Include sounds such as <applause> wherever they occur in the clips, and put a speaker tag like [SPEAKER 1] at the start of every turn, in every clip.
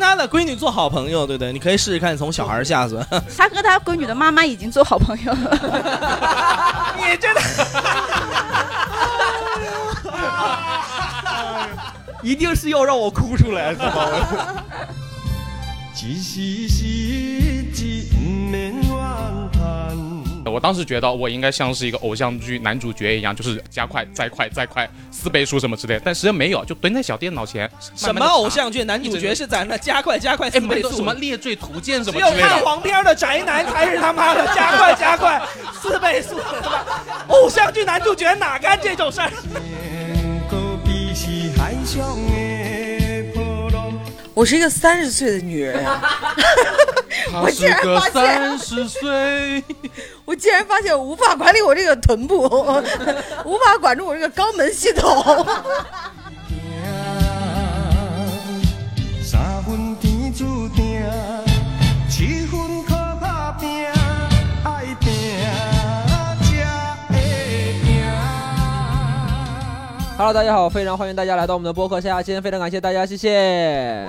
[SPEAKER 1] 他的闺女做好朋友，对不对？你可以试试看从小孩
[SPEAKER 2] <laughs>
[SPEAKER 1] 下手。
[SPEAKER 3] 他和他闺女的妈妈已经做好朋友了。
[SPEAKER 4] <laughs>
[SPEAKER 1] 你真的
[SPEAKER 4] <laughs> 一定是要让我哭出来，是吧？
[SPEAKER 5] 一时时，一不免怨叹。
[SPEAKER 2] 我当时觉得我应该像是一个偶像剧男主角一样，就是加快、再快、再快，四倍速什么之类的。但实际上没有，就蹲在小电脑前。
[SPEAKER 1] 什么偶像剧男主角是在那加快加快四
[SPEAKER 2] 哎，没
[SPEAKER 1] 倍
[SPEAKER 2] 有
[SPEAKER 1] 速？
[SPEAKER 2] 什么列罪图鉴什
[SPEAKER 1] 只
[SPEAKER 2] 么
[SPEAKER 1] 有
[SPEAKER 2] 之类
[SPEAKER 1] 看
[SPEAKER 2] 的。
[SPEAKER 1] 黄片的宅男才是他妈的加快加快四倍速，他妈偶像剧男主角哪干这种
[SPEAKER 2] <laughs>
[SPEAKER 1] 事儿？
[SPEAKER 6] 我是一个三十岁的女人 <laughs> 啊！
[SPEAKER 2] 他是个三十岁，
[SPEAKER 6] 我竟然发现我无法管理我这个臀部， <laughs> 无法管住我这个肛门系统。
[SPEAKER 5] 三分天注定，七分靠打拼，爱拼才会赢。
[SPEAKER 4] Hello，大家好，非常欢迎大家来到我们的播客下，今天非常感谢大家，谢谢。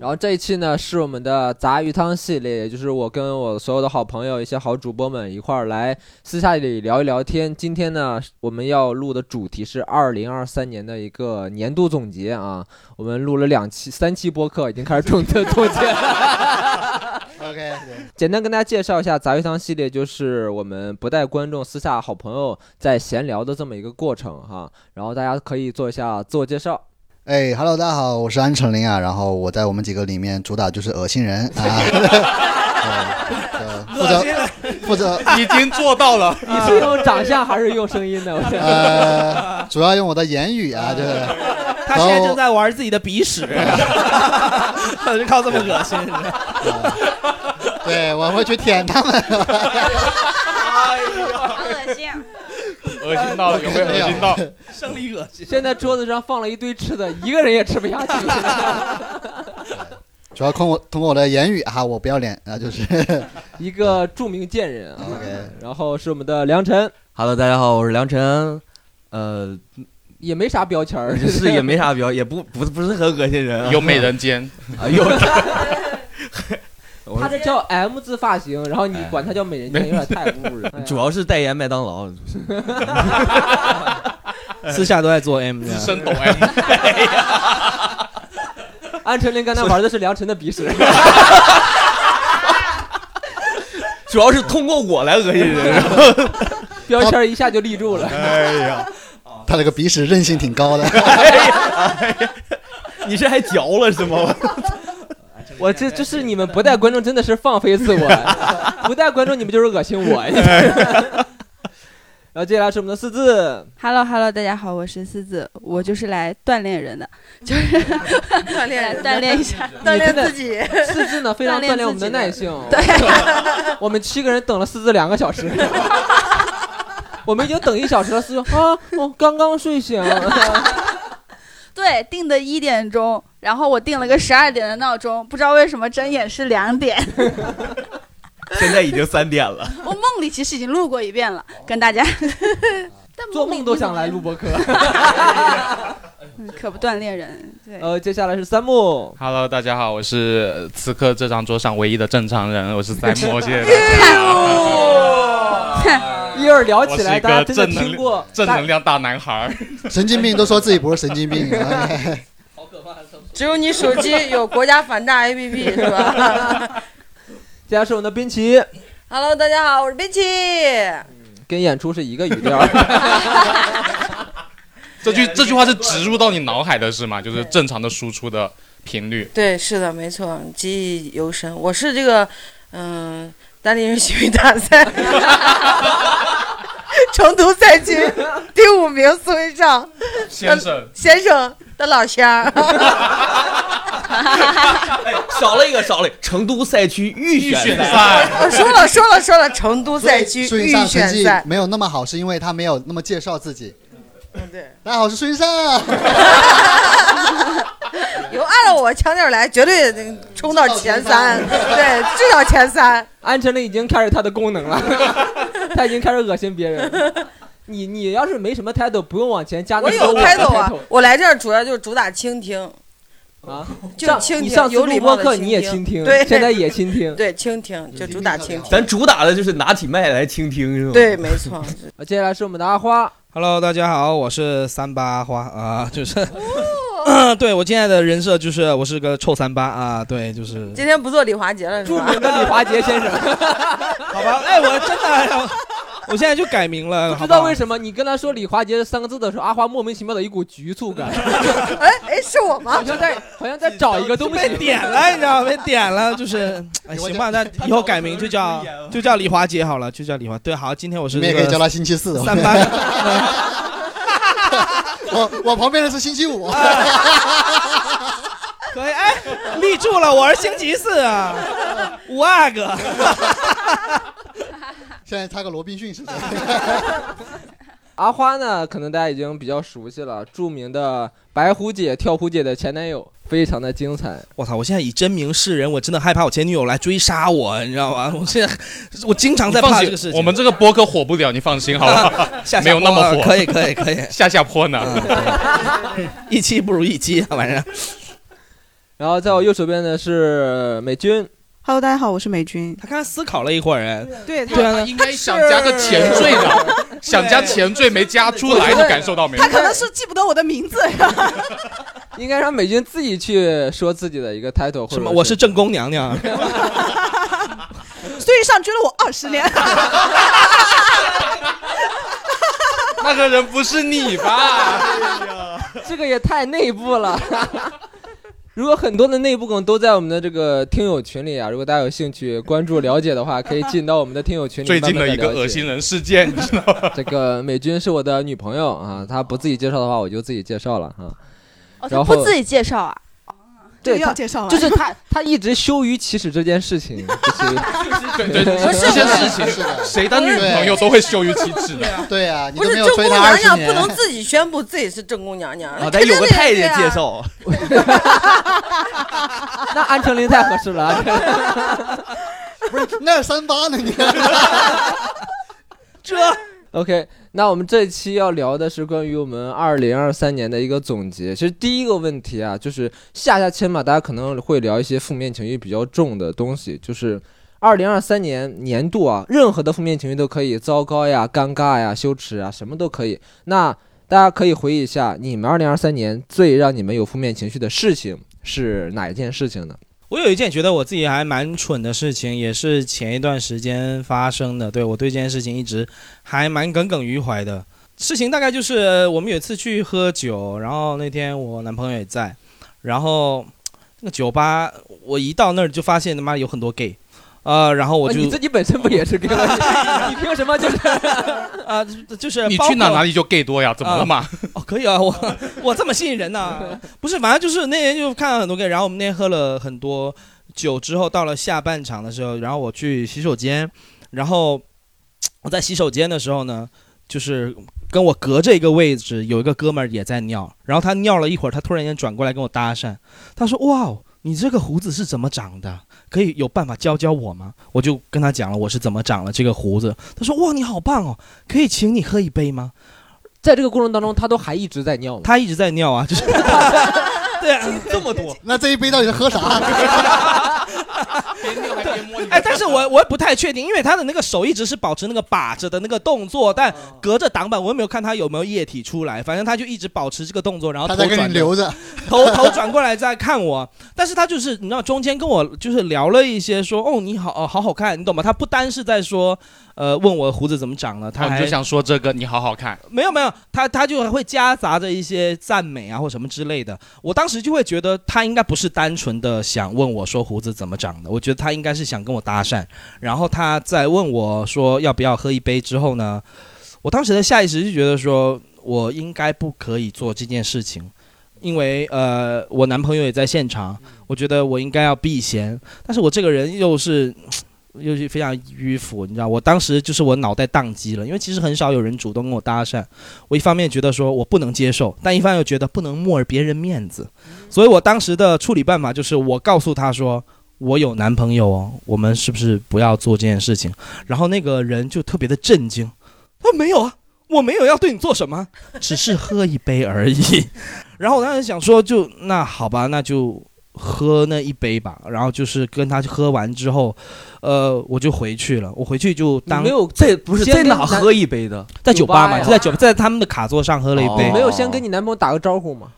[SPEAKER 4] 然后这一期呢是我们的杂鱼汤系列，也就是我跟我所有的好朋友、一些好主播们一块儿来私下里聊一聊天。今天呢，我们要录的主题是二零二三年的一个年度总结啊。我们录了两期、三期播客，已经开始总结总结了。
[SPEAKER 7] OK，
[SPEAKER 4] 简单跟大家介绍一下杂鱼汤系列，就是我们不带观众私下好朋友在闲聊的这么一个过程哈。然后大家可以做一下自我介绍。
[SPEAKER 7] 哎，Hello，大家好，我是安成林啊。然后我在我们几个里面主打就是恶心人啊， <laughs> 呃负责负责
[SPEAKER 2] <laughs> 已经做到
[SPEAKER 7] <laughs>
[SPEAKER 2] 了。
[SPEAKER 4] 你是用长相还是用声音呢？我觉得
[SPEAKER 7] 呃，主要用我的言语啊，就是
[SPEAKER 1] 他现在正在玩自己的
[SPEAKER 2] <laughs>
[SPEAKER 1] 鼻屎，就靠这么恶心。
[SPEAKER 2] 哦
[SPEAKER 7] 对我会去舔他们。
[SPEAKER 3] 好恶心、啊！
[SPEAKER 2] 恶心到了，有没有恶心到？
[SPEAKER 1] 生理恶心。
[SPEAKER 4] 现在桌子上放了一堆吃的，一个人也吃不
[SPEAKER 7] <laughs>
[SPEAKER 4] 下去。
[SPEAKER 7] 主要通过通过我的言语啊，我不要脸啊，就是 <laughs>
[SPEAKER 4] 一个著名贱人啊，
[SPEAKER 7] OK。
[SPEAKER 4] 然后是我们的梁晨，
[SPEAKER 8] Hello，大家好，我是梁晨。呃，
[SPEAKER 4] 也没啥标签儿，
[SPEAKER 8] 是也没啥表，也 <laughs> 不不不是很恶心人、啊，
[SPEAKER 2] 有美人尖，
[SPEAKER 8] 啊
[SPEAKER 4] <laughs>
[SPEAKER 8] 有。<laughs>
[SPEAKER 4] 他这叫 M 字发型，然后你管他叫美人尖，有点太侮辱
[SPEAKER 2] <laughs>
[SPEAKER 4] 人。
[SPEAKER 8] 哎 <laughs> 主要是代言麦当劳，
[SPEAKER 1] <laughs> 私下都在做 M，
[SPEAKER 2] 资深
[SPEAKER 1] <laughs>
[SPEAKER 2] 抖 M，
[SPEAKER 8] 哎
[SPEAKER 4] 安晨林刚才玩的是梁晨的鼻屎，
[SPEAKER 8] <laughs> 主要是通过我来恶心人。
[SPEAKER 4] <laughs> 标签儿一下就立住了。
[SPEAKER 8] <laughs> 哎呀，
[SPEAKER 7] 他这个鼻屎韧性挺高的， <laughs>
[SPEAKER 8] 你这还嚼了是吗？
[SPEAKER 4] <laughs> 我这就是你们不带观众真的是放飞自
[SPEAKER 8] <laughs>
[SPEAKER 4] 我，不带观众你们就是恶心
[SPEAKER 8] 哎
[SPEAKER 4] 我。 <laughs> 然后接下来是我们的四字，
[SPEAKER 3] Hello Hello，大家好，我是思子，我就是来锻炼人的，就是 <laughs>
[SPEAKER 6] <laughs> 锻炼
[SPEAKER 3] 来
[SPEAKER 6] 人
[SPEAKER 3] 锻炼一下。
[SPEAKER 6] <laughs> 锻
[SPEAKER 4] <laughs>
[SPEAKER 6] 炼自己，
[SPEAKER 4] 四字呢非常锻炼我们的耐性。
[SPEAKER 6] <laughs>
[SPEAKER 3] 对，
[SPEAKER 4] <laughs> 我们七个人等了四字两个小时， <laughs> 我们已经等一小时了。四字说啊，我刚刚睡醒。 <laughs>
[SPEAKER 3] 对，定的一点钟，然后我定了个十二点的闹钟，不知道为什么睁眼是两点。
[SPEAKER 8] 现在已经三点了，
[SPEAKER 3] 我梦里其实已经录过一遍了，跟大家。 <laughs> 但
[SPEAKER 4] <laughs> 做梦都想来
[SPEAKER 3] 录，
[SPEAKER 4] 录 <laughs> 播课。
[SPEAKER 3] <laughs> 嗯可不锻炼人。对，
[SPEAKER 4] 呃，接下来是三木，
[SPEAKER 2] Hello，大家好，我是此刻这张桌上唯一的正常人，我是三毛，谢谢
[SPEAKER 4] <laughs>
[SPEAKER 2] 大家。
[SPEAKER 4] 哎一会儿聊起
[SPEAKER 2] 我是
[SPEAKER 4] 来，
[SPEAKER 2] 一个
[SPEAKER 4] 大家真的
[SPEAKER 2] 正能
[SPEAKER 4] 听过
[SPEAKER 2] 哎正
[SPEAKER 4] 大
[SPEAKER 2] 能量大男
[SPEAKER 4] <laughs>
[SPEAKER 2] 孩儿，
[SPEAKER 7] 神经病都说自己不是神经病。
[SPEAKER 1] <laughs>
[SPEAKER 7] 哎
[SPEAKER 6] 只有你手机有国家反诈 APP 是吧
[SPEAKER 4] 接下来是我们的滨崎，
[SPEAKER 6] ？Hello，大家好，我是冰淇。
[SPEAKER 4] 跟演出是一个语调。
[SPEAKER 2] 这句这句话是植入到你脑海的是吗？就是正常的输出的频率。
[SPEAKER 6] 对，是的，没错，记忆犹深。我是这个，嗯、单立人喜剧大赛 <laughs> 成都赛区第五名苏会上
[SPEAKER 2] 先
[SPEAKER 4] <laughs>
[SPEAKER 2] 生，
[SPEAKER 6] 先生的老乡儿，
[SPEAKER 8] 少了一个，少了一个成都赛区预
[SPEAKER 2] 预选
[SPEAKER 8] 选赛。
[SPEAKER 2] 赛，
[SPEAKER 6] 我说了说了说了，成都赛区
[SPEAKER 7] 苏
[SPEAKER 6] 预
[SPEAKER 7] 云上成
[SPEAKER 6] 选
[SPEAKER 7] 绩
[SPEAKER 6] 赛，
[SPEAKER 7] 没有那么好，是因为他没有那么介绍自己。 <laughs>
[SPEAKER 6] 嗯，对，
[SPEAKER 7] 大家好，我是苏云上。
[SPEAKER 6] 以后按照我腔调来，绝对能冲到前三，对，至少前三。
[SPEAKER 4] 安晨林已经开始他的功能了， <laughs> 他已经开始恶心别人了。你你要是没什么 title，不用往前加那
[SPEAKER 6] 我
[SPEAKER 4] 个
[SPEAKER 6] 有啊
[SPEAKER 4] 我的
[SPEAKER 6] title 啊，我来这儿主要就是主打倾听，
[SPEAKER 4] 啊，
[SPEAKER 6] 就
[SPEAKER 4] 上
[SPEAKER 6] 倾
[SPEAKER 4] 你
[SPEAKER 6] 听
[SPEAKER 4] 上次
[SPEAKER 6] 有礼
[SPEAKER 4] 录
[SPEAKER 6] 貌
[SPEAKER 4] 播
[SPEAKER 6] 的
[SPEAKER 4] 课
[SPEAKER 6] 倾
[SPEAKER 4] 你也
[SPEAKER 6] 听
[SPEAKER 4] 倾听，
[SPEAKER 6] 对
[SPEAKER 4] 现在也倾听。
[SPEAKER 6] 对，倾听就主打倾听，
[SPEAKER 8] 咱主打的就是拿起麦来倾听，是吧？
[SPEAKER 6] 对，，没错，
[SPEAKER 4] <laughs> 啊接下来是我们的阿花，
[SPEAKER 1] Hello，大家好，我是三八花啊， <laughs> 就是， <laughs> 对我现在的人设就是我是个臭三八啊，对，就是
[SPEAKER 6] 今天不做李华杰了是
[SPEAKER 4] 著
[SPEAKER 6] 吧？
[SPEAKER 4] 名的李
[SPEAKER 2] <laughs>
[SPEAKER 4] 华杰 <laughs> 先生，
[SPEAKER 1] 好吧，哎，我真的，
[SPEAKER 4] <laughs>
[SPEAKER 1] 我现在就改名了，
[SPEAKER 4] 不
[SPEAKER 1] 好不
[SPEAKER 4] 知道
[SPEAKER 1] 好
[SPEAKER 4] 为什么你跟他说李华杰这三个字的时候，阿花莫名其妙的一股局促 <laughs> 感，
[SPEAKER 6] 哎哎，是我吗
[SPEAKER 4] 好？像在好像在找一个东
[SPEAKER 1] 被
[SPEAKER 4] 西。
[SPEAKER 1] 点了，你知道吗被点了，就是，哎，行吧，那以后改名就叫就叫梨花姐好了，就叫梨花。对，好，今天我
[SPEAKER 7] 你
[SPEAKER 1] 是
[SPEAKER 7] 们也
[SPEAKER 1] 这
[SPEAKER 7] 可以叫
[SPEAKER 1] 个
[SPEAKER 7] 他星期四。
[SPEAKER 1] 三八，
[SPEAKER 7] <laughs> 我我旁边的是星期
[SPEAKER 1] <laughs>
[SPEAKER 7] 五。
[SPEAKER 1] 可以，哎，立住了，我是星期四啊，五阿哥，
[SPEAKER 7] <laughs> 现在差个罗宾逊是谁？
[SPEAKER 4] 阿花呢，可能大家已经比较熟悉了，著名的白狐姐、跳狐姐的前男友，非常的精彩。
[SPEAKER 1] 我操，我现在以真名示人，我真的害怕我前女友来追杀我，你知道吗？我现在我经常在
[SPEAKER 2] 放
[SPEAKER 1] 怕
[SPEAKER 2] 心
[SPEAKER 1] 这个事，情，
[SPEAKER 2] 我们这个播客火不了，你放心好吧？
[SPEAKER 1] <laughs> 下下
[SPEAKER 2] 没有那么
[SPEAKER 1] 播啊
[SPEAKER 2] 火
[SPEAKER 1] 可以可以可以，
[SPEAKER 2] <laughs>
[SPEAKER 1] 嗯
[SPEAKER 2] 下下坡呢？
[SPEAKER 1] <laughs> 一期不如一期啊，反正
[SPEAKER 4] <laughs> 然后在我右手边的是美军，
[SPEAKER 9] Hello，大家好，我是美军。
[SPEAKER 1] 他刚才思考了一会儿，哎
[SPEAKER 9] 对
[SPEAKER 1] 对
[SPEAKER 9] 他，
[SPEAKER 1] 啊，
[SPEAKER 2] 应该想加个前缀的，想加前缀没加出来，你感受到没有
[SPEAKER 9] 他？可能是记不得我的名字。
[SPEAKER 2] <laughs>
[SPEAKER 4] 应该让美军自己去说自己的一个 title 或者
[SPEAKER 1] 什么？我是正宫娘
[SPEAKER 4] <laughs>
[SPEAKER 1] 娘，
[SPEAKER 9] 所以上追了我二十年，
[SPEAKER 2] 那个人不是你吧？
[SPEAKER 4] 这个也太内部了。 <laughs> 如果很多的内部梗都在我们的这个听友群里啊，如果大家有兴趣关注了解的话，可以进到我们的听友群里。
[SPEAKER 2] 最近的一个恶心，人事件，你知道吗？
[SPEAKER 4] 这个美军是我的女朋友啊，她不自己介绍的话，我就自己介绍了啊。
[SPEAKER 3] 哦，他
[SPEAKER 4] 然
[SPEAKER 3] 不
[SPEAKER 4] 后
[SPEAKER 3] 自己介绍啊？
[SPEAKER 9] 这
[SPEAKER 4] 对
[SPEAKER 9] 个要
[SPEAKER 4] 她
[SPEAKER 9] 介绍完。
[SPEAKER 6] <laughs>
[SPEAKER 4] 就是她，她一直羞于启齿这件事情，就是
[SPEAKER 2] 对对，
[SPEAKER 4] 不
[SPEAKER 2] 这
[SPEAKER 4] 是
[SPEAKER 2] 些事情，
[SPEAKER 7] 是的，
[SPEAKER 2] 谁的女朋友都会羞于启齿的。
[SPEAKER 7] <laughs> 对啊，你
[SPEAKER 6] 不
[SPEAKER 7] 都
[SPEAKER 6] 是
[SPEAKER 7] 没有
[SPEAKER 6] 正
[SPEAKER 7] 追
[SPEAKER 6] 宫
[SPEAKER 7] 他二
[SPEAKER 6] 娘
[SPEAKER 7] 十
[SPEAKER 6] 娘不
[SPEAKER 7] 年
[SPEAKER 6] 能。自己宣布自己是正宫娘娘
[SPEAKER 8] 啊，，咱有个太监介绍，
[SPEAKER 4] 那安成林太合适了。安成林
[SPEAKER 7] 不是，那是三八呢？你
[SPEAKER 1] <laughs> 这
[SPEAKER 4] OK，那我们这期要聊的是关于我们二零二三年的一个总结。其实第一个问题啊，就是下下签嘛，大家可能会聊一些负面情绪比较重的东西，就是。二零二三年年度啊，任何的负面情绪都可以，糟糕呀、尴尬呀、羞耻啊，什么都可以。那大家可以回忆一下，你们二零二三年最让你们有负面情绪的事情是哪一件事情呢？
[SPEAKER 1] 我有一件觉得我自己还蛮蠢的事情，也是前一段时间发生的。对我对这件事情一直还蛮耿耿于怀的。事情大概就是呃我们有一次去喝酒，然后那天我男朋友也在，然后那个酒吧我一到那儿就发现他妈有很多 gay，呃，然后我
[SPEAKER 4] 啊
[SPEAKER 1] 就
[SPEAKER 4] 你自己本身不也是 gay
[SPEAKER 2] <laughs>
[SPEAKER 4] 吗？
[SPEAKER 1] <laughs>
[SPEAKER 4] 你凭什么就是
[SPEAKER 10] <laughs>
[SPEAKER 1] 啊、 <laughs> 就是
[SPEAKER 2] 你
[SPEAKER 1] 包
[SPEAKER 2] 去哪
[SPEAKER 1] 括
[SPEAKER 2] 哪里就 gay 多呀？怎么了嘛？
[SPEAKER 1] 哦，可以啊，我我这么吸引人呐、不是，反正就是那天就看了很多个，然后我们那天喝了很多酒之后，到了下半场的时候，然后我去洗手间，然后我在洗手间的时候呢，就是跟我隔着一个位置有一个哥们儿也在尿，然后他尿了一会儿，他突然间转过来跟我搭讪，他说：“哇哦，你这个胡子是怎么长的？”可以有办法教教我吗？我就跟他讲了我是怎么长了这个胡子。他说：“哇，你好棒哦！可以请你喝一杯吗？”
[SPEAKER 4] 在这个过程当中，他都还一直在尿吗？
[SPEAKER 1] 他一直在尿啊，就是对啊，
[SPEAKER 8] 这么多，
[SPEAKER 7] 那这一杯到底是喝啥？
[SPEAKER 1] 哎，但是我我也不太确定，因为他的那个手一直是保持那个把着的那个动作，
[SPEAKER 2] 哦
[SPEAKER 1] 但隔着挡板我也没有看他有没有液体出来，反正他就一直保持这个动作，然后
[SPEAKER 7] 他
[SPEAKER 1] 头
[SPEAKER 7] 在跟
[SPEAKER 1] 转
[SPEAKER 7] 你留着，
[SPEAKER 1] 头头转过来在看我，但是他就是你知道中间跟我就是聊了一些说哦你好、哦、好好看，你懂吗？他不单是在说呃问我胡子怎么长了，他
[SPEAKER 2] 他
[SPEAKER 1] 还、
[SPEAKER 2] 们哦就想说这个，你好好看。
[SPEAKER 1] 没有没有，他他就会夹杂着一些赞美啊或什么之类的。我当时就会觉得他应该不是单纯的想问我说胡子怎么长的，我觉得他应该是想跟我搭讪。然后他在问我说要不要喝一杯之后呢，我当时的下意识就觉得说我应该不可以做这件事情。因为呃，我男朋友也在现场，我觉得我应该要避嫌，但是我这个人又是嗯又是非常迂腐，你知道，我当时就是我脑袋宕机了，因为其实很少有人主动跟我搭讪，我一方面觉得说我不能接受，但一方面又觉得不能抹了别人面子，所以我当时的处理办法就是我告诉他说。我有男朋友哦，我们是不是不要做这件事情？然后那个人就特别的震惊，他说没有啊，我没有要对你做什么，只是喝一杯而已。 <laughs> 然后我当时想说就，那好吧，那就喝那一杯吧。然后就是跟他喝完之后，呃，我就回去了。我回去就
[SPEAKER 8] 你
[SPEAKER 1] 当
[SPEAKER 8] 没有在不是
[SPEAKER 1] 先
[SPEAKER 8] 在
[SPEAKER 1] 跟
[SPEAKER 8] 哪
[SPEAKER 1] 男
[SPEAKER 8] 喝一杯的？
[SPEAKER 1] 在酒吧
[SPEAKER 4] 酒吧
[SPEAKER 1] 嘛，
[SPEAKER 4] 呀
[SPEAKER 1] 就在酒吧 <laughs> 在他们的卡座上喝了一杯。
[SPEAKER 8] 哦
[SPEAKER 4] 没有先跟你男朋友打个招呼吗？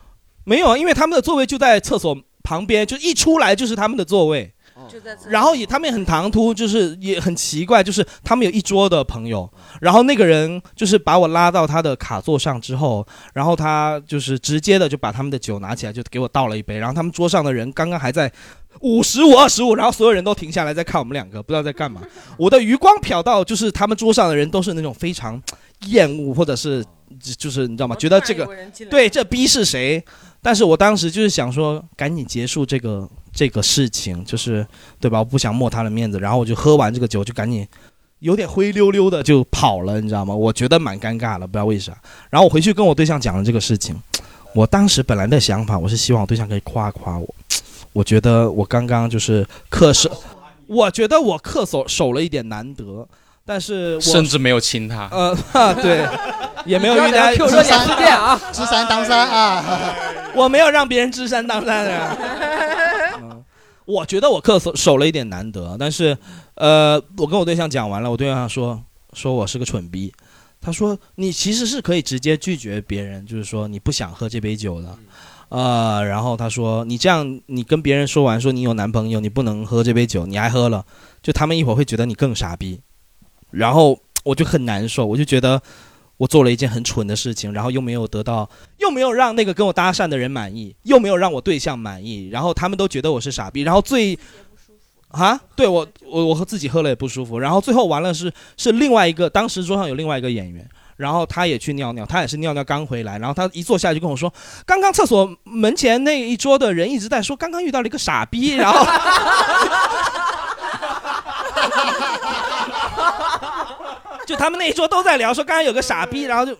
[SPEAKER 1] 没有，因为他们的座位就在厕所旁边，就一出来就是他们的座位。
[SPEAKER 6] 就在自己
[SPEAKER 1] 然后也他们也很唐突，就是也很奇怪，就是他们有一桌的朋友，然后那个人就是把我拉到他的卡座上之后，然后他就是直接的就把他们的酒拿起来就给我倒了一杯，然后他们桌上的人刚刚还在。五十五二十五，然后所有人都停下来在看我们两个，不知道在
[SPEAKER 6] <laughs>
[SPEAKER 1] 干嘛。我的余光瞟到，就是他们桌上的人都是那种非常厌恶，或者是就就是你知道吗？觉得这个
[SPEAKER 6] 突然有人进来
[SPEAKER 1] 对，这逼是谁？但是我当时就是想说，赶紧结束这个这个事情，就是对吧？我不想抹他的面子，然后我就喝完这个酒就赶紧，有点灰溜溜的就跑了，你知道吗？我觉得蛮尴尬的，不知道为啥。然后我回去跟我对象讲了这个事情，我当时本来的想法，我是希望我对象可以夸夸我，我觉得我刚刚就是恪守，我觉得我恪守守了一点难得，但是我
[SPEAKER 2] 甚至没有亲他。
[SPEAKER 1] 呃 <laughs> 对，也没有遇到
[SPEAKER 4] Q 热点事件啊，
[SPEAKER 7] 知三当三啊，
[SPEAKER 1] <laughs> 我没有让别人知山当山啊。
[SPEAKER 3] <laughs>
[SPEAKER 1] 嗯我觉得我恪守守了一点难得，但是，呃，我跟我对象讲完了，我对象说说我是个蠢逼，他说你其实是可以直接拒绝别人，就是说你不想喝这杯酒的，呃，然后他说你这样，你跟别人说完说你有男朋友，你不能喝这杯酒，你还喝了，就他们一会儿会觉得你更傻逼，然后我就很难受，我就觉得我做了一件很蠢的事情，然后又没有得到又没有让那个跟我搭讪的人满意，又没有让我对象满意，然后他们都觉得我是傻逼，然后最啊，对我我我和自己喝了也不舒服，然后最后完了是是另外一个，当时桌上有另外一个演员。然后他也去尿尿，他也是尿尿刚回来，然后他一坐下就跟我说，刚刚厕所门前那一桌的人一直在说，刚刚遇到了一个傻逼，然后就他们那一桌都在聊说刚刚有个傻逼，然后就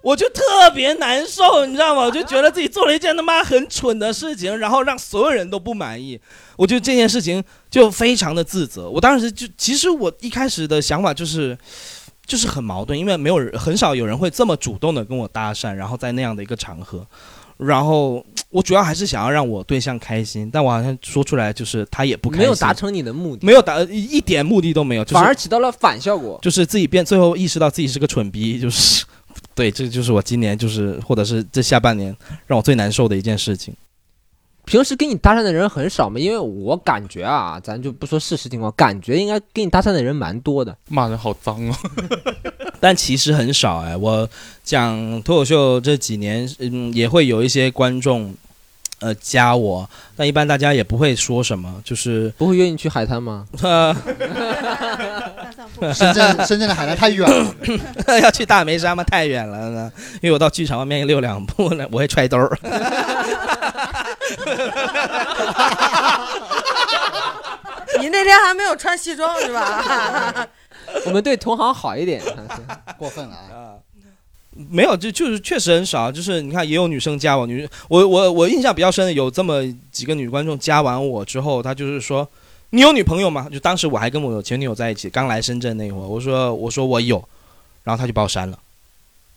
[SPEAKER 1] 我就特别难受，你知道吗？我就觉得自己做了一件他妈很蠢的事情，然后让所有人都不满意。我就这件事情就非常的自责。我当时就，其实我一开始的想法就是，就是很矛盾，因为没有人很少有人会这么主动的跟我搭讪，然后在那样的一个场合。然后我主要还是想要让我对象开心，但我好像说出来就是他也不开心，
[SPEAKER 4] 没有达，成你的目的，
[SPEAKER 1] 没有达一点目的都没有，就是
[SPEAKER 4] 反而起到了反效果。
[SPEAKER 1] 就是自己变，最后意识到自己是个蠢逼， <laughs> 就是对，这就是我今年就是或者是这下半年让我最难受的一件事情。
[SPEAKER 4] 平时跟你搭讪的人很少嘛，因为我感觉啊，咱就不说事实情况，感觉应该跟你搭讪的人蛮多的。
[SPEAKER 2] 骂人好脏哦！
[SPEAKER 1] 但其实很少哎，我讲脱口秀这几年，嗯，也会有一些观众。呃，加我，但一般大家也不会说什么，就是
[SPEAKER 4] 不会约你去海滩
[SPEAKER 1] <laughs>
[SPEAKER 4] 吗？
[SPEAKER 1] 呃
[SPEAKER 7] 深圳深圳的海南太远了，
[SPEAKER 1] <laughs> 要去大梅沙吗？太远了呢，因为我到剧场外面溜两步呢，我会揣兜儿。
[SPEAKER 6] <laughs> 你那天还没有穿西装
[SPEAKER 2] <laughs>
[SPEAKER 6] 是吧？
[SPEAKER 4] <laughs> 我们对同行好一点。 <laughs>
[SPEAKER 7] 过分了啊！
[SPEAKER 1] 没有，就就是确实很少，就是你看也有女生加我，女我我我印象比较深的有这么几个女观众加完我之后，她就是说你有女朋友吗？就当时我还跟我前女友在一起，刚来深圳那会儿，我说我说我有，然后她就把我删了，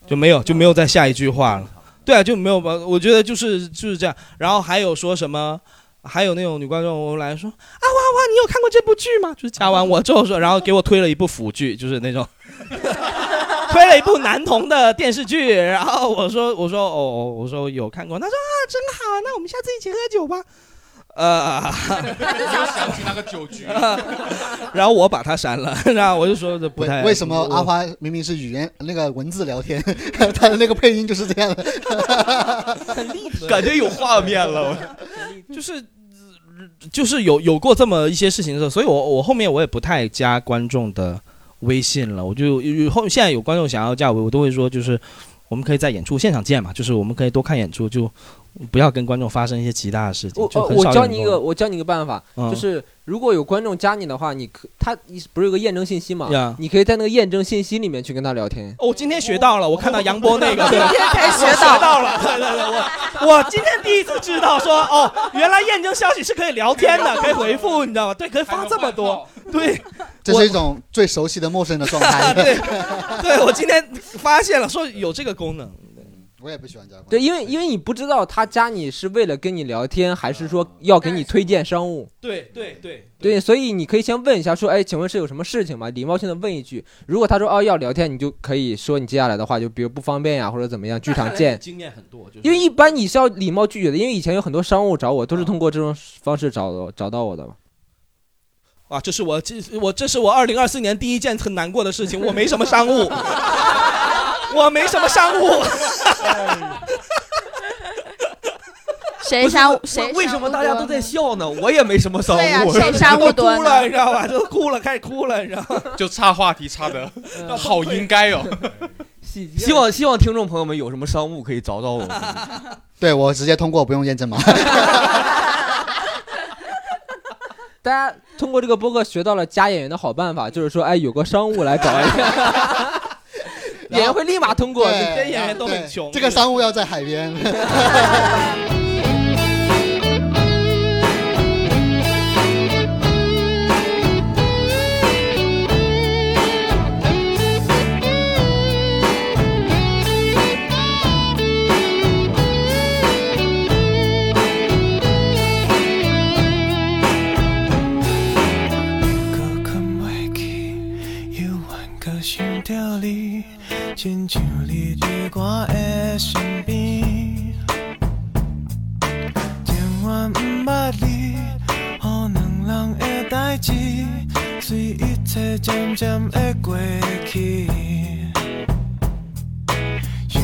[SPEAKER 1] 就没有就没有再下一句话了。对啊，就没有吧？我觉得就是就是这样。然后还有说什么？还有那种女观众我来说啊哇哇，你有看过这部剧吗？就是加完我之后说，然后给我推了一部腐剧，就是那种 <laughs> 推了一部男童的电视剧。然后我说我说哦哦，我说有看过。他说啊，真好，那我们下次一起喝酒吧。呃，
[SPEAKER 2] 你又想起那个酒局，
[SPEAKER 1] 然后我把他删了， <laughs> 然后我就说这不太
[SPEAKER 7] 为为什么阿
[SPEAKER 1] 我
[SPEAKER 7] 花明明是语言那个文字聊天， <laughs> 她的那个配音就是这样的？
[SPEAKER 8] 感觉有画面了。
[SPEAKER 1] 就是就是有有过这么一些事情的时候，所以我我后面我也不太加观众的微信了，我就有后现在有观众想要加我，我都会说就是我们可以在演出现场见嘛，就是我们可以多看演出，就不要跟观众发生一些其他的事情
[SPEAKER 4] 我。
[SPEAKER 1] 就
[SPEAKER 4] 我
[SPEAKER 1] 很
[SPEAKER 4] 我
[SPEAKER 1] 少有
[SPEAKER 4] 教
[SPEAKER 1] 人
[SPEAKER 4] 你
[SPEAKER 1] 跟
[SPEAKER 4] 一
[SPEAKER 1] 我
[SPEAKER 4] 个，我教你一个办法，
[SPEAKER 1] 嗯
[SPEAKER 4] 就是如果有观众加你的话，你可他不是有个验证信息嘛
[SPEAKER 1] 呀
[SPEAKER 4] 你可以在那个验证信息里面去跟他聊天。
[SPEAKER 1] 哦，我今天学到了，我看到杨波
[SPEAKER 4] <laughs>
[SPEAKER 1] 那个，对
[SPEAKER 6] 今天才学
[SPEAKER 1] 我 <laughs>
[SPEAKER 6] 到
[SPEAKER 1] 学到了，对对对，我我今天第一次知道说，哦，原来验证消息是可以聊天的，可以回复，你知道吗？对，可以发这么多，对，
[SPEAKER 7] 这是一种最熟
[SPEAKER 1] <laughs>
[SPEAKER 7] 悉的陌生人的状态。
[SPEAKER 1] 对，对我今天发现了，说有这个功能，
[SPEAKER 7] 我也不喜欢加快。
[SPEAKER 4] 对，因为因为你不知道他加你是为了跟你聊天，还是说要给你推荐商务。
[SPEAKER 1] 对对对
[SPEAKER 4] 对，所以你可以先问一下，说，哎，请问是有什么事情吗？礼貌性的问一句。如果他说，哦，要聊天，你就可以说你接下来的话，就比如不方便呀，或者怎么样，剧场见。
[SPEAKER 1] 经验很多，就是
[SPEAKER 4] 因为一般你是要礼貌拒绝的，因为以前有很多商务找我，都是通过这种方式找的，找到我的嘛。
[SPEAKER 1] 啊，这是我这我这是我二零二四年第一件很难过的事情，我没什么商
[SPEAKER 3] <laughs>
[SPEAKER 1] 务，我没什么商务。
[SPEAKER 3] 谁商务谁
[SPEAKER 8] 为为什么大家都在
[SPEAKER 3] 笑？
[SPEAKER 8] 笑呢？我也没什么商务，
[SPEAKER 3] 对呀谁商务多
[SPEAKER 1] 哭了，
[SPEAKER 3] 呢？
[SPEAKER 1] 你知道 <laughs> 吧？都哭了，开始哭了，你知道吗？
[SPEAKER 2] 就岔话题岔的好应该哦。
[SPEAKER 8] <laughs> 希望希望听众朋友们有什么商务可以找找我们。 <laughs>
[SPEAKER 7] 对我直接通过，不用验证码。
[SPEAKER 4] 大家通过这个播客学到了加演员的好办
[SPEAKER 1] <laughs>
[SPEAKER 4] 法，就是说，哎，有个商务来找一下，演员会立马通过。
[SPEAKER 7] 对
[SPEAKER 1] 这些演员都很
[SPEAKER 7] 对
[SPEAKER 1] 穷
[SPEAKER 7] 这
[SPEAKER 1] <laughs>
[SPEAKER 7] 个商务要在海边。
[SPEAKER 5] 我看袂起，犹原搁想着你，亲像你伫我的身边。情愿毋捌你，予两人的代志，随一切渐渐会过去。想着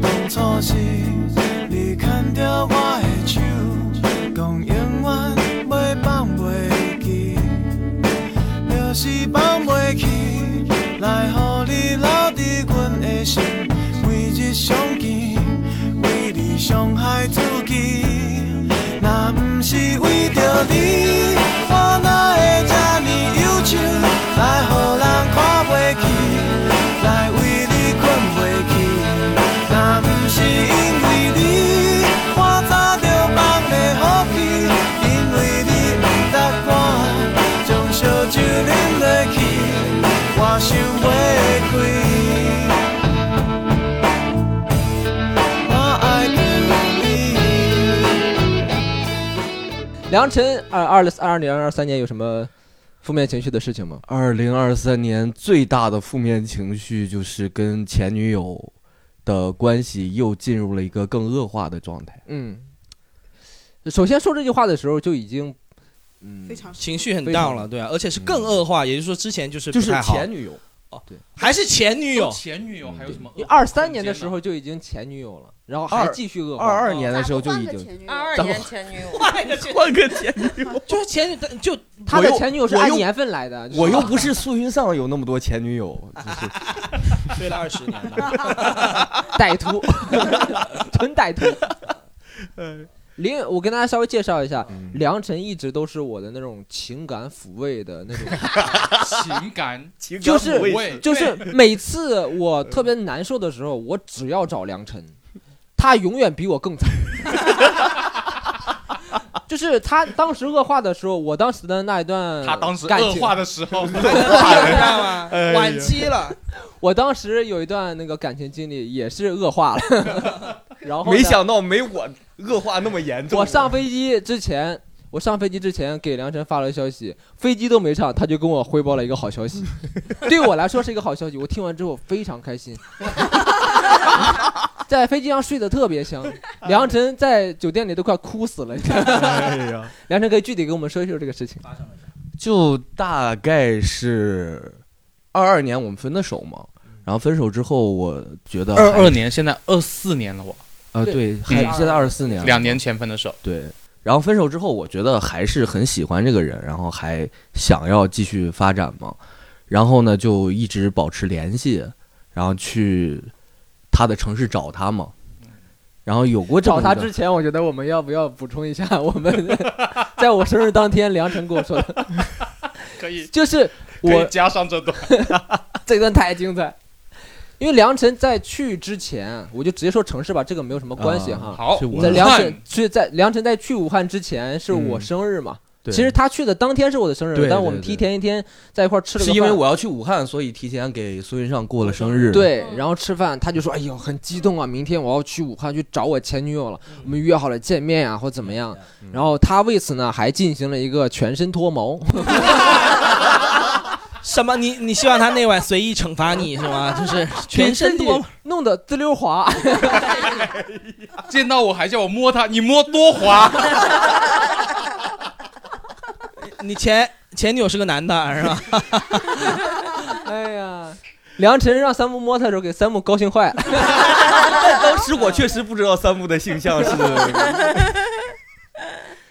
[SPEAKER 5] 当初时，你牵着我的手，讲永远袂放袂记。就是放袂去，来乎你留伫阮的心，每日相见，为你伤害自己。若毋是为着你，我哪会这呢忧愁？来乎人看袂起，来为你困袂去。若毋是因为你，我早就放袂好去，因为你不答我。将烧酒饮落去，我想袂开。我爱着你。
[SPEAKER 4] 梁晨，二二二零二三年有什么负面情绪的事情吗？
[SPEAKER 8] 二零二三年最大的负面情绪就是跟前女友的关系又进入了一个更恶化的状态。
[SPEAKER 4] 嗯，首先说这句话的时候就已经，嗯
[SPEAKER 9] 非，常
[SPEAKER 1] 情绪很 down 了，对啊，而且是更恶化，也就是说之前就是
[SPEAKER 8] 就
[SPEAKER 1] 不
[SPEAKER 8] 是
[SPEAKER 1] 太好，哦
[SPEAKER 8] 前女友，
[SPEAKER 1] 还是前女友，
[SPEAKER 2] 前女友还有什么？
[SPEAKER 4] 二三年的时候就已经前女友了，然后还
[SPEAKER 8] 二
[SPEAKER 4] 继续恶化。
[SPEAKER 8] 二二年的时候就已经
[SPEAKER 3] 经
[SPEAKER 6] 二二年前女友，
[SPEAKER 1] 换个换个前女友，就是前女友就
[SPEAKER 4] 他的前女友是
[SPEAKER 8] 我
[SPEAKER 4] 按
[SPEAKER 8] 又
[SPEAKER 4] 年份来的，
[SPEAKER 8] 我又不是苏云上有那么多前女友，就是
[SPEAKER 1] 追了二十年了。
[SPEAKER 4] 歹徒，纯歹徒。林，我跟大家稍微介绍一下，梁晨一直都是我的那种情感抚慰的那种，
[SPEAKER 2] 情感
[SPEAKER 4] 就是
[SPEAKER 2] 抚慰，
[SPEAKER 4] 就是每次我特别难受的时候，我只要找梁晨，他永远比我更惨。 <laughs> 就是他当时恶化的时候，我当时的那一段
[SPEAKER 2] 他当时
[SPEAKER 4] 感
[SPEAKER 2] 恶
[SPEAKER 4] 情
[SPEAKER 2] 化的时候，
[SPEAKER 4] <laughs>
[SPEAKER 1] 你知道吗？晚期了，
[SPEAKER 4] 我当时有一段那个感情经历也是恶化了，然后呢
[SPEAKER 8] 没
[SPEAKER 10] <laughs>
[SPEAKER 8] 想到没我恶化那么严重。啊
[SPEAKER 4] 我上飞机之前，我上飞机之前给梁晨发了消息，飞机都没上，他就跟我汇报了一个好消
[SPEAKER 8] <laughs>
[SPEAKER 4] 息，对我来说是一个好消息，我听完之后非常开心。 <laughs> 在飞机上睡得特别香，梁晨在酒店里都快哭死了。
[SPEAKER 8] 哎呀，
[SPEAKER 4] 梁晨可以具体给我们说一说这个事情。
[SPEAKER 8] 就大概是二二年我们分的手嘛，然后分手之后，我觉得
[SPEAKER 2] 二
[SPEAKER 8] 还
[SPEAKER 2] 二年，现在二四年了，我
[SPEAKER 8] 呃对，还
[SPEAKER 2] 嗯
[SPEAKER 8] 现在二十四年了，
[SPEAKER 2] 两年前分的手，
[SPEAKER 8] 对。然后分手之后，我觉得还是很喜欢这个人，然后还想要继续发展嘛。然后呢，就一直保持联系，然后去他的城市找他嘛。然后有过这么
[SPEAKER 4] 找
[SPEAKER 8] 一
[SPEAKER 4] 他
[SPEAKER 8] 段
[SPEAKER 4] 之前，我觉得我们要不要补充一下， <laughs> 我们在我生日当天，梁晨跟我说的，
[SPEAKER 2] <laughs> 可以
[SPEAKER 4] 就是
[SPEAKER 2] 可
[SPEAKER 4] 我
[SPEAKER 2] 以加上这段。
[SPEAKER 4] <laughs> 这段太精彩。因为梁晨在去之前，我就直接说城市吧，这个没有什么关系
[SPEAKER 8] 啊
[SPEAKER 4] 哈。
[SPEAKER 2] 好
[SPEAKER 8] 是，我
[SPEAKER 4] 在
[SPEAKER 8] 的
[SPEAKER 4] 梁晨
[SPEAKER 2] 武汉
[SPEAKER 4] 去在梁晨在去武汉之前是我
[SPEAKER 8] 嗯
[SPEAKER 4] 生日嘛，
[SPEAKER 8] 对
[SPEAKER 4] 其实他去的当天是我的生日
[SPEAKER 8] 对，
[SPEAKER 4] 但我们
[SPEAKER 8] 对对
[SPEAKER 4] 提前一天在一块儿吃了个
[SPEAKER 8] 是
[SPEAKER 4] 饭，
[SPEAKER 8] 因为我要去武汉，所以提前给苏云上过了生日。，
[SPEAKER 4] 对，
[SPEAKER 6] 嗯
[SPEAKER 4] 然后吃饭，他就说：“哎呦，很激动啊，明天我要去武汉去找我前女友了，我们约好了见面啊，或怎么样。”然后他为此呢还进行了一个全身脱毛，
[SPEAKER 1] 什么？你你希望他那晚随意惩罚你是
[SPEAKER 4] <laughs>
[SPEAKER 1] 吗？就是全身脱
[SPEAKER 4] 脱，弄得滋溜滑。
[SPEAKER 2] <laughs> 见到我还叫我摸他，你摸多滑。
[SPEAKER 1] <laughs> 你前前女友是个男的是吧？
[SPEAKER 4] 哎呀， <laughs> 梁晨让三木摸他的时候，给三木高兴坏了。
[SPEAKER 8] 当时我确实不知道三木的性向是，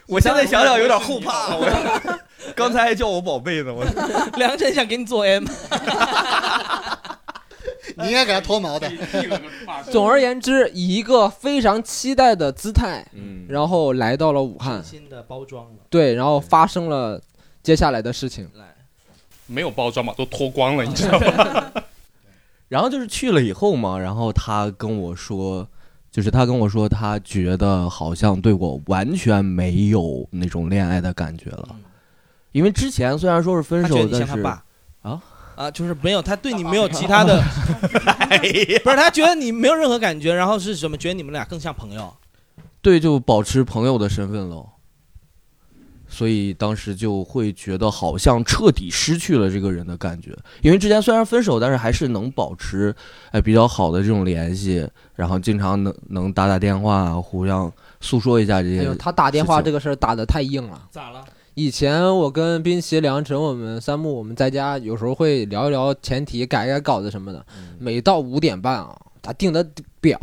[SPEAKER 8] 我现在想想有点后怕。我
[SPEAKER 4] <laughs>
[SPEAKER 8] 刚才还叫我宝贝呢，我
[SPEAKER 1] 梁晨想给你做 M，
[SPEAKER 7] <laughs> 你应该给他脱毛的。
[SPEAKER 4] 总而言之，以一个非常期待的姿态，
[SPEAKER 8] 嗯，
[SPEAKER 4] 然后来到了武汉，
[SPEAKER 1] 新的包装了，
[SPEAKER 4] 对，然后发生了接下来的事情。
[SPEAKER 2] 没有包装嘛，都脱光了，你知道吗？
[SPEAKER 8] 然后就是去了以后嘛，然后他跟我说，就是他跟我说，他觉得好像对我完全没有那种恋爱的感觉了，
[SPEAKER 1] 嗯
[SPEAKER 8] 因为之前虽然说是分
[SPEAKER 1] 他觉
[SPEAKER 8] 手，
[SPEAKER 1] 得你
[SPEAKER 8] 但
[SPEAKER 1] 像他
[SPEAKER 8] 是
[SPEAKER 1] 爸
[SPEAKER 8] 啊
[SPEAKER 1] 啊，就是没有他对你没有其他的，
[SPEAKER 8] 哎
[SPEAKER 1] 不是他觉得你没有任何感觉，然后是什么？觉得你们俩更像朋友，
[SPEAKER 8] 对就保持朋友的身份喽，所以当时就会觉得好像彻底失去了这个人的感觉，因为之前虽然分手，但是还是能保持哎比较好的这种联系，然后经常能能打打电话啊，互相诉说一下这
[SPEAKER 4] 哎
[SPEAKER 8] 些
[SPEAKER 4] 呦，他打电话
[SPEAKER 8] 是这
[SPEAKER 4] 这个事儿打得太硬了。
[SPEAKER 1] 咋了？
[SPEAKER 4] 以前我跟冰鞋、梁晨，我们三木，我们在家有时候会聊一聊前提，改一改稿子什么的。每到五点半啊，他定的表，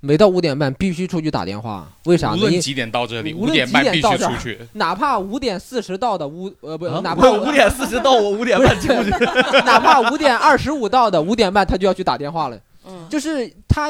[SPEAKER 4] 每到五点半必须出去打电话。为啥
[SPEAKER 2] 无
[SPEAKER 4] 呢？
[SPEAKER 2] 论
[SPEAKER 4] 因
[SPEAKER 2] 几点到这里，五
[SPEAKER 4] 无论
[SPEAKER 2] 点半必
[SPEAKER 4] 几点到
[SPEAKER 2] 须
[SPEAKER 4] 这儿
[SPEAKER 2] 出去。
[SPEAKER 4] 哪怕五点四十到的五呃不，
[SPEAKER 8] 啊
[SPEAKER 4] 哪怕
[SPEAKER 8] 我点四十到，我五点半进去。
[SPEAKER 4] <laughs> 哪怕五点二十五到的五点半，他就要去打电话了。
[SPEAKER 6] 嗯，
[SPEAKER 4] 就是他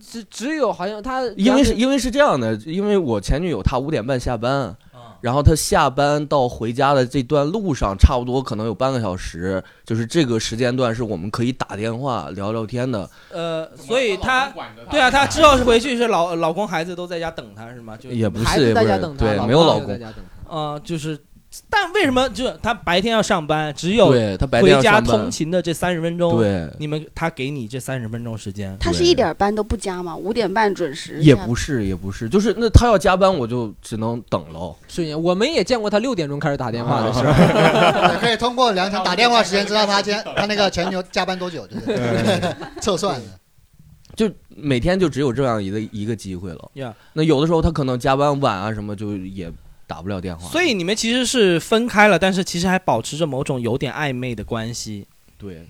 [SPEAKER 4] 只只有好像他
[SPEAKER 8] 因为是因为是这样的，因为我前女友她五点半下
[SPEAKER 4] 啊
[SPEAKER 8] 班，然后她下班到回家的这段路上，差不多可能有半个小时，就是这个时间段是我们可以打电话聊聊天的，
[SPEAKER 1] 呃，所以他对啊，他之后是回去是老老公孩子都在家等他是吗？就
[SPEAKER 8] 也不
[SPEAKER 4] 孩
[SPEAKER 8] 是
[SPEAKER 4] 子
[SPEAKER 8] 也不
[SPEAKER 4] 在家
[SPEAKER 8] 是
[SPEAKER 4] 等他，
[SPEAKER 8] 对
[SPEAKER 4] 老，
[SPEAKER 8] 没有
[SPEAKER 4] 公
[SPEAKER 8] 老
[SPEAKER 4] 就在
[SPEAKER 8] 公，
[SPEAKER 4] 家等他。
[SPEAKER 1] 呃，就是，但为什么就他白天要上班，只有
[SPEAKER 8] 对他白天
[SPEAKER 1] 回
[SPEAKER 8] 要
[SPEAKER 1] 家
[SPEAKER 8] 上
[SPEAKER 1] 通
[SPEAKER 8] 班，
[SPEAKER 1] 勤的这三十分钟，，
[SPEAKER 8] 对，
[SPEAKER 1] 你们他给你这三十分钟时间，
[SPEAKER 3] 他是一点儿班都不加吗？五点半准时
[SPEAKER 8] 也
[SPEAKER 3] 下
[SPEAKER 8] 不是也不是，就是那他要加班，我就只能等喽。
[SPEAKER 4] 瞬间，我们也见过他六点钟开始打电话的时
[SPEAKER 8] 啊
[SPEAKER 4] 候。
[SPEAKER 7] <laughs> 对可以通过梁晨打电话时间知道他今天他那个前女友加班多久，就是测算的。
[SPEAKER 8] <laughs> 就每天就只有这样一个一个机会了。
[SPEAKER 1] Yeah
[SPEAKER 8] 那有的时候他可能加班晚啊什么，就也打不了电话。
[SPEAKER 1] 所以你们其实是分开了，但是其实还保持着某种有点暧昧的关系。
[SPEAKER 8] 对，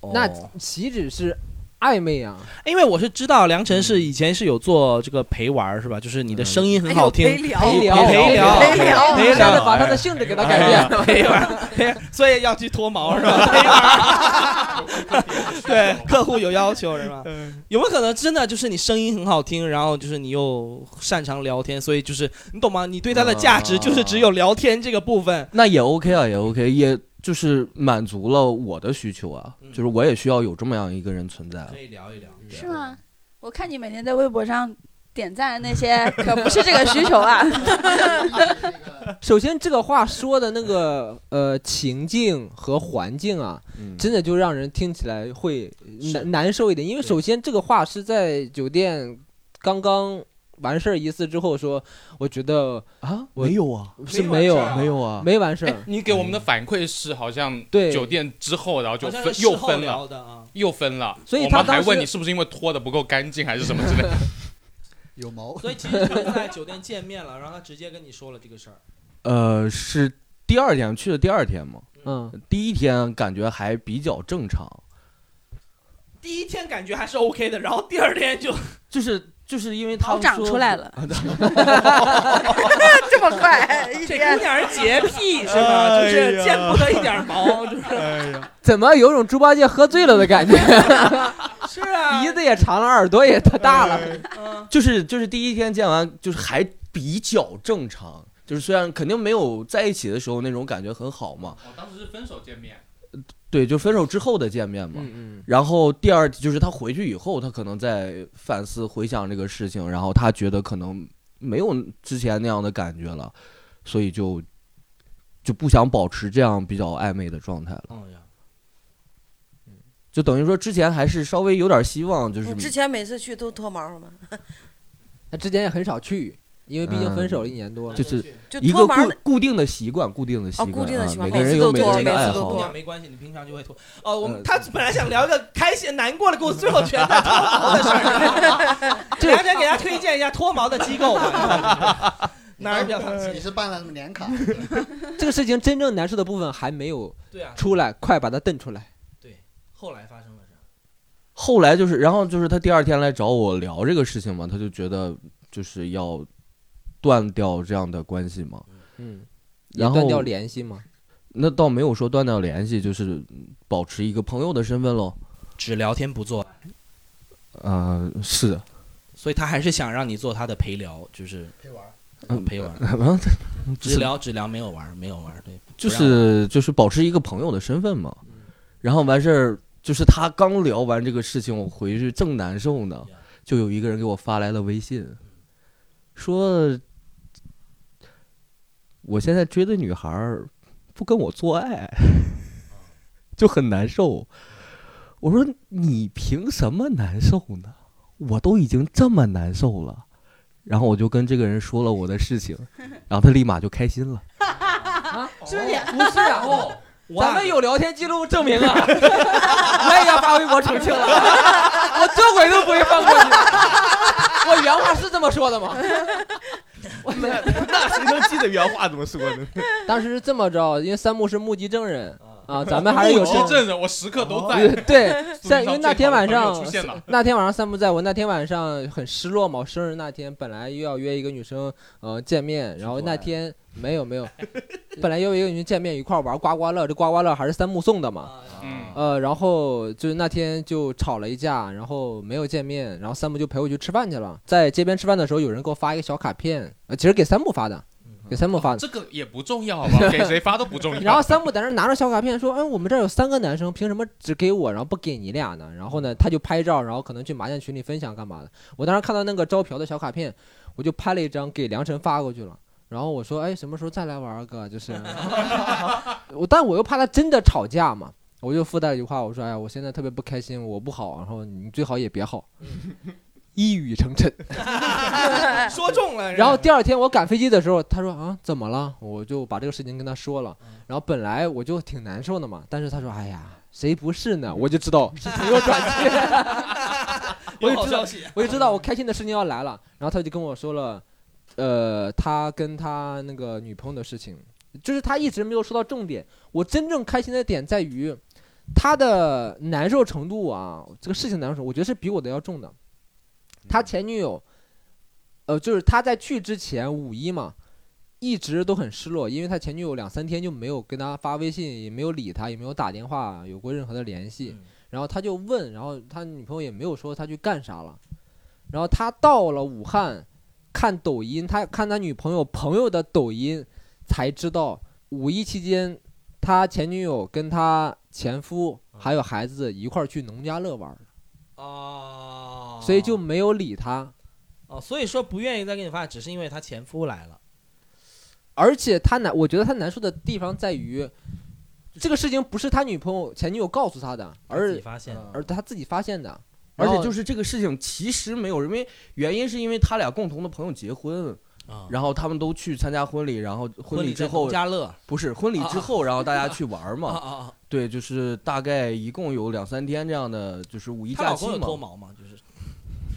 [SPEAKER 8] 啊
[SPEAKER 4] 那
[SPEAKER 1] 哦
[SPEAKER 4] 岂止是暧昧啊？
[SPEAKER 1] 因为我是知道梁晨
[SPEAKER 8] 嗯
[SPEAKER 1] 是以前是有做这个陪玩儿是吧？就是你的声音很好
[SPEAKER 6] 哎呦
[SPEAKER 1] 听，
[SPEAKER 6] 陪聊
[SPEAKER 4] 陪聊
[SPEAKER 1] 陪聊
[SPEAKER 6] 陪聊
[SPEAKER 1] 陪
[SPEAKER 4] 现在
[SPEAKER 1] 聊哎
[SPEAKER 4] 把他的性质给他改变了。
[SPEAKER 1] 陪玩儿
[SPEAKER 4] 哎
[SPEAKER 1] 陪玩儿，所以要去脱毛是吧？陪玩儿，对，客户有要求是吧？有没有可能真的就是你声音很好听，然后就是你又擅长聊天，所以就是你懂吗？你对他的价值就是只有聊天这个部分。
[SPEAKER 8] <laughs> 那也 OK 啊，也 OK，也就是满足了我的需求啊，
[SPEAKER 1] 嗯
[SPEAKER 8] 就是我也需要有这么样一个人存在。啊
[SPEAKER 1] 以聊一聊，
[SPEAKER 3] 班是吗？我看你每天在微博上
[SPEAKER 9] <laughs>
[SPEAKER 3] 点赞那些，可不是这个需求啊。
[SPEAKER 4] 首先，这个话说的那个呃情境和环境啊，
[SPEAKER 8] 嗯
[SPEAKER 4] 真的就让人听起来会呃
[SPEAKER 1] 是
[SPEAKER 4] 难难受一点。因为
[SPEAKER 1] 对
[SPEAKER 4] 首先，这个话是在酒店刚刚完事儿一次之后说，我觉得
[SPEAKER 8] 啊，
[SPEAKER 4] 我
[SPEAKER 8] 没有啊，
[SPEAKER 4] 是没有
[SPEAKER 8] <laughs> 没有啊，
[SPEAKER 4] 没完事
[SPEAKER 2] 哎
[SPEAKER 4] 儿，，
[SPEAKER 2] 你给我们的反馈是好像
[SPEAKER 4] 对
[SPEAKER 2] 酒店之后，然后就
[SPEAKER 1] 好像
[SPEAKER 2] 分
[SPEAKER 1] 是
[SPEAKER 2] 又
[SPEAKER 1] 事后
[SPEAKER 2] 分了，
[SPEAKER 1] 聊的啊。
[SPEAKER 2] 又分了。
[SPEAKER 4] 所以
[SPEAKER 2] 我
[SPEAKER 4] 他
[SPEAKER 2] 们还
[SPEAKER 4] 当时
[SPEAKER 2] 问你是不是因为拖的不够干净还是什么之类的。
[SPEAKER 7] 有毛，
[SPEAKER 1] 所以其实就是
[SPEAKER 2] <laughs>
[SPEAKER 1] 在酒店见面了，然后他直接跟你说了这个事儿。
[SPEAKER 8] 呃，是第二天去的第二天嘛，
[SPEAKER 4] 嗯，
[SPEAKER 8] 第一天感觉还比较正常，
[SPEAKER 1] 第一天感觉还是 OK 的，然后第二天就
[SPEAKER 8] 就是就是因为他
[SPEAKER 3] 毛
[SPEAKER 8] 们
[SPEAKER 3] 长
[SPEAKER 8] 说
[SPEAKER 3] 出
[SPEAKER 8] <laughs>
[SPEAKER 3] 来了，
[SPEAKER 6] <laughs> 这么快，一
[SPEAKER 1] <laughs> 这
[SPEAKER 6] 天
[SPEAKER 1] 姑娘儿洁癖是吧？就
[SPEAKER 8] 哎
[SPEAKER 1] 是
[SPEAKER 8] 呀
[SPEAKER 1] 见不得一点儿毛，就是
[SPEAKER 4] 怎么有种猪八戒喝醉了的感觉？
[SPEAKER 1] 是啊，
[SPEAKER 4] 鼻子也长了，耳朵也大了。
[SPEAKER 1] <laughs>
[SPEAKER 8] 哎
[SPEAKER 1] 嗯
[SPEAKER 8] 就是就是第一天见完，就是还比较正常，就是虽然肯定没有在一起的时候那种感觉很好嘛，
[SPEAKER 2] 我哦当时是分手见面，
[SPEAKER 8] 对，就分手之后的见面嘛。
[SPEAKER 4] 嗯
[SPEAKER 8] 然后第二就是他回去以后，他可能在反思回想这个事情，然后他觉得可能没有之前那样的感觉了，所以就就不想保持这样比较暧昧的状态了。就等于说之前还是稍微有点希望，就是
[SPEAKER 6] 我之前每次去都脱毛嘛，
[SPEAKER 4] 他之前也很少去，因为毕竟分手了一年多了。
[SPEAKER 8] 就是
[SPEAKER 6] 就
[SPEAKER 8] 一
[SPEAKER 6] 脱
[SPEAKER 8] 个
[SPEAKER 6] 毛
[SPEAKER 8] 固
[SPEAKER 6] 的
[SPEAKER 8] 固定的习惯，固定的习惯，
[SPEAKER 6] 哦固定的习惯
[SPEAKER 8] 啊、每个人有每个人的爱好。啊
[SPEAKER 1] 脱没关系，你平常就会脱。哦，我们他本来想聊一个开心难过的故事，最后全在脱毛的事
[SPEAKER 8] <laughs>
[SPEAKER 1] 儿。
[SPEAKER 4] 这
[SPEAKER 1] 大家给大家推荐一下脱毛的机构吧。哪儿比较烫心？
[SPEAKER 7] 你是办了什么年卡？ <laughs>
[SPEAKER 4] 这个事情真正难受的部分还没有
[SPEAKER 1] 对啊，
[SPEAKER 4] 出来，快把它瞪出来。
[SPEAKER 1] 后来发生了啥？
[SPEAKER 8] 后来就是，然后就是他第二天来找我聊这个事情嘛，他就觉得就是要断掉这样的关系嘛。
[SPEAKER 4] 嗯，也
[SPEAKER 8] 然后
[SPEAKER 4] 断掉联系嘛。
[SPEAKER 8] 那倒没有说断掉联系，就是保持一个朋友的身份喽。
[SPEAKER 1] 只聊天不做，
[SPEAKER 8] 呃，是，
[SPEAKER 1] 所以他还是想让你做他的陪聊，就是陪玩，嗯，陪玩，
[SPEAKER 8] 嗯
[SPEAKER 1] 只聊只聊没有玩，没有玩，对，
[SPEAKER 8] 就
[SPEAKER 1] 不让
[SPEAKER 8] 是就是保持一个朋友的身份嘛。然后完事儿，就是他刚聊完这个事情，我回去正难受呢，就有一个人给我发来了微信，说我现在追的女孩儿不跟我做爱， <laughs> 就很难受。我说你凭什么难受呢？我都已经这么难受了。然后我就跟这个人说了我的事情，然后他立马就开心了。
[SPEAKER 4] 是不是？不是啊，
[SPEAKER 1] 我
[SPEAKER 4] 咱们有聊天记录证明啊！ <laughs> <laughs> 我也要发微博澄清 <laughs> 了，我这回都不会放过你。我原话是这么说
[SPEAKER 11] <laughs>
[SPEAKER 4] 的吗？我没
[SPEAKER 11] 那谁能记得原话怎么说呢？
[SPEAKER 4] 当时是这么着，因为三木是目击证人啊，咱们还是有
[SPEAKER 2] <laughs> 目击
[SPEAKER 4] 证
[SPEAKER 2] 证人，我时刻都在。
[SPEAKER 4] 哦对
[SPEAKER 2] <laughs>
[SPEAKER 4] 对，
[SPEAKER 2] 组织
[SPEAKER 4] 在因
[SPEAKER 2] 上
[SPEAKER 4] 为那
[SPEAKER 2] 最
[SPEAKER 4] 天
[SPEAKER 2] 好的
[SPEAKER 4] 晚
[SPEAKER 2] 朋友
[SPEAKER 4] 上
[SPEAKER 2] 出现
[SPEAKER 4] <laughs>
[SPEAKER 2] 了，
[SPEAKER 4] 那天晚上三木在我那天晚上很失落嘛，我生日那天本来又要约一个女生呃见面，然后那天没有没 <laughs> 有，本来约一个女生见面一块儿玩刮刮乐，这刮刮乐还是三木送的嘛，
[SPEAKER 2] 嗯，
[SPEAKER 4] 呃，然后就是那天就吵了一架，然后没有见面，然后三木就陪我去吃饭去了，在街边吃饭的时候，有人给我发一个小卡片，呃，其实给三木发的，给三木发的。
[SPEAKER 2] 嗯这个也不重要，好
[SPEAKER 4] <laughs>
[SPEAKER 2] 吧？给谁发都不重 <laughs> 要。
[SPEAKER 4] 然后三木在那拿着小卡片说：“哎，我们这儿有三个男生，凭什么只给我，然后不给你俩呢？”然后呢，他就拍照，然后可能去麻将群里分享干嘛的。我当时看到那个招嫖的小卡片，我就拍了一张给梁晨发过去了。然后我说：“哎，什么时候再来玩儿哥？”就是， <laughs> 我但我又怕他真的吵架嘛，我就附带了一句话，我说：“哎呀，我现在特别不开心，我不好，然后你最好也别好。”一语成谶。
[SPEAKER 1] <laughs> 说中了，
[SPEAKER 4] 然后第二天我赶飞机的时候，他说啊怎么了？我就把这个事情跟他说了。然后本来我就挺难受的嘛，但是他说哎呀谁不是呢？我就知道事情又转机了，我
[SPEAKER 1] 有
[SPEAKER 4] 就
[SPEAKER 1] 好
[SPEAKER 4] 知道
[SPEAKER 1] 消息，
[SPEAKER 4] 我就知道我开心的事情要来了。然后他就跟我说了，呃，他跟他那个女朋友的事情，就是他一直没有说到重点。我真正开心的点在于他的难受程度啊，这个事情难受程度，我觉得是比我的要重的。他前女友，呃，就是他在去之前五一嘛，一直都很失落，因为他前女友两三天就没有跟他发微信，也没有理他，也没有打电话，有过任何的联系。
[SPEAKER 1] 嗯
[SPEAKER 4] 然后他就问，然后他女朋友也没有说他去干啥了。然后他到了武汉，看抖音，他看他女朋友朋友的抖音，才知道五一期间他前女友跟他前夫
[SPEAKER 1] 嗯
[SPEAKER 4] 还有孩子一块儿去农家乐玩儿，
[SPEAKER 1] 哦，
[SPEAKER 4] 所以就没有理他。
[SPEAKER 1] 哦，所以说不愿意再给你发，只是因为她前夫来了。
[SPEAKER 4] 而且他难，我觉得他难受的地方在于，这个事情不是他女朋友前女友告诉他的，
[SPEAKER 1] 自己
[SPEAKER 4] 而
[SPEAKER 1] 发现了，
[SPEAKER 4] 而他自己发现的。
[SPEAKER 8] 而且就是是这个事情其实没有，因为原因是因为他俩共同的朋友结婚，
[SPEAKER 1] 啊
[SPEAKER 8] 然后他们都去参加婚礼，然后婚礼之后
[SPEAKER 1] 家乐
[SPEAKER 8] 不是婚礼之后，然后大家去玩
[SPEAKER 1] 啊
[SPEAKER 8] 嘛。
[SPEAKER 1] 啊啊！
[SPEAKER 8] 对，就是大概一共有两三天这样的，就是五一
[SPEAKER 1] 她
[SPEAKER 8] 假
[SPEAKER 1] 老
[SPEAKER 8] 期
[SPEAKER 1] 公有
[SPEAKER 8] 嘛
[SPEAKER 1] 脱。毛吗？就是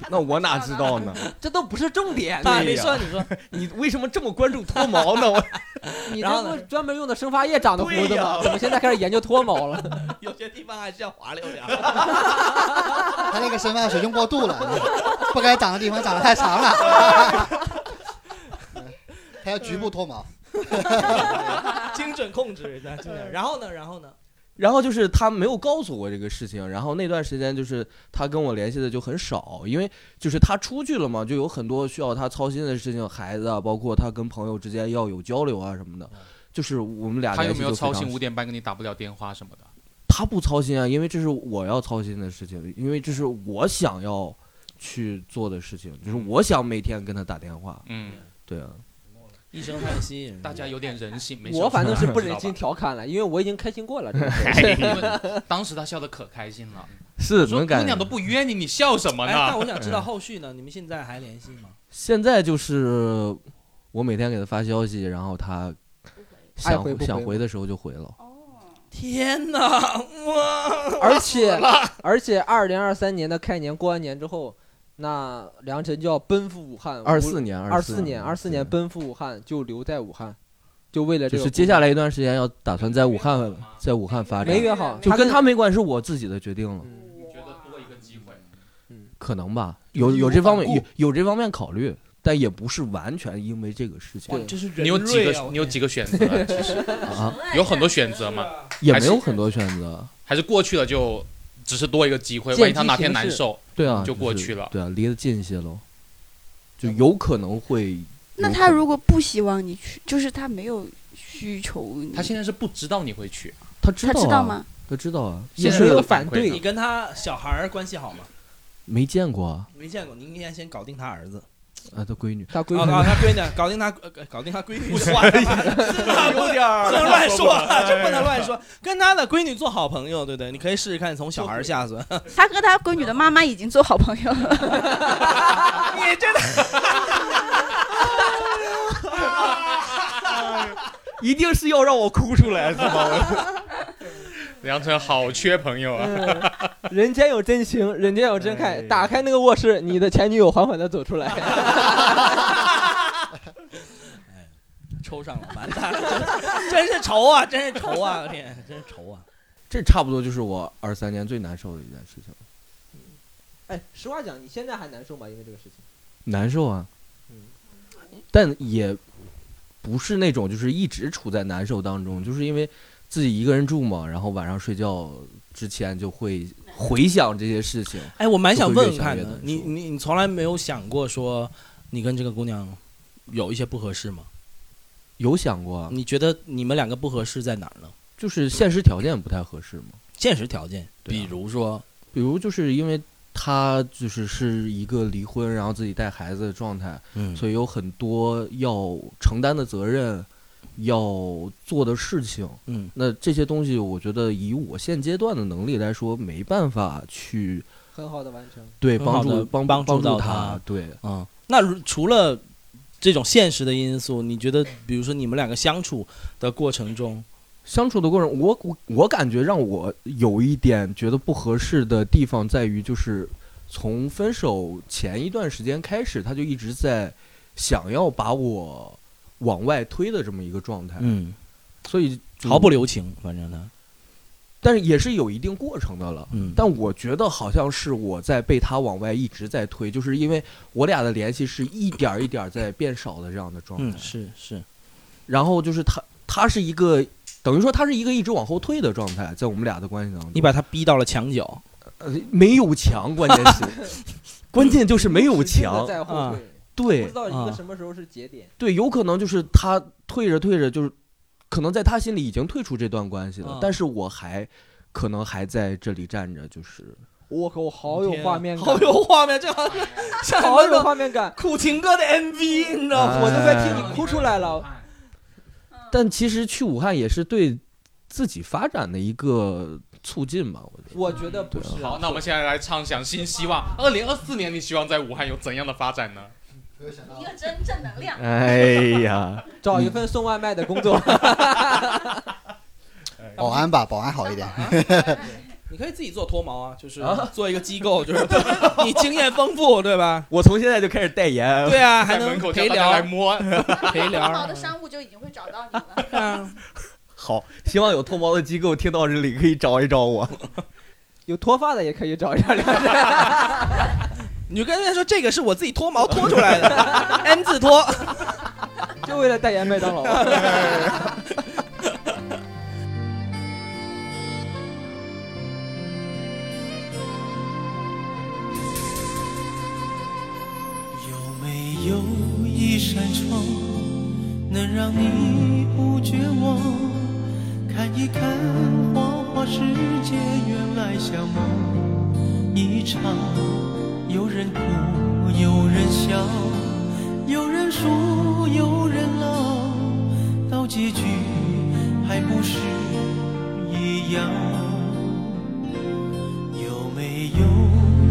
[SPEAKER 8] 那我哪知道呢？
[SPEAKER 4] 这都不是重点，
[SPEAKER 8] 对呀
[SPEAKER 1] 没说你说，
[SPEAKER 8] 你为什么这么关注脱毛呢？我
[SPEAKER 4] <laughs> 你
[SPEAKER 1] 然后
[SPEAKER 4] 这
[SPEAKER 1] 呢
[SPEAKER 4] 不是专门用的生发液长的胡子
[SPEAKER 8] 对
[SPEAKER 4] 吗
[SPEAKER 8] 呀？
[SPEAKER 4] 怎么现在开始研究脱毛了？
[SPEAKER 1] <laughs> 有些地方还是要滑溜点。
[SPEAKER 7] <laughs> 他那个身份水用过度了，不该长的地方长得太长
[SPEAKER 1] <laughs>
[SPEAKER 7] 了。他要局部脱毛，
[SPEAKER 1] 精准控制人家，精准。然后呢？然后呢？
[SPEAKER 8] 然后就是他没有告诉我这个事情，然后那段时间就是他跟我联系的就很少，因为就是他出去了嘛，就有很多需要他操心的事情，孩子啊，包括他跟朋友之间要有交流啊什么的
[SPEAKER 1] 嗯。
[SPEAKER 8] 就是我们俩
[SPEAKER 2] 他有
[SPEAKER 8] 联系
[SPEAKER 2] 没
[SPEAKER 8] <laughs> 就
[SPEAKER 2] 有
[SPEAKER 8] 非常
[SPEAKER 2] 操心
[SPEAKER 8] 少
[SPEAKER 2] 五点半给你打不了电话什么的？
[SPEAKER 8] 他不操心啊，因为这是我要操心的事情，因为这是我想要去做的事情，就是我想每天跟他打电话。
[SPEAKER 2] 嗯，
[SPEAKER 8] 对啊，
[SPEAKER 1] 一声叹息，
[SPEAKER 2] 大家有点人性，没
[SPEAKER 4] 我反正是不
[SPEAKER 2] <laughs>
[SPEAKER 4] 忍心
[SPEAKER 2] 心。
[SPEAKER 4] 调侃了，因为我已经开心过了。这个事
[SPEAKER 2] 哎因
[SPEAKER 4] 儿
[SPEAKER 7] <laughs>
[SPEAKER 2] 为当时他笑的可开心了，
[SPEAKER 8] 是
[SPEAKER 2] 说
[SPEAKER 8] 能
[SPEAKER 2] 姑
[SPEAKER 8] 感
[SPEAKER 2] 娘都不约你，你笑什么
[SPEAKER 1] 哎，
[SPEAKER 2] 呢？<laughs>
[SPEAKER 1] 那我想知道后续呢？你们现在还联系吗？
[SPEAKER 8] 现在就是我每天给他发消息，然后他
[SPEAKER 1] 爱
[SPEAKER 8] 想
[SPEAKER 1] 回不回
[SPEAKER 8] 想
[SPEAKER 1] 吗
[SPEAKER 8] 回的时候就回了。
[SPEAKER 1] 天哪，哇！
[SPEAKER 4] 而
[SPEAKER 10] <laughs>
[SPEAKER 4] 且而且，二零二三年的开年过完年之后，那梁晨就要奔赴武汉。
[SPEAKER 8] 24年
[SPEAKER 4] 二
[SPEAKER 8] 24
[SPEAKER 4] 年，二四年奔赴武汉，就留在武汉，就为了这
[SPEAKER 8] 就
[SPEAKER 4] 个。
[SPEAKER 8] 是接下来一段时间要打算在武
[SPEAKER 2] 嗯
[SPEAKER 8] 汉，在武汉发展。
[SPEAKER 4] 没约好
[SPEAKER 8] 就
[SPEAKER 4] 他
[SPEAKER 8] 跟
[SPEAKER 4] 跟嗯
[SPEAKER 8] 他没关系，是我自己的决定了，
[SPEAKER 2] 觉得多一个机会，
[SPEAKER 8] 可能吧，有有这方面有有这方面考虑，但也不是完全因为这个事情。
[SPEAKER 2] 对你有几
[SPEAKER 4] 啊
[SPEAKER 2] 个你有几个选择？其实
[SPEAKER 8] <laughs> 啊，
[SPEAKER 2] 有很多选择嘛，
[SPEAKER 8] <laughs> 也
[SPEAKER 2] 还
[SPEAKER 8] 没
[SPEAKER 2] 是
[SPEAKER 8] 有很多选择。
[SPEAKER 2] 还是过去了就只是多一个机会，
[SPEAKER 8] 见
[SPEAKER 2] 万一他
[SPEAKER 8] 机
[SPEAKER 2] 哪
[SPEAKER 8] 行
[SPEAKER 2] 天难
[SPEAKER 8] 事
[SPEAKER 2] 受，
[SPEAKER 8] 对啊，
[SPEAKER 2] 就过
[SPEAKER 8] 是 <laughs>
[SPEAKER 2] 去了。
[SPEAKER 8] 对啊，离得近些喽，就
[SPEAKER 4] 嗯
[SPEAKER 8] 有可能会。
[SPEAKER 3] 那他如果不希望你去，就是他没有需求你，
[SPEAKER 2] 他现在是不知道你会去，
[SPEAKER 8] 他知
[SPEAKER 3] 他
[SPEAKER 8] 道
[SPEAKER 3] 知
[SPEAKER 8] 啊
[SPEAKER 3] 道吗？
[SPEAKER 8] 他知道啊，
[SPEAKER 2] 现在
[SPEAKER 8] 也是
[SPEAKER 2] 有反对
[SPEAKER 1] 你跟他小孩儿关系好吗？
[SPEAKER 8] 没见过啊，
[SPEAKER 1] 没见过，你应该先搞定他儿子。
[SPEAKER 8] 啊，他闺女，
[SPEAKER 4] 他
[SPEAKER 1] 哦，搞他闺女，搞定他，呃搞定他闺女，算了吧，真的不
[SPEAKER 11] 有点儿
[SPEAKER 1] 不能乱说
[SPEAKER 11] 说不
[SPEAKER 1] 了，
[SPEAKER 11] 来
[SPEAKER 1] 就不能乱说。跟他的闺女做好朋友，对不对？你可以试试看，从小孩儿下手。
[SPEAKER 3] 他和他闺女的妈妈已经做好朋友了。
[SPEAKER 1] 你真
[SPEAKER 3] <laughs>
[SPEAKER 11] 一定是要让
[SPEAKER 4] <laughs>
[SPEAKER 2] <laughs>
[SPEAKER 11] 我哭出来是吗？
[SPEAKER 2] 梁晨好缺朋友
[SPEAKER 4] 呃
[SPEAKER 2] 啊！
[SPEAKER 4] 嗯人间有真情，人间有真爱。打开那个卧室，你的前女友缓缓的走出来。
[SPEAKER 1] <laughs> 抽上了，完蛋了， <laughs> 真真是愁啊，真是愁啊，天，真是愁啊。
[SPEAKER 8] 这差不多就是我二三年最难受的一件事情，
[SPEAKER 4] <laughs> 哎，实话讲，你现在还难受吗？因为这个事情。
[SPEAKER 8] 难受啊，但也不是那种就是一直处在难受当中，就是因为自己一个人住嘛，然后晚上睡觉之前就会回想这些事情。
[SPEAKER 1] 哎，我蛮想问问
[SPEAKER 8] 就会
[SPEAKER 1] 看
[SPEAKER 8] 越想越
[SPEAKER 1] 的
[SPEAKER 8] 难，
[SPEAKER 1] 你你你从来没有想过说你跟这个姑娘有一些不合适吗？
[SPEAKER 8] 有想过啊，
[SPEAKER 1] 你觉得你们两个不合适在哪儿呢？
[SPEAKER 8] 就是现实条件不太合适嘛。
[SPEAKER 1] 现实条件，比如说，
[SPEAKER 8] 啊比如就是因为他就是是一个离婚，然后自己带孩子的状态，
[SPEAKER 1] 嗯
[SPEAKER 8] 所以有很多要承担的责任，要做的事情，
[SPEAKER 1] 嗯，
[SPEAKER 8] 那这些东西我觉得以我现阶段的能力来说，没办法去
[SPEAKER 4] 很好的完成。
[SPEAKER 8] 对
[SPEAKER 1] 很好
[SPEAKER 8] 帮
[SPEAKER 1] 地
[SPEAKER 8] 助帮
[SPEAKER 1] 帮助
[SPEAKER 8] 帮
[SPEAKER 1] 到
[SPEAKER 8] 助
[SPEAKER 1] 他
[SPEAKER 8] 对，
[SPEAKER 1] 嗯，那如除了这种现实的因素，你觉得，比如说你们两个相处的过程中，
[SPEAKER 8] 相处的过程，我我我感觉让我有一点觉得不合适的地方在于，就是从分手前一段时间开始，他就一直在想要把我往外推的这么一个状态，
[SPEAKER 1] 嗯，
[SPEAKER 8] 所以就
[SPEAKER 1] 毫不留情，反正呢，
[SPEAKER 8] 但是也是有一定过程的了。
[SPEAKER 1] 嗯
[SPEAKER 8] 但我觉得好像是我在被他往外一直在推，就是因为我俩的联系是一点儿一点儿在变少的这样的状态。
[SPEAKER 1] 嗯，是是，
[SPEAKER 8] 然后就是他，他是一个等于说他是一个一直往后退的状态，在我们俩的关系当中。
[SPEAKER 1] 你把他逼到了墙角，
[SPEAKER 8] 呃，没有墙，关键
[SPEAKER 1] <laughs>
[SPEAKER 8] 是，
[SPEAKER 4] <laughs>
[SPEAKER 8] 关键就是没有墙。
[SPEAKER 4] 在后
[SPEAKER 8] 啊
[SPEAKER 4] 退，
[SPEAKER 8] 对
[SPEAKER 4] 不知道一个
[SPEAKER 8] 啊
[SPEAKER 4] 什么时候是节点。
[SPEAKER 8] 对，有可能就是他退着退着，就是可能在他心里已经退出这段关系了，
[SPEAKER 2] 嗯
[SPEAKER 4] 啊
[SPEAKER 8] 但是我还可能还在这里站着，就是
[SPEAKER 4] 我靠，好有画面感，
[SPEAKER 1] 啊好有画面，这好像 <laughs> 像
[SPEAKER 4] 好有画面感，
[SPEAKER 1] 苦情歌的 MV，你知道吗？
[SPEAKER 8] 哎
[SPEAKER 4] 我都快替你哭出来了。
[SPEAKER 8] 但其实去武汉也是对自己发展的一个促进吧，我觉得。
[SPEAKER 4] 我觉得不是啊。
[SPEAKER 2] 好，那我们现在来畅想新希望。二零二四年，你希望在武汉有怎样的发展呢？
[SPEAKER 3] 一个真正能
[SPEAKER 8] <laughs>
[SPEAKER 3] 量。
[SPEAKER 8] 哎呀，
[SPEAKER 4] 找一份送外卖的工 <laughs> 作。
[SPEAKER 7] 保安吧，保安好一点。
[SPEAKER 1] 你可以自己做脱毛啊，就是做一个机构，就是 <laughs> 你经验丰富，对吧？
[SPEAKER 8] 我从现在就开始代言
[SPEAKER 1] 对
[SPEAKER 8] <laughs>
[SPEAKER 1] 啊，还
[SPEAKER 2] 在
[SPEAKER 1] 能
[SPEAKER 2] 门口
[SPEAKER 1] 陪
[SPEAKER 2] 叫大家来
[SPEAKER 1] 聊
[SPEAKER 2] 摸，
[SPEAKER 1] 陪
[SPEAKER 3] 脱毛
[SPEAKER 1] 聊
[SPEAKER 3] 的商务就已经会找到你了。
[SPEAKER 2] <laughs>
[SPEAKER 1] 啊，
[SPEAKER 8] 好，希望有脱毛的机构听到这里可以找一找我。
[SPEAKER 4] 有脱发的也可以找一下梁晨。
[SPEAKER 1] 你就跟人家说这个是我自己脱毛脱出来的，N 字脱。
[SPEAKER 4] <laughs> 就为了代言麦当劳。啊
[SPEAKER 5] 有没有一扇窗，能让你不绝望？看一看花花世界，原来像梦一场。有人哭，有人笑，有人输，有人老，结局还不是一样？有没有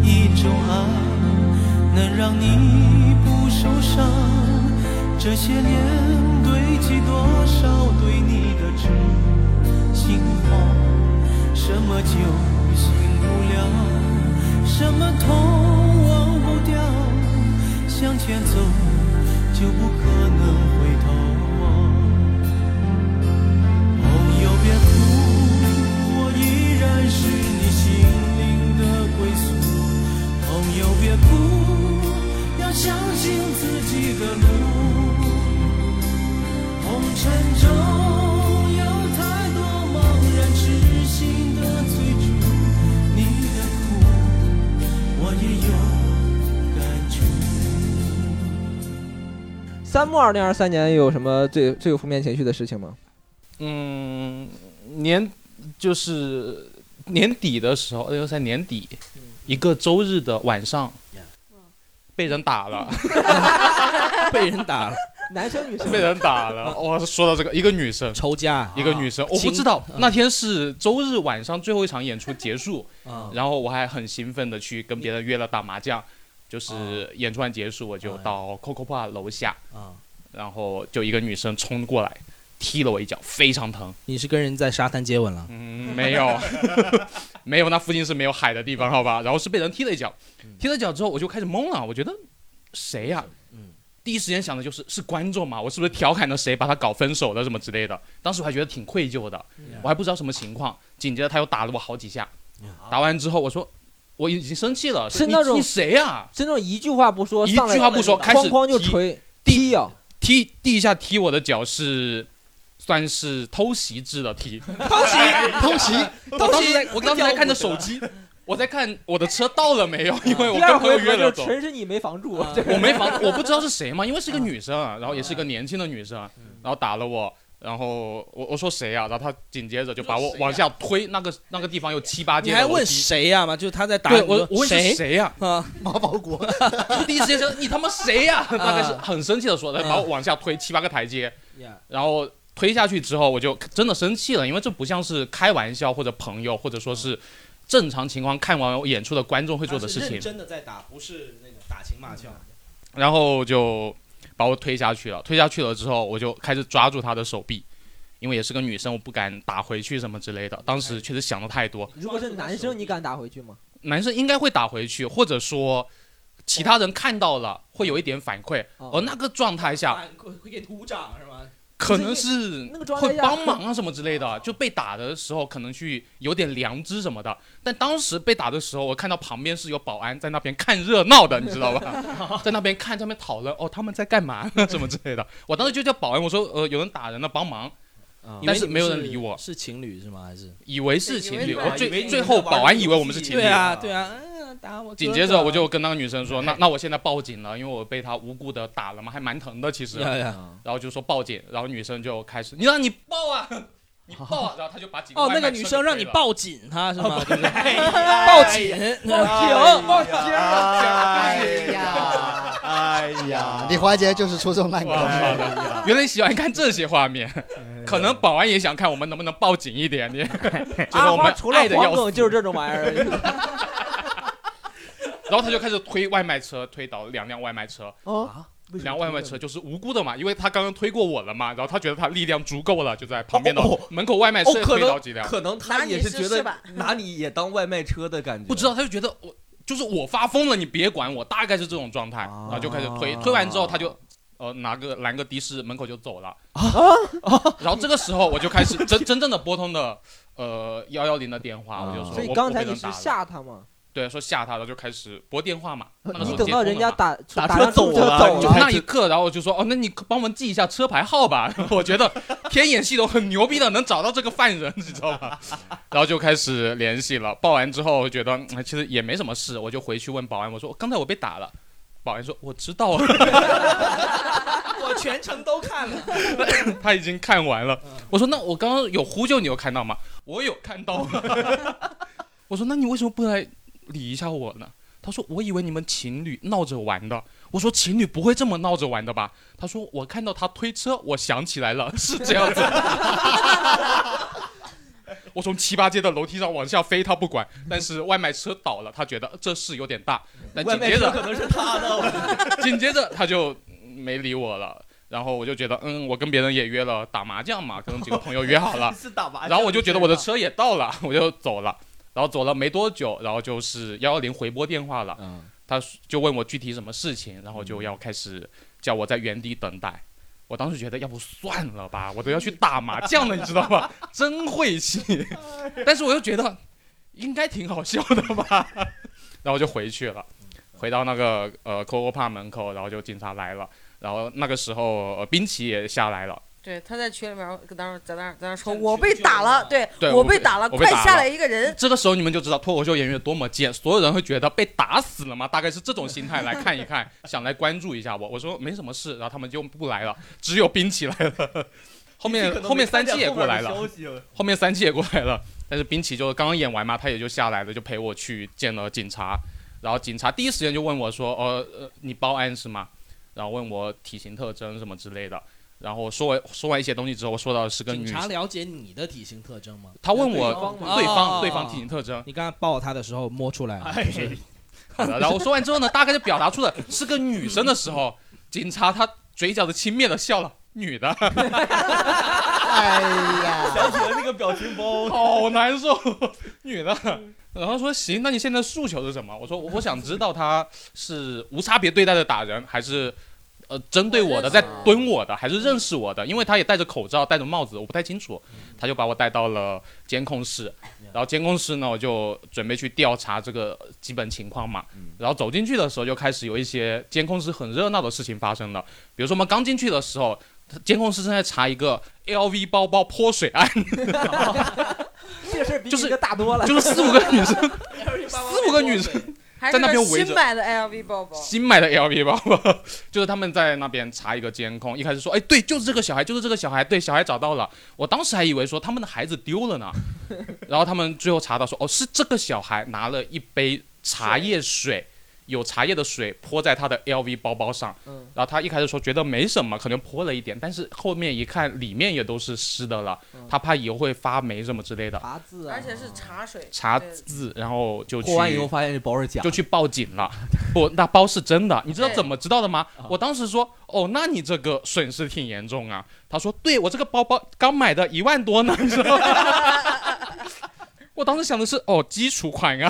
[SPEAKER 5] 一种爱能让你不受伤？这些年堆积多少对你的痴心话？什么酒醒不了，什么痛忘不掉，向前走就不可能回头。朋友哦别哭，我依然是你心灵的归宿。朋友别哭，要相信自己的路。红尘中有太多茫然痴心的追逐，你的苦我也有感触。
[SPEAKER 4] 三木二零二三年有什么最最有负面情绪的事情吗？
[SPEAKER 2] 嗯，年就是年底的时候，二零二三年底，一个周日的晚上，被人打了， <laughs> 被人打了。
[SPEAKER 4] 男生女生
[SPEAKER 2] 被人打 <laughs> 了，我说到这个，一个女生
[SPEAKER 1] 仇架，
[SPEAKER 2] 一个女生，我不
[SPEAKER 1] 亲
[SPEAKER 2] 知道
[SPEAKER 1] 嗯
[SPEAKER 2] 那天是周日晚上最后一场演出结束
[SPEAKER 4] 啊
[SPEAKER 1] 嗯，
[SPEAKER 2] 然后我还很兴奋的去跟别人约了打麻将，就是演出完结束我就到 Coco Bar 楼下，
[SPEAKER 1] 啊
[SPEAKER 2] 然后就一个女生冲过来踢了我一脚，非常疼，
[SPEAKER 1] 你是跟人在沙滩接吻了？
[SPEAKER 2] 嗯，没有，没有，那附近是没有海的地方，好吧？然后是被人踢了一脚，踢了一脚之后我就开始懵了，我觉得谁呀、第一时间想的就是是观众嘛，我是不是调侃了谁，把他搞分手了什么之类的？当时我还觉得挺愧疚的，我还不知道什么情况。紧接着他又打了我好几下，打完之后我说我已经生气了，
[SPEAKER 4] 是
[SPEAKER 2] 你
[SPEAKER 4] 那种
[SPEAKER 2] 你谁啊呀、
[SPEAKER 4] 是那种一句话不说，
[SPEAKER 2] 一
[SPEAKER 4] 上来
[SPEAKER 2] 句话不说，开始
[SPEAKER 4] 哐哐就
[SPEAKER 2] 踢
[SPEAKER 4] 锤踢啊呀、
[SPEAKER 2] 踢第一下踢我的脚是。算是偷袭制的踢，
[SPEAKER 1] 偷袭
[SPEAKER 2] <laughs>
[SPEAKER 1] 偷
[SPEAKER 4] <laughs>
[SPEAKER 1] 袭
[SPEAKER 2] 我当时在
[SPEAKER 1] 偷袭
[SPEAKER 2] 我当时在看着手机，我在看我的车到了没有，因为我
[SPEAKER 4] 第
[SPEAKER 2] 跟
[SPEAKER 4] 二
[SPEAKER 2] 朋
[SPEAKER 4] 回
[SPEAKER 2] 友
[SPEAKER 4] 合
[SPEAKER 2] 约了
[SPEAKER 4] 就
[SPEAKER 2] 走。
[SPEAKER 4] 全是你没防住，啊
[SPEAKER 2] <laughs> 我
[SPEAKER 4] <laughs>
[SPEAKER 2] 没防，我不知道是谁嘛，因为是个
[SPEAKER 1] 嗯
[SPEAKER 2] 女生，啊然后也是个年轻的女生，啊然后打了我，然后我我说谁啊，然后她紧接着就把我往下推，那个那个地方有七八阶
[SPEAKER 1] 啊你
[SPEAKER 2] 的楼
[SPEAKER 1] 还
[SPEAKER 2] 梯，
[SPEAKER 1] 问谁呀、嘛？就是他在打
[SPEAKER 2] 对
[SPEAKER 1] 你
[SPEAKER 2] 我
[SPEAKER 1] 说
[SPEAKER 2] 我问是
[SPEAKER 1] 谁
[SPEAKER 2] 谁呀
[SPEAKER 1] 啊？
[SPEAKER 7] 马保国，
[SPEAKER 2] 我第一时间说你他妈谁呀、大
[SPEAKER 1] 啊
[SPEAKER 2] 概是很生气的说，然后把我往下推七八个台阶，然后推下去之后，我就真的生气了，因为这不像是开玩笑或者朋友，或者说是正常情况看完演出的观众会做的事情。
[SPEAKER 1] 真的在打，不是那种打情骂俏。
[SPEAKER 2] 然后就把我推下去了。推下去了之后，我就开始抓住她的手臂，因为也是个女生，我不敢打回去什么之类的。当时确实想的太多，
[SPEAKER 4] 如果是男生，你敢打回去吗？
[SPEAKER 2] 男生应该会打回去，或者说其他人看到了会有一点反馈。哦，那个状态
[SPEAKER 4] 啊
[SPEAKER 2] 下
[SPEAKER 1] 会给土掌是吗？
[SPEAKER 2] 可能是
[SPEAKER 1] 那个状态
[SPEAKER 2] 会
[SPEAKER 1] 下
[SPEAKER 2] 帮忙啊什么之类的，就被打的时候可能去有点良知什么的。但当时被打的时候，我看到旁边是有保安在那边看热闹的，你知道
[SPEAKER 1] <laughs>
[SPEAKER 2] 吧？在那边看，在那边讨论，哦，他们在干嘛什么之类的。我当时就叫保安，我说，呃，有人打人了，帮忙。
[SPEAKER 1] 啊
[SPEAKER 2] 但是没有人理我，
[SPEAKER 1] 是情侣是吗？还是
[SPEAKER 2] 以为是情侣。我
[SPEAKER 1] 以为你
[SPEAKER 2] 最
[SPEAKER 1] 们
[SPEAKER 2] 最后
[SPEAKER 1] 玩
[SPEAKER 2] 保安以为我们是情侣。
[SPEAKER 1] 对啊，对啊，嗯，打我哥哥。
[SPEAKER 2] 紧接着我就跟那个女生说，
[SPEAKER 1] <laughs>
[SPEAKER 2] 那那我现在报警了，因为我被她无故的打了嘛，还蛮疼的其实。
[SPEAKER 1] 呀呀
[SPEAKER 2] 然后就说报警，然后女生就开始，你让你报啊，你报啊，然后她就把警
[SPEAKER 1] 哦，
[SPEAKER 2] 外卖
[SPEAKER 1] 那个
[SPEAKER 2] 车
[SPEAKER 1] 女
[SPEAKER 2] 给
[SPEAKER 1] 生让你
[SPEAKER 2] 推了
[SPEAKER 1] 报警她是吗？对不对
[SPEAKER 2] 报
[SPEAKER 1] 哦报警，
[SPEAKER 2] 警
[SPEAKER 1] 报警，哎
[SPEAKER 7] 哎呀，哎呀，李华杰就是出这种烂梗。
[SPEAKER 11] 哎
[SPEAKER 2] 原来喜欢看这些画面，
[SPEAKER 7] 哎
[SPEAKER 2] 可能保安也想看我们能不能报警一
[SPEAKER 7] <laughs>
[SPEAKER 2] 点点，就是我
[SPEAKER 11] 啊
[SPEAKER 4] 阿花
[SPEAKER 2] 们
[SPEAKER 4] 除了
[SPEAKER 2] 爱的
[SPEAKER 4] 黄
[SPEAKER 2] 要
[SPEAKER 4] 梗
[SPEAKER 2] 死。
[SPEAKER 4] 就是这种玩意儿。
[SPEAKER 2] <laughs> 然后他就开始推外卖车，推倒两辆外卖车。
[SPEAKER 7] 啊
[SPEAKER 4] 哦，
[SPEAKER 2] 两辆外卖车就是无辜的嘛，因为他刚刚推过我了嘛，然后他觉得他力量足够了，就在旁边的门口外卖车
[SPEAKER 11] 哦，可
[SPEAKER 2] 推倒
[SPEAKER 11] 能
[SPEAKER 2] 几辆。
[SPEAKER 11] 可能他也觉
[SPEAKER 2] 拿你试试
[SPEAKER 11] 得
[SPEAKER 2] 吧
[SPEAKER 11] 拿你也当外卖车的感觉，
[SPEAKER 2] 不知道，他就觉得我就是我发疯了，你别管我，大概是这种状态，
[SPEAKER 11] 啊
[SPEAKER 2] 然后就开始推，推完之后他就。呃，拿个拦个的士，门口就走了。
[SPEAKER 11] 啊
[SPEAKER 2] <laughs> 然后这个时候我就开始真真正的拨通的呃幺幺零的电
[SPEAKER 11] 啊
[SPEAKER 2] 话，我就说
[SPEAKER 4] 所以
[SPEAKER 2] 我
[SPEAKER 4] 刚
[SPEAKER 2] 我
[SPEAKER 4] 才
[SPEAKER 2] 被
[SPEAKER 4] 你
[SPEAKER 2] 人
[SPEAKER 4] 是
[SPEAKER 2] 打了
[SPEAKER 4] 吓他吗？
[SPEAKER 2] 对说吓他，然后就开始拨电话嘛。那个时
[SPEAKER 4] 你
[SPEAKER 2] 候
[SPEAKER 4] 等
[SPEAKER 2] 接
[SPEAKER 4] 到
[SPEAKER 2] 通
[SPEAKER 4] 人
[SPEAKER 2] 了
[SPEAKER 4] 家
[SPEAKER 2] 嘛
[SPEAKER 4] 打
[SPEAKER 11] 打
[SPEAKER 4] 打
[SPEAKER 11] 车
[SPEAKER 4] 上
[SPEAKER 11] 走
[SPEAKER 4] 车
[SPEAKER 11] 了
[SPEAKER 4] 走
[SPEAKER 2] 就
[SPEAKER 4] 了，
[SPEAKER 2] 那一刻，然后我就说哦，那你帮忙记一下车牌号吧。 <laughs> 我觉得天眼系统很牛逼的，能找到这个犯人，你知道吧？然后就开始联系了。报完之后，我觉得、嗯其实也没什么事，我就回去问保安，我说刚才我被打了。保安说我知道啊， <laughs>
[SPEAKER 1] 我全程都看了。
[SPEAKER 2] <laughs> 他已经看完了。我说那我刚刚有呼救，你有看
[SPEAKER 1] <laughs>
[SPEAKER 2] 到吗？我有看到。我说那你为什么不来理一下我呢？他说我以为你们情侣闹着玩的。我说情侣不会这么闹着玩的吧？他说我看到他推车，我想起来了， <laughs> 是这样子。我从七八街的楼梯上往下飞，他不管，但是外卖车倒了，他觉得呃这事有点大。
[SPEAKER 7] 哎
[SPEAKER 2] 但紧接着
[SPEAKER 11] 外卖车可能是他
[SPEAKER 7] <laughs>
[SPEAKER 11] 的
[SPEAKER 2] <laughs> 紧接着他就嗯没理我了。然后我就觉得，嗯，我跟别人也约了打麻将嘛，跟几个朋友约好
[SPEAKER 11] <laughs>
[SPEAKER 2] 了，
[SPEAKER 11] 是打麻将
[SPEAKER 2] 然后我就觉得我的车也到了，我就走了。然后走了没多久，然后就是幺幺零回拨电话了，他就问我具体什么事情，然后就要开始叫我在原地等待。我当时觉得，要不算了吧，我都要去打麻将了，你知道吧？ <laughs> 真晦气。但是我又觉得应该挺好笑的吧，然后我就回去了，回到那个呃 COCO p 门口，然后就警察来了，然后那个时候、呃、冰淇也下来了。
[SPEAKER 6] <laughs> 对，他在群里面跟当时在那儿在那儿说，我被打了，对
[SPEAKER 2] 对
[SPEAKER 6] 我
[SPEAKER 2] 我
[SPEAKER 6] 被
[SPEAKER 2] 被
[SPEAKER 6] 打了，
[SPEAKER 2] 我被
[SPEAKER 6] 快
[SPEAKER 2] 打
[SPEAKER 6] 下
[SPEAKER 2] 了
[SPEAKER 6] 来一个人。
[SPEAKER 2] 这个时候你们就知道脱口秀演员有多么贱，所有人会觉得被打死了吗？大概是这种心态来看一
[SPEAKER 11] <laughs>
[SPEAKER 2] 看，想来关注一下我。我说没什么事，然后他们就不来了，只有冰淇来
[SPEAKER 11] <laughs>
[SPEAKER 2] 了。
[SPEAKER 11] 冰淇可
[SPEAKER 2] 后面
[SPEAKER 11] 能没
[SPEAKER 2] 后面三期也过来
[SPEAKER 11] 看见后
[SPEAKER 2] 了
[SPEAKER 11] 面的消息了，
[SPEAKER 2] 后面三期也过来了，但是冰淇就刚刚演完嘛，他也就下来了，就陪我去见了警察。然后警察第一时间就问我说：“呃呃，你报案是吗？”然后问我体型特征什么之类的。然后说完说完一些东西之后，我说到是跟
[SPEAKER 1] 警
[SPEAKER 2] 女
[SPEAKER 1] 察了解你的体型特征吗？哦
[SPEAKER 2] 他问我对方对方体型特征。
[SPEAKER 1] 你刚刚抱他的时候摸出来了，
[SPEAKER 2] 哎
[SPEAKER 1] 就是
[SPEAKER 2] 好 <laughs> 的，然后我说完之后呢，大概就表达出了是个女生的时候，警察他嘴角的轻蔑的笑了，女的， <laughs>
[SPEAKER 7] 哎呀，
[SPEAKER 11] 想起了那个表情包，
[SPEAKER 7] 哦
[SPEAKER 2] 好难受， <laughs> 女的。然后说行，那你现在诉求是什么？我说我我想知道他是无差别对待的打人，还是呃针对我的在蹲我的，还是认识我的？因为他也戴着口罩，戴着帽子，我不太清楚。他就把我带到了监控室，然后监控室呢，我就准备去调查这个基本情况嘛。然后走进去的时候，就开始有一些监控室很热闹的事情发生了。比如说我们刚进去的时候，监控室正在查一个 LV 包包泼水案，
[SPEAKER 4] <laughs>
[SPEAKER 2] <laughs>
[SPEAKER 4] 这个事儿比你这大多了，
[SPEAKER 2] 就是
[SPEAKER 4] <laughs>
[SPEAKER 2] 四五个女生，四五个女生
[SPEAKER 6] 还是
[SPEAKER 2] <laughs> 在那边
[SPEAKER 6] 个
[SPEAKER 2] 围
[SPEAKER 6] 新
[SPEAKER 2] 着
[SPEAKER 6] 买的 LV 包包，
[SPEAKER 2] 新买的 LV 包 <laughs> 包，就是他们在那边查一个监控，一开始说，哎，对，就是这个小孩，就是这个小孩，对，小孩找到了。我当时还以为说他们的孩子丢了呢， <laughs> 然后他们最后查到说，哦，是这个小孩拿了一杯茶叶水。有茶叶的水泼在他的 LV 包包上，
[SPEAKER 11] 嗯
[SPEAKER 2] 然后他一开始说觉得没什么，可能泼了一点，但是后面一看里面也都是湿的了，
[SPEAKER 6] 嗯
[SPEAKER 2] 他怕以后会发霉什么之类的，
[SPEAKER 4] 茶渍
[SPEAKER 2] 啊
[SPEAKER 6] 而且是茶水，
[SPEAKER 2] <laughs> 查
[SPEAKER 6] 对
[SPEAKER 2] 字，然后就去
[SPEAKER 8] 过完以后发现这包是假的
[SPEAKER 2] 就去报警了。不，那包是真的，你知道怎么知道的吗？
[SPEAKER 8] 啊
[SPEAKER 2] 我当时说，哦，那你这个损失挺严重啊。他说，对我这个包包刚买的一万多呢，你知道吗？ <laughs> 我当时想的是，哦，基础款啊。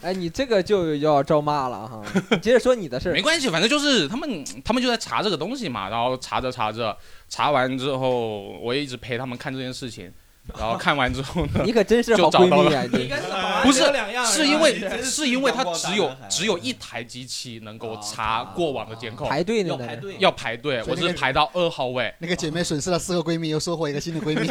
[SPEAKER 4] 哎，你这个就要招骂了哈。你接着说你的事儿，
[SPEAKER 2] <laughs> 没关系，反正就是他们，他们就在查这个东西嘛，然后查着查着，查完之后，我也一直陪他们看这件事情，然后看完之后
[SPEAKER 4] <laughs>
[SPEAKER 2] 呢，
[SPEAKER 4] 你可真是好
[SPEAKER 2] 就找
[SPEAKER 4] 闺
[SPEAKER 2] 到
[SPEAKER 4] 蜜
[SPEAKER 2] 了
[SPEAKER 4] 啊！你
[SPEAKER 2] 不是
[SPEAKER 1] 这两样，
[SPEAKER 2] 是因为是因为它只有
[SPEAKER 11] 男孩
[SPEAKER 2] 只有一台机器能够查过往的监控，
[SPEAKER 4] 排队呢
[SPEAKER 11] 要，排队，
[SPEAKER 2] 要排
[SPEAKER 4] <laughs>
[SPEAKER 2] 队，
[SPEAKER 7] 所以
[SPEAKER 2] 我
[SPEAKER 7] 那个
[SPEAKER 2] 是排到二号位。
[SPEAKER 7] 那个姐妹损失了四个闺蜜，又收获一个新的闺蜜。
[SPEAKER 2] <laughs>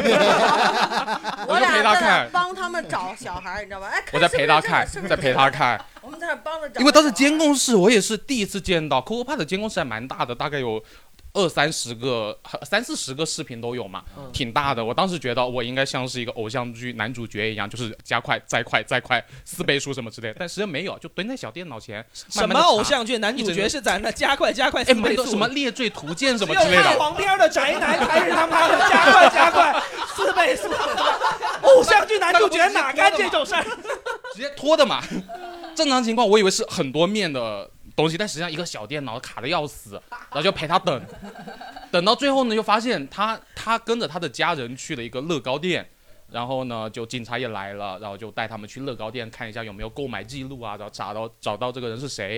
[SPEAKER 2] 我
[SPEAKER 6] 我
[SPEAKER 2] 就
[SPEAKER 6] 俩
[SPEAKER 2] 陪
[SPEAKER 6] 在
[SPEAKER 2] 他
[SPEAKER 6] 那儿
[SPEAKER 2] 看
[SPEAKER 6] 帮他们找小孩儿，你知道吧？哎，
[SPEAKER 2] 我在陪他看
[SPEAKER 4] <laughs>
[SPEAKER 6] 看是不，是
[SPEAKER 2] 在
[SPEAKER 6] 这个，
[SPEAKER 2] 陪他看，
[SPEAKER 6] 我们在那儿帮着找，
[SPEAKER 2] 因为当时监控室我也是第一次见到，Coco p 的监控室还蛮大的，大概有二三十个、三四十个视频都有嘛，
[SPEAKER 1] 嗯
[SPEAKER 2] 挺大的。我当时觉得我应该像是一个偶像剧男主角一样，就是加快、再快、再快四倍速什么之类的，但实际上没有，就蹲在小电脑前
[SPEAKER 1] 什么偶。像剧男主角是咱的加快加快
[SPEAKER 2] 哎，
[SPEAKER 1] 四
[SPEAKER 2] 没
[SPEAKER 1] 倍
[SPEAKER 2] 有
[SPEAKER 1] 速
[SPEAKER 2] 什么猎罪图鉴什
[SPEAKER 1] 只
[SPEAKER 2] 么
[SPEAKER 1] 有
[SPEAKER 2] 之类
[SPEAKER 1] 看
[SPEAKER 2] 的，
[SPEAKER 1] 旁边的宅男才是他妈的加快加快 <laughs> 四倍速， <laughs> 偶像剧男主角哪干这种事儿？
[SPEAKER 2] 直接拖的嘛。 <laughs> 正常情况，我以为是很多面的东西，但实际上一个小电脑卡的要死，然后就陪他等，等到最后呢，就发现他他跟着他的家人去了一个乐高店，然后呢，就警察也来了，然后就带他们去乐高店看一下有没有购买记录啊，然后找到找到这个人是谁，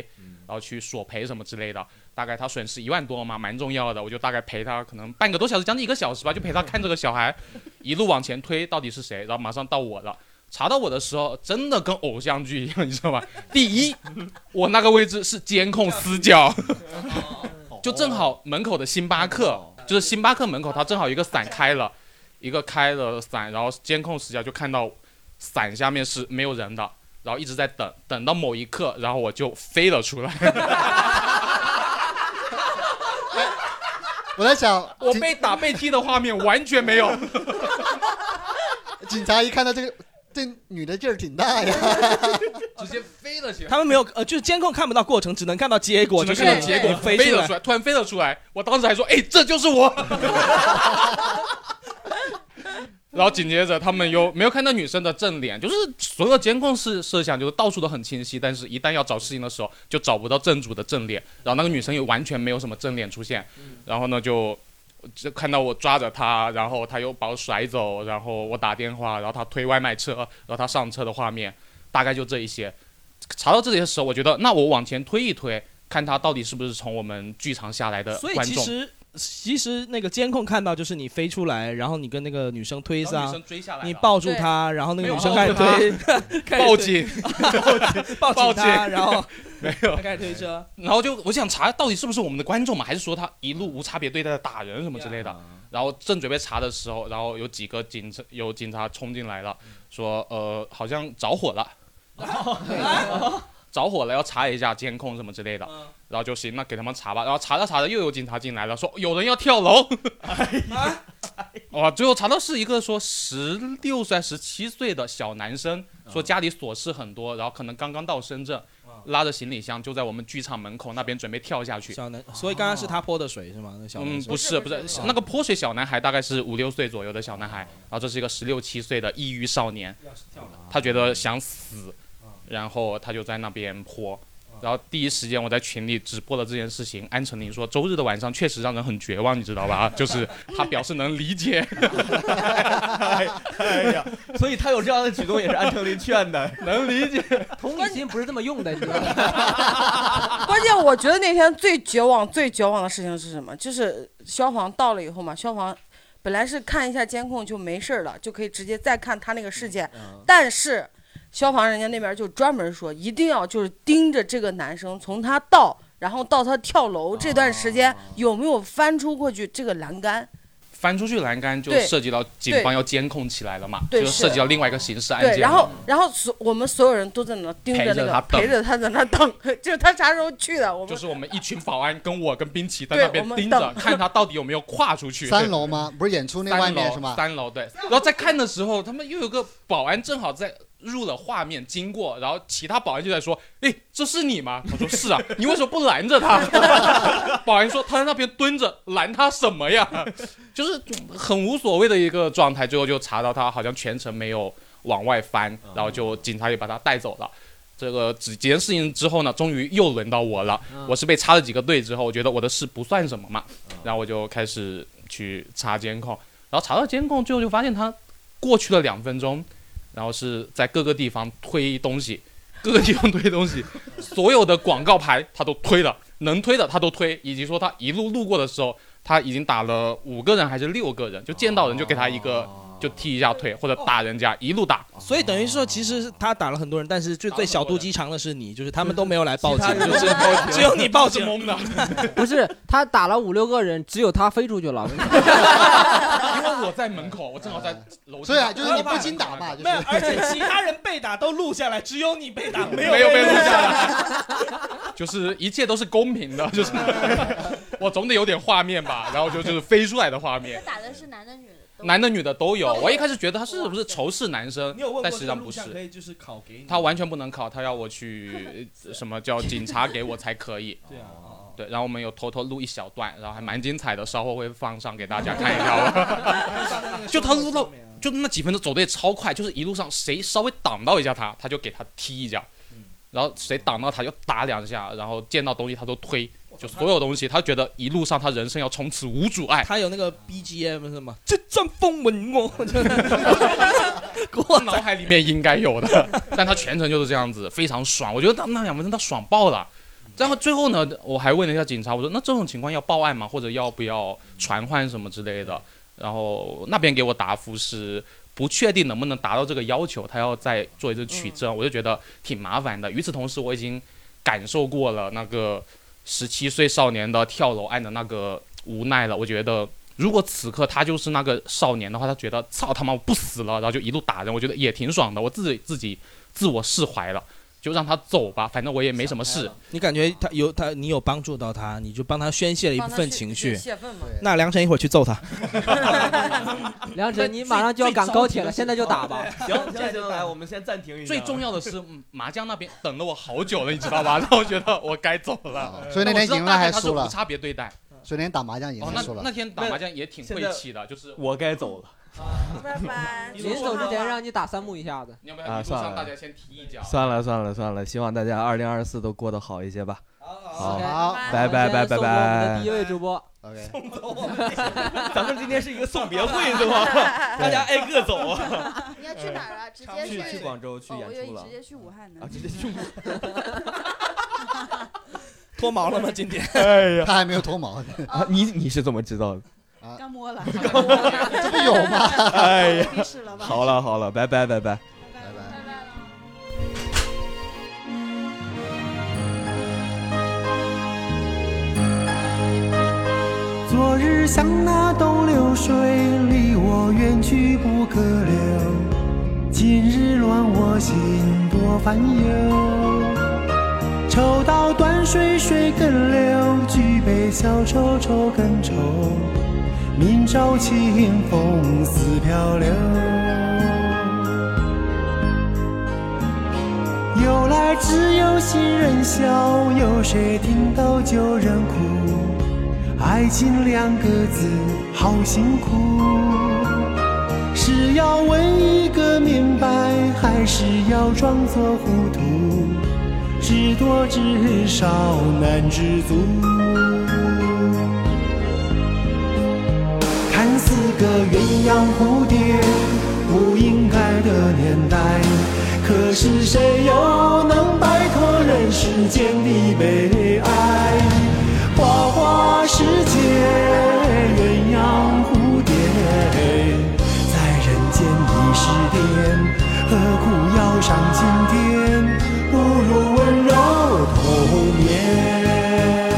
[SPEAKER 2] 然后去索赔什么之类的。大概他损失一万多嘛，蛮重要的，我就大概陪他可能半个多小时，将近一个小时吧，就陪他看这个小孩，一路往前推到底是谁，然后马上到我了。查到我的时候，真的跟偶像剧一样，你知道吧？ <laughs> 第一，我那个位置是监控死角，
[SPEAKER 1] 哦
[SPEAKER 2] <laughs> 就正好门口的星巴克，就是星巴克门口，它正好一个伞开了，一个开了伞，然后监控死角就看到伞下面是没有人的，然后一直在等，等到某一刻，然后我就飞了出来，
[SPEAKER 7] 我在想，
[SPEAKER 2] 我
[SPEAKER 7] 警 <laughs>
[SPEAKER 2] 被打被踢的画面完全没有，
[SPEAKER 7] 警察一看到这个这女的劲儿挺大呀。
[SPEAKER 2] 直接飞了起来。
[SPEAKER 1] 他们没有呃，就是监控看不到过程，只能看到结果，
[SPEAKER 2] 只 <laughs>
[SPEAKER 1] 就
[SPEAKER 2] 能看
[SPEAKER 1] 是
[SPEAKER 2] 到结果
[SPEAKER 1] 你飞
[SPEAKER 2] 飞了
[SPEAKER 1] 出
[SPEAKER 2] 出来，突然飞了出来。我当时还说：“哎，这就是我。”然后紧接着他们又没有看到女生的正脸，就是所有监控室摄像就是到处都很清晰，但是一旦要找事情的时候就找不到正主的正脸，然后那个女生又完全没有什么正脸出现，然后呢就就看到我抓着她，然后她又把我甩走，然后我打电话，然后她推外卖车，然后她上车的画面，大概就这一些。查到这里的时候，我觉得那我往前推一推，看她到底是不是从我们剧场下来的
[SPEAKER 1] <laughs> 所以
[SPEAKER 2] 观
[SPEAKER 1] 其
[SPEAKER 2] 众。
[SPEAKER 1] 实其实那个监控看到就是你飞出来，然后你跟那个女生推
[SPEAKER 2] 然后
[SPEAKER 1] 搡啊
[SPEAKER 2] 女生追下来，了
[SPEAKER 1] 你抱住她，然后那个女生
[SPEAKER 2] 没
[SPEAKER 1] 开
[SPEAKER 2] 有
[SPEAKER 1] 始
[SPEAKER 2] 抱住她 <laughs>
[SPEAKER 1] 推，开始，
[SPEAKER 2] 报警
[SPEAKER 1] <laughs> 报警
[SPEAKER 2] 报警 <laughs>
[SPEAKER 1] 她，，然后
[SPEAKER 2] 没有
[SPEAKER 1] 开始推车，
[SPEAKER 2] 然后就我想查到底是不是我们的观众嘛，还是说他一路无差别对待的打人什么之类的。然后正准备查的时候，然后有几个警察有警察冲进来
[SPEAKER 1] 嗯
[SPEAKER 2] 了，说呃好像着
[SPEAKER 1] <laughs>
[SPEAKER 2] 火了，
[SPEAKER 1] 啊
[SPEAKER 2] <laughs> 着火了要查一下监控什么之类的。
[SPEAKER 1] 嗯
[SPEAKER 2] 然后就行，那给他们查吧。然后查着查着又有警察进来了，说有人要跳楼。哇，哦最后查到是一个说十六岁、十七岁的小男生，说
[SPEAKER 1] 嗯
[SPEAKER 2] 家里琐事很多，然后可能刚刚到深圳，拉着行李箱就在我们剧场门口那边准备跳下去。
[SPEAKER 1] 小男，所以刚刚是他泼的水是吗？那小男
[SPEAKER 2] 嗯，
[SPEAKER 1] 生
[SPEAKER 2] 不是不是，那个泼水小男孩大概是五六岁左右的小男孩，然后这是一个十六七岁的抑郁少年，他觉得想死，
[SPEAKER 1] 嗯
[SPEAKER 2] 然后他就在那边泼。然后第一时间我在群里直播了这件事情，安成林说周日的晚上确实让人很绝望，你知道吧？ <laughs> 就是他表示能理解。
[SPEAKER 11] <laughs> 哎呀，
[SPEAKER 2] 所以他有这样的举
[SPEAKER 11] 动也是安成林劝
[SPEAKER 4] <laughs>
[SPEAKER 2] 的，能理解。
[SPEAKER 4] 同理心不是这么用的，你知道吗？
[SPEAKER 6] <laughs> 关键我觉得那天最绝望、最绝望的事情是什么？就是消防到了以后嘛，消防本来是看一下监控就没事儿了，就可以直接再看他那个事件，
[SPEAKER 2] 嗯
[SPEAKER 6] 但是消防人家那边就专门说，一定要就是盯着这个男生，从他到然后到他跳
[SPEAKER 2] 哦
[SPEAKER 6] 楼这段时间、有没有翻出过去这个栏杆。
[SPEAKER 2] 翻出去栏杆就
[SPEAKER 6] 对
[SPEAKER 2] 涉及到警
[SPEAKER 6] 对
[SPEAKER 2] 方要监控起来了嘛，
[SPEAKER 6] 对
[SPEAKER 2] 就是涉及到另外一个刑事案件
[SPEAKER 6] 对，
[SPEAKER 2] 了。
[SPEAKER 6] 然后然后所我们所有人都在那盯着
[SPEAKER 2] 陪
[SPEAKER 6] 那
[SPEAKER 2] 着
[SPEAKER 6] 个
[SPEAKER 2] 他等
[SPEAKER 6] 陪着他在那等， <laughs> 就是他啥时候去的，我们
[SPEAKER 2] 就是我们一群保安跟我跟冰淇在
[SPEAKER 6] 对
[SPEAKER 2] 那边
[SPEAKER 6] 我们
[SPEAKER 2] 盯
[SPEAKER 6] <laughs>
[SPEAKER 2] 着，
[SPEAKER 6] 等
[SPEAKER 2] 看他到底有没有跨出去。
[SPEAKER 7] 三楼吗？不是演出那
[SPEAKER 2] 三
[SPEAKER 7] 外面
[SPEAKER 2] 楼
[SPEAKER 7] 是吗？
[SPEAKER 2] 三楼对。然后在看的时候，他们又有个保安正好在入了画面经过，然后其他保安就在说：“哎，这是你吗？”我说：“是啊。”你为什么不拦着
[SPEAKER 6] <laughs>
[SPEAKER 2] 他？ <laughs> 保安说：“他在那边 <laughs> 蹲着，拦他什么
[SPEAKER 8] <laughs>
[SPEAKER 2] 呀？”就是很无所谓的一个状态。最后就查到他好像全程没有往外翻，然后就警察也把他带走了。这个几件事情之后呢，终于又轮到我了。我是被插了几个队之后，我觉得我的事不算什么嘛，然后我就开始去查监控，然后查到监控，最后就发现他过去了两分钟，然后是在各个地方推东西，各个地方推东西，所有的广告牌他都推了，能推的他都推，以及说他一路路过的时候，他已经打了五个人还是六个人，就见到人就给他一个
[SPEAKER 1] 哦
[SPEAKER 2] 就踢一下腿或者打人家，一路打。
[SPEAKER 1] 所以等于说，其实他打了很多人，但是最最小肚鸡肠的是你，就是他们都没有来报警，
[SPEAKER 4] 其他人
[SPEAKER 1] 就是
[SPEAKER 4] 都没有报警
[SPEAKER 1] 只有你报警
[SPEAKER 2] 是懵的。
[SPEAKER 4] <laughs> 不是，他打了五六个人，只有他飞出去
[SPEAKER 3] <laughs>
[SPEAKER 4] 了。
[SPEAKER 2] <laughs> 因为我在门口，我正好在楼梯。
[SPEAKER 1] 对啊就是你不禁
[SPEAKER 7] 打嘛
[SPEAKER 1] <laughs> 没有，而且 <laughs> 其他人被打都录下来，只有你被打没有
[SPEAKER 2] 没有被
[SPEAKER 1] 录
[SPEAKER 2] 录 <laughs> 下
[SPEAKER 1] 来。
[SPEAKER 2] 就是一切都是公平的，就是 <laughs> 我总得有点画面吧，然后就就是飞出来的画面，
[SPEAKER 12] 打的是男的女的，
[SPEAKER 2] 男的女的都有。我一开始觉得他是不是仇视男生
[SPEAKER 1] 你有问，过
[SPEAKER 2] 但实际
[SPEAKER 1] 这个
[SPEAKER 2] 上不
[SPEAKER 1] 录像可
[SPEAKER 2] 是，
[SPEAKER 1] 以就是拷给你？
[SPEAKER 2] 他完全不能考，他要我去呃什么叫警察给我才可以。
[SPEAKER 1] 对啊。
[SPEAKER 2] 对，然后我们有偷偷录一小段，然后还蛮精彩的，稍后会放上给大家看一下吧。就他录到，就那几分钟走的也超快，就是一路上谁稍微挡到一下他，他就给他踢一脚，然后谁挡到他就打两下，然后见到东西他都推，就所有东西，他觉得一路上他人生要从此无阻碍。
[SPEAKER 1] 他有那个 BGM 是吗？这阵风吻我，就是
[SPEAKER 2] 我脑海里面应该有的， <laughs> 但他全程就是这样子，非常爽。我觉得他们那两分钟他爽爆了。然后最后呢，我还问了一下警察，我说那这种情况要报案吗？或者要不要传唤什么之类的？然后那边给我答复是不确定能不能达到这个要求，他要再做一次取证，我就觉得挺麻烦的。与此同时，我已经感受过了那个十七岁少年的跳楼案的那个无奈了。我觉得，如果此刻他就是那个少年的话，他觉得操他妈我不死了，然后就一路打人，我觉得也挺爽的，我自己自己自我释怀了。就让他走吧，反正我也没什么事。
[SPEAKER 1] <laughs> 你感觉他有他，你有帮助到他，你就帮他宣泄了一部分情绪
[SPEAKER 2] 帮他泄愤嘛。
[SPEAKER 1] 那梁晨一会儿去揍他。
[SPEAKER 4] 梁晨，你马上就要赶高铁了，现在就打
[SPEAKER 2] <laughs>
[SPEAKER 4] 吧。
[SPEAKER 11] 行行行，来，我们先暂停一下。
[SPEAKER 2] 最重要的是，嗯麻将那边等了我好久了，你知道
[SPEAKER 7] <laughs>
[SPEAKER 2] 吧？让我觉得我该走
[SPEAKER 7] 哦
[SPEAKER 2] 了。
[SPEAKER 7] 所以那天赢了还
[SPEAKER 2] 但我知
[SPEAKER 7] 输
[SPEAKER 2] 道大概他是
[SPEAKER 7] 了
[SPEAKER 2] 无差别对待。
[SPEAKER 7] 昨天打麻将赢
[SPEAKER 2] 哦，
[SPEAKER 7] 了，
[SPEAKER 2] 那
[SPEAKER 7] 输了。
[SPEAKER 2] 那天打麻将也挺
[SPEAKER 11] 现
[SPEAKER 2] 晦
[SPEAKER 11] 在
[SPEAKER 2] 气的，就是
[SPEAKER 11] 我该走了。
[SPEAKER 6] 拜拜。
[SPEAKER 4] 临走之前让你打三木一下子。
[SPEAKER 2] 你要不要
[SPEAKER 11] 啊
[SPEAKER 2] 一路
[SPEAKER 11] 算
[SPEAKER 2] 上
[SPEAKER 11] 了
[SPEAKER 2] 大家先踢一脚？
[SPEAKER 11] 算了算了算了，希望大家二零二四都过得好一些吧。好
[SPEAKER 7] 好
[SPEAKER 11] 拜拜拜拜
[SPEAKER 4] 送走我们的第一
[SPEAKER 11] 拜。
[SPEAKER 2] <laughs>
[SPEAKER 4] 位主播，
[SPEAKER 7] <laughs> OK，
[SPEAKER 11] <laughs> 咱们今天是一个送别
[SPEAKER 10] <laughs>
[SPEAKER 11] 会
[SPEAKER 7] <laughs>
[SPEAKER 11] 是吗？大家挨个走啊。 <laughs> 哎
[SPEAKER 3] 你要去哪
[SPEAKER 10] 呃
[SPEAKER 3] 儿啊？直接
[SPEAKER 11] 去去广州去
[SPEAKER 3] 哦，我以
[SPEAKER 11] 演
[SPEAKER 3] 为
[SPEAKER 11] 出
[SPEAKER 3] 你
[SPEAKER 11] 了
[SPEAKER 3] 直。接去武汉呢
[SPEAKER 11] 啊，。直接去。
[SPEAKER 1] <laughs>
[SPEAKER 3] <laughs>
[SPEAKER 1] 脱毛了吗？今天
[SPEAKER 11] 哎呀，
[SPEAKER 7] 他还没有脱毛，
[SPEAKER 11] 啊你你是怎么知道的？
[SPEAKER 9] 刚摸了，
[SPEAKER 7] 这不有吗？
[SPEAKER 11] <laughs> 哎呀，
[SPEAKER 9] 鼻屎了吧？
[SPEAKER 11] 好了好了，拜拜拜拜。
[SPEAKER 7] 拜拜。
[SPEAKER 5] 昨日像那东流水，离我远去不可留；今日乱我心，多烦忧。抽刀断水，水更流；举杯消愁，愁更愁。明朝清风似飘流。有来只有新人笑，有谁听到旧人哭？爱情两个字好辛苦，是要问一个明白，还是要装作糊涂？知多知少难知足。看似个鸳鸯蝴蝶，不应该的年代，可是谁又能摆脱人世间的悲哀？花花世界，鸳鸯蝴蝶，在人间已是癫，何苦要上青天？不如温柔童年。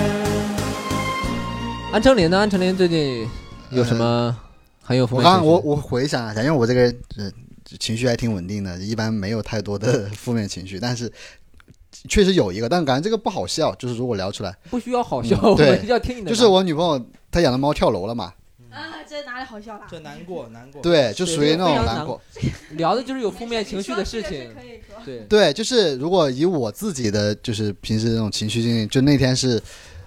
[SPEAKER 4] 安城林呢？安城林最近有什么很有负
[SPEAKER 7] 我
[SPEAKER 4] 面
[SPEAKER 7] 刚
[SPEAKER 4] 情绪？
[SPEAKER 7] 我我回想一下，因为我这个人呃情绪还挺稳定的，一般没有太多的负面情绪，但是确实有一个，但感觉这个不好笑，就是如果聊出来，
[SPEAKER 4] 不需要好笑，
[SPEAKER 7] 嗯
[SPEAKER 4] 我
[SPEAKER 7] 对
[SPEAKER 4] 们要听你的。
[SPEAKER 7] 就是我女朋友她养的猫跳楼了嘛，
[SPEAKER 3] 啊，这哪里好笑啦？
[SPEAKER 1] 这难过难过。
[SPEAKER 7] 对，就属于那种
[SPEAKER 4] 非常
[SPEAKER 7] 难
[SPEAKER 4] 难
[SPEAKER 7] 过，
[SPEAKER 4] 聊的就是有负面情绪的事
[SPEAKER 3] 没事你
[SPEAKER 4] 情
[SPEAKER 3] 说这个是。可以说
[SPEAKER 4] 对，
[SPEAKER 7] 对，就是如果以我自己的就是平时这种情绪经历，就那天是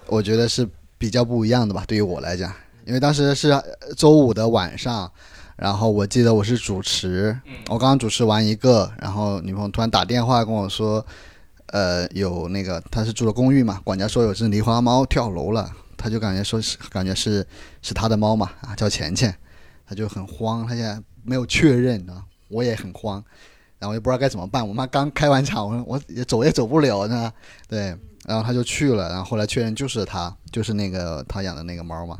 [SPEAKER 7] 我觉得是比较不一样的吧，对于我来讲，因为当时是呃周五的晚上，然后我记得我是主持，我刚刚主持完一个，然后女朋友突然打电话跟我说，呃，有那个她是住的公寓嘛，管家说有只狸花猫跳楼了，她就感觉说是感觉是是她的猫嘛，啊叫钱钱，她就很慌，她现在没有确认，你知道吗，我也很慌。然后我也不知道该怎么办。我妈刚开完场，我说我也走也走不了呢，对，然后她就去了，然后后来确认就是她，就是那个她养的那个猫嘛。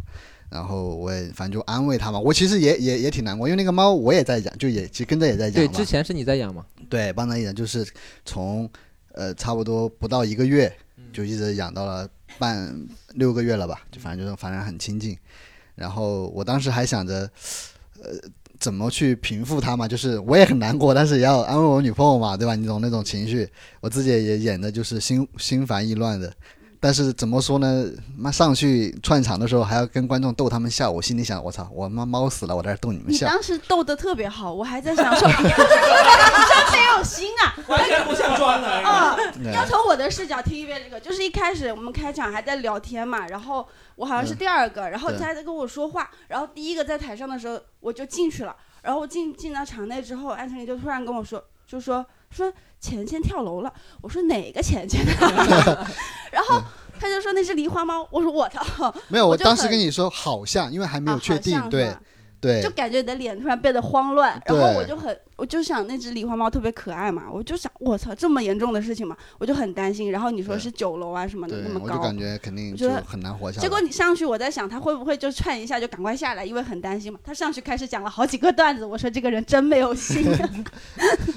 [SPEAKER 7] 然后我也反正就安慰她嘛，我其实也也也挺难过，因为那个猫我也在养，就也其实跟着也在养
[SPEAKER 4] 对，
[SPEAKER 7] 嘛
[SPEAKER 4] 之前是你在养嘛？
[SPEAKER 7] 对，帮他养就是从呃差不多不到一个月就一直养到了半六个月了吧，就反正就是反正很亲近。然后我当时还想着，呃，怎么去平复它嘛，就是我也很难过，但是也要安慰我女朋友嘛，对吧？你懂那种情绪，我自己也演的就是心心烦意乱的。但是怎么说呢？妈上去串场的时候还要跟观众逗他们笑，我心里想，我操，我妈猫死了，我在这儿逗你们
[SPEAKER 9] 你
[SPEAKER 7] 笑。
[SPEAKER 9] 当时逗得特别好，我还在想
[SPEAKER 3] <laughs>
[SPEAKER 9] 说，你真没有心啊！
[SPEAKER 1] 完全不像装的。
[SPEAKER 9] 啊，
[SPEAKER 1] 嗯
[SPEAKER 7] 对
[SPEAKER 9] 要从我的视角听一遍这个，就是一开始我们开场还在聊天嘛，然后我好像是第二个，然后
[SPEAKER 7] 嗯对
[SPEAKER 9] 他在跟我说话，然后第一个在台上的时候我就进去了，然后我进进到场内之后，安城林就突然跟我说，就说说钱钱跳楼了，我说哪个钱钱跳楼了 <laughs> 然后他就说那是狸花猫，我说我操，
[SPEAKER 7] 嗯没有，
[SPEAKER 9] 我
[SPEAKER 7] 我
[SPEAKER 9] 就
[SPEAKER 7] 当时
[SPEAKER 9] 很
[SPEAKER 7] 跟你说好像，因为还没有
[SPEAKER 9] 啊
[SPEAKER 7] 确定，
[SPEAKER 9] 好像是
[SPEAKER 7] 对
[SPEAKER 9] 吧
[SPEAKER 7] 对
[SPEAKER 9] 就，感觉你的脸突然变得慌乱，然后
[SPEAKER 7] 对
[SPEAKER 9] 我就很，我就想那只狸花猫特别可爱嘛，我就想，我操，这么严重的事情嘛，我就很担心。然后你说
[SPEAKER 7] 对
[SPEAKER 9] 是九楼啊什么的
[SPEAKER 7] 对
[SPEAKER 9] 那，么
[SPEAKER 7] 我就
[SPEAKER 9] 高
[SPEAKER 7] 感，觉肯定
[SPEAKER 9] 我
[SPEAKER 7] 就
[SPEAKER 9] 觉得
[SPEAKER 7] 很难活下来。
[SPEAKER 9] 结果你上去，我在想他会不会就窜一下就赶快下来，因为很担心嘛。他上去开始讲了好几个段子，我说这个人真没
[SPEAKER 7] <laughs>
[SPEAKER 9] 有心。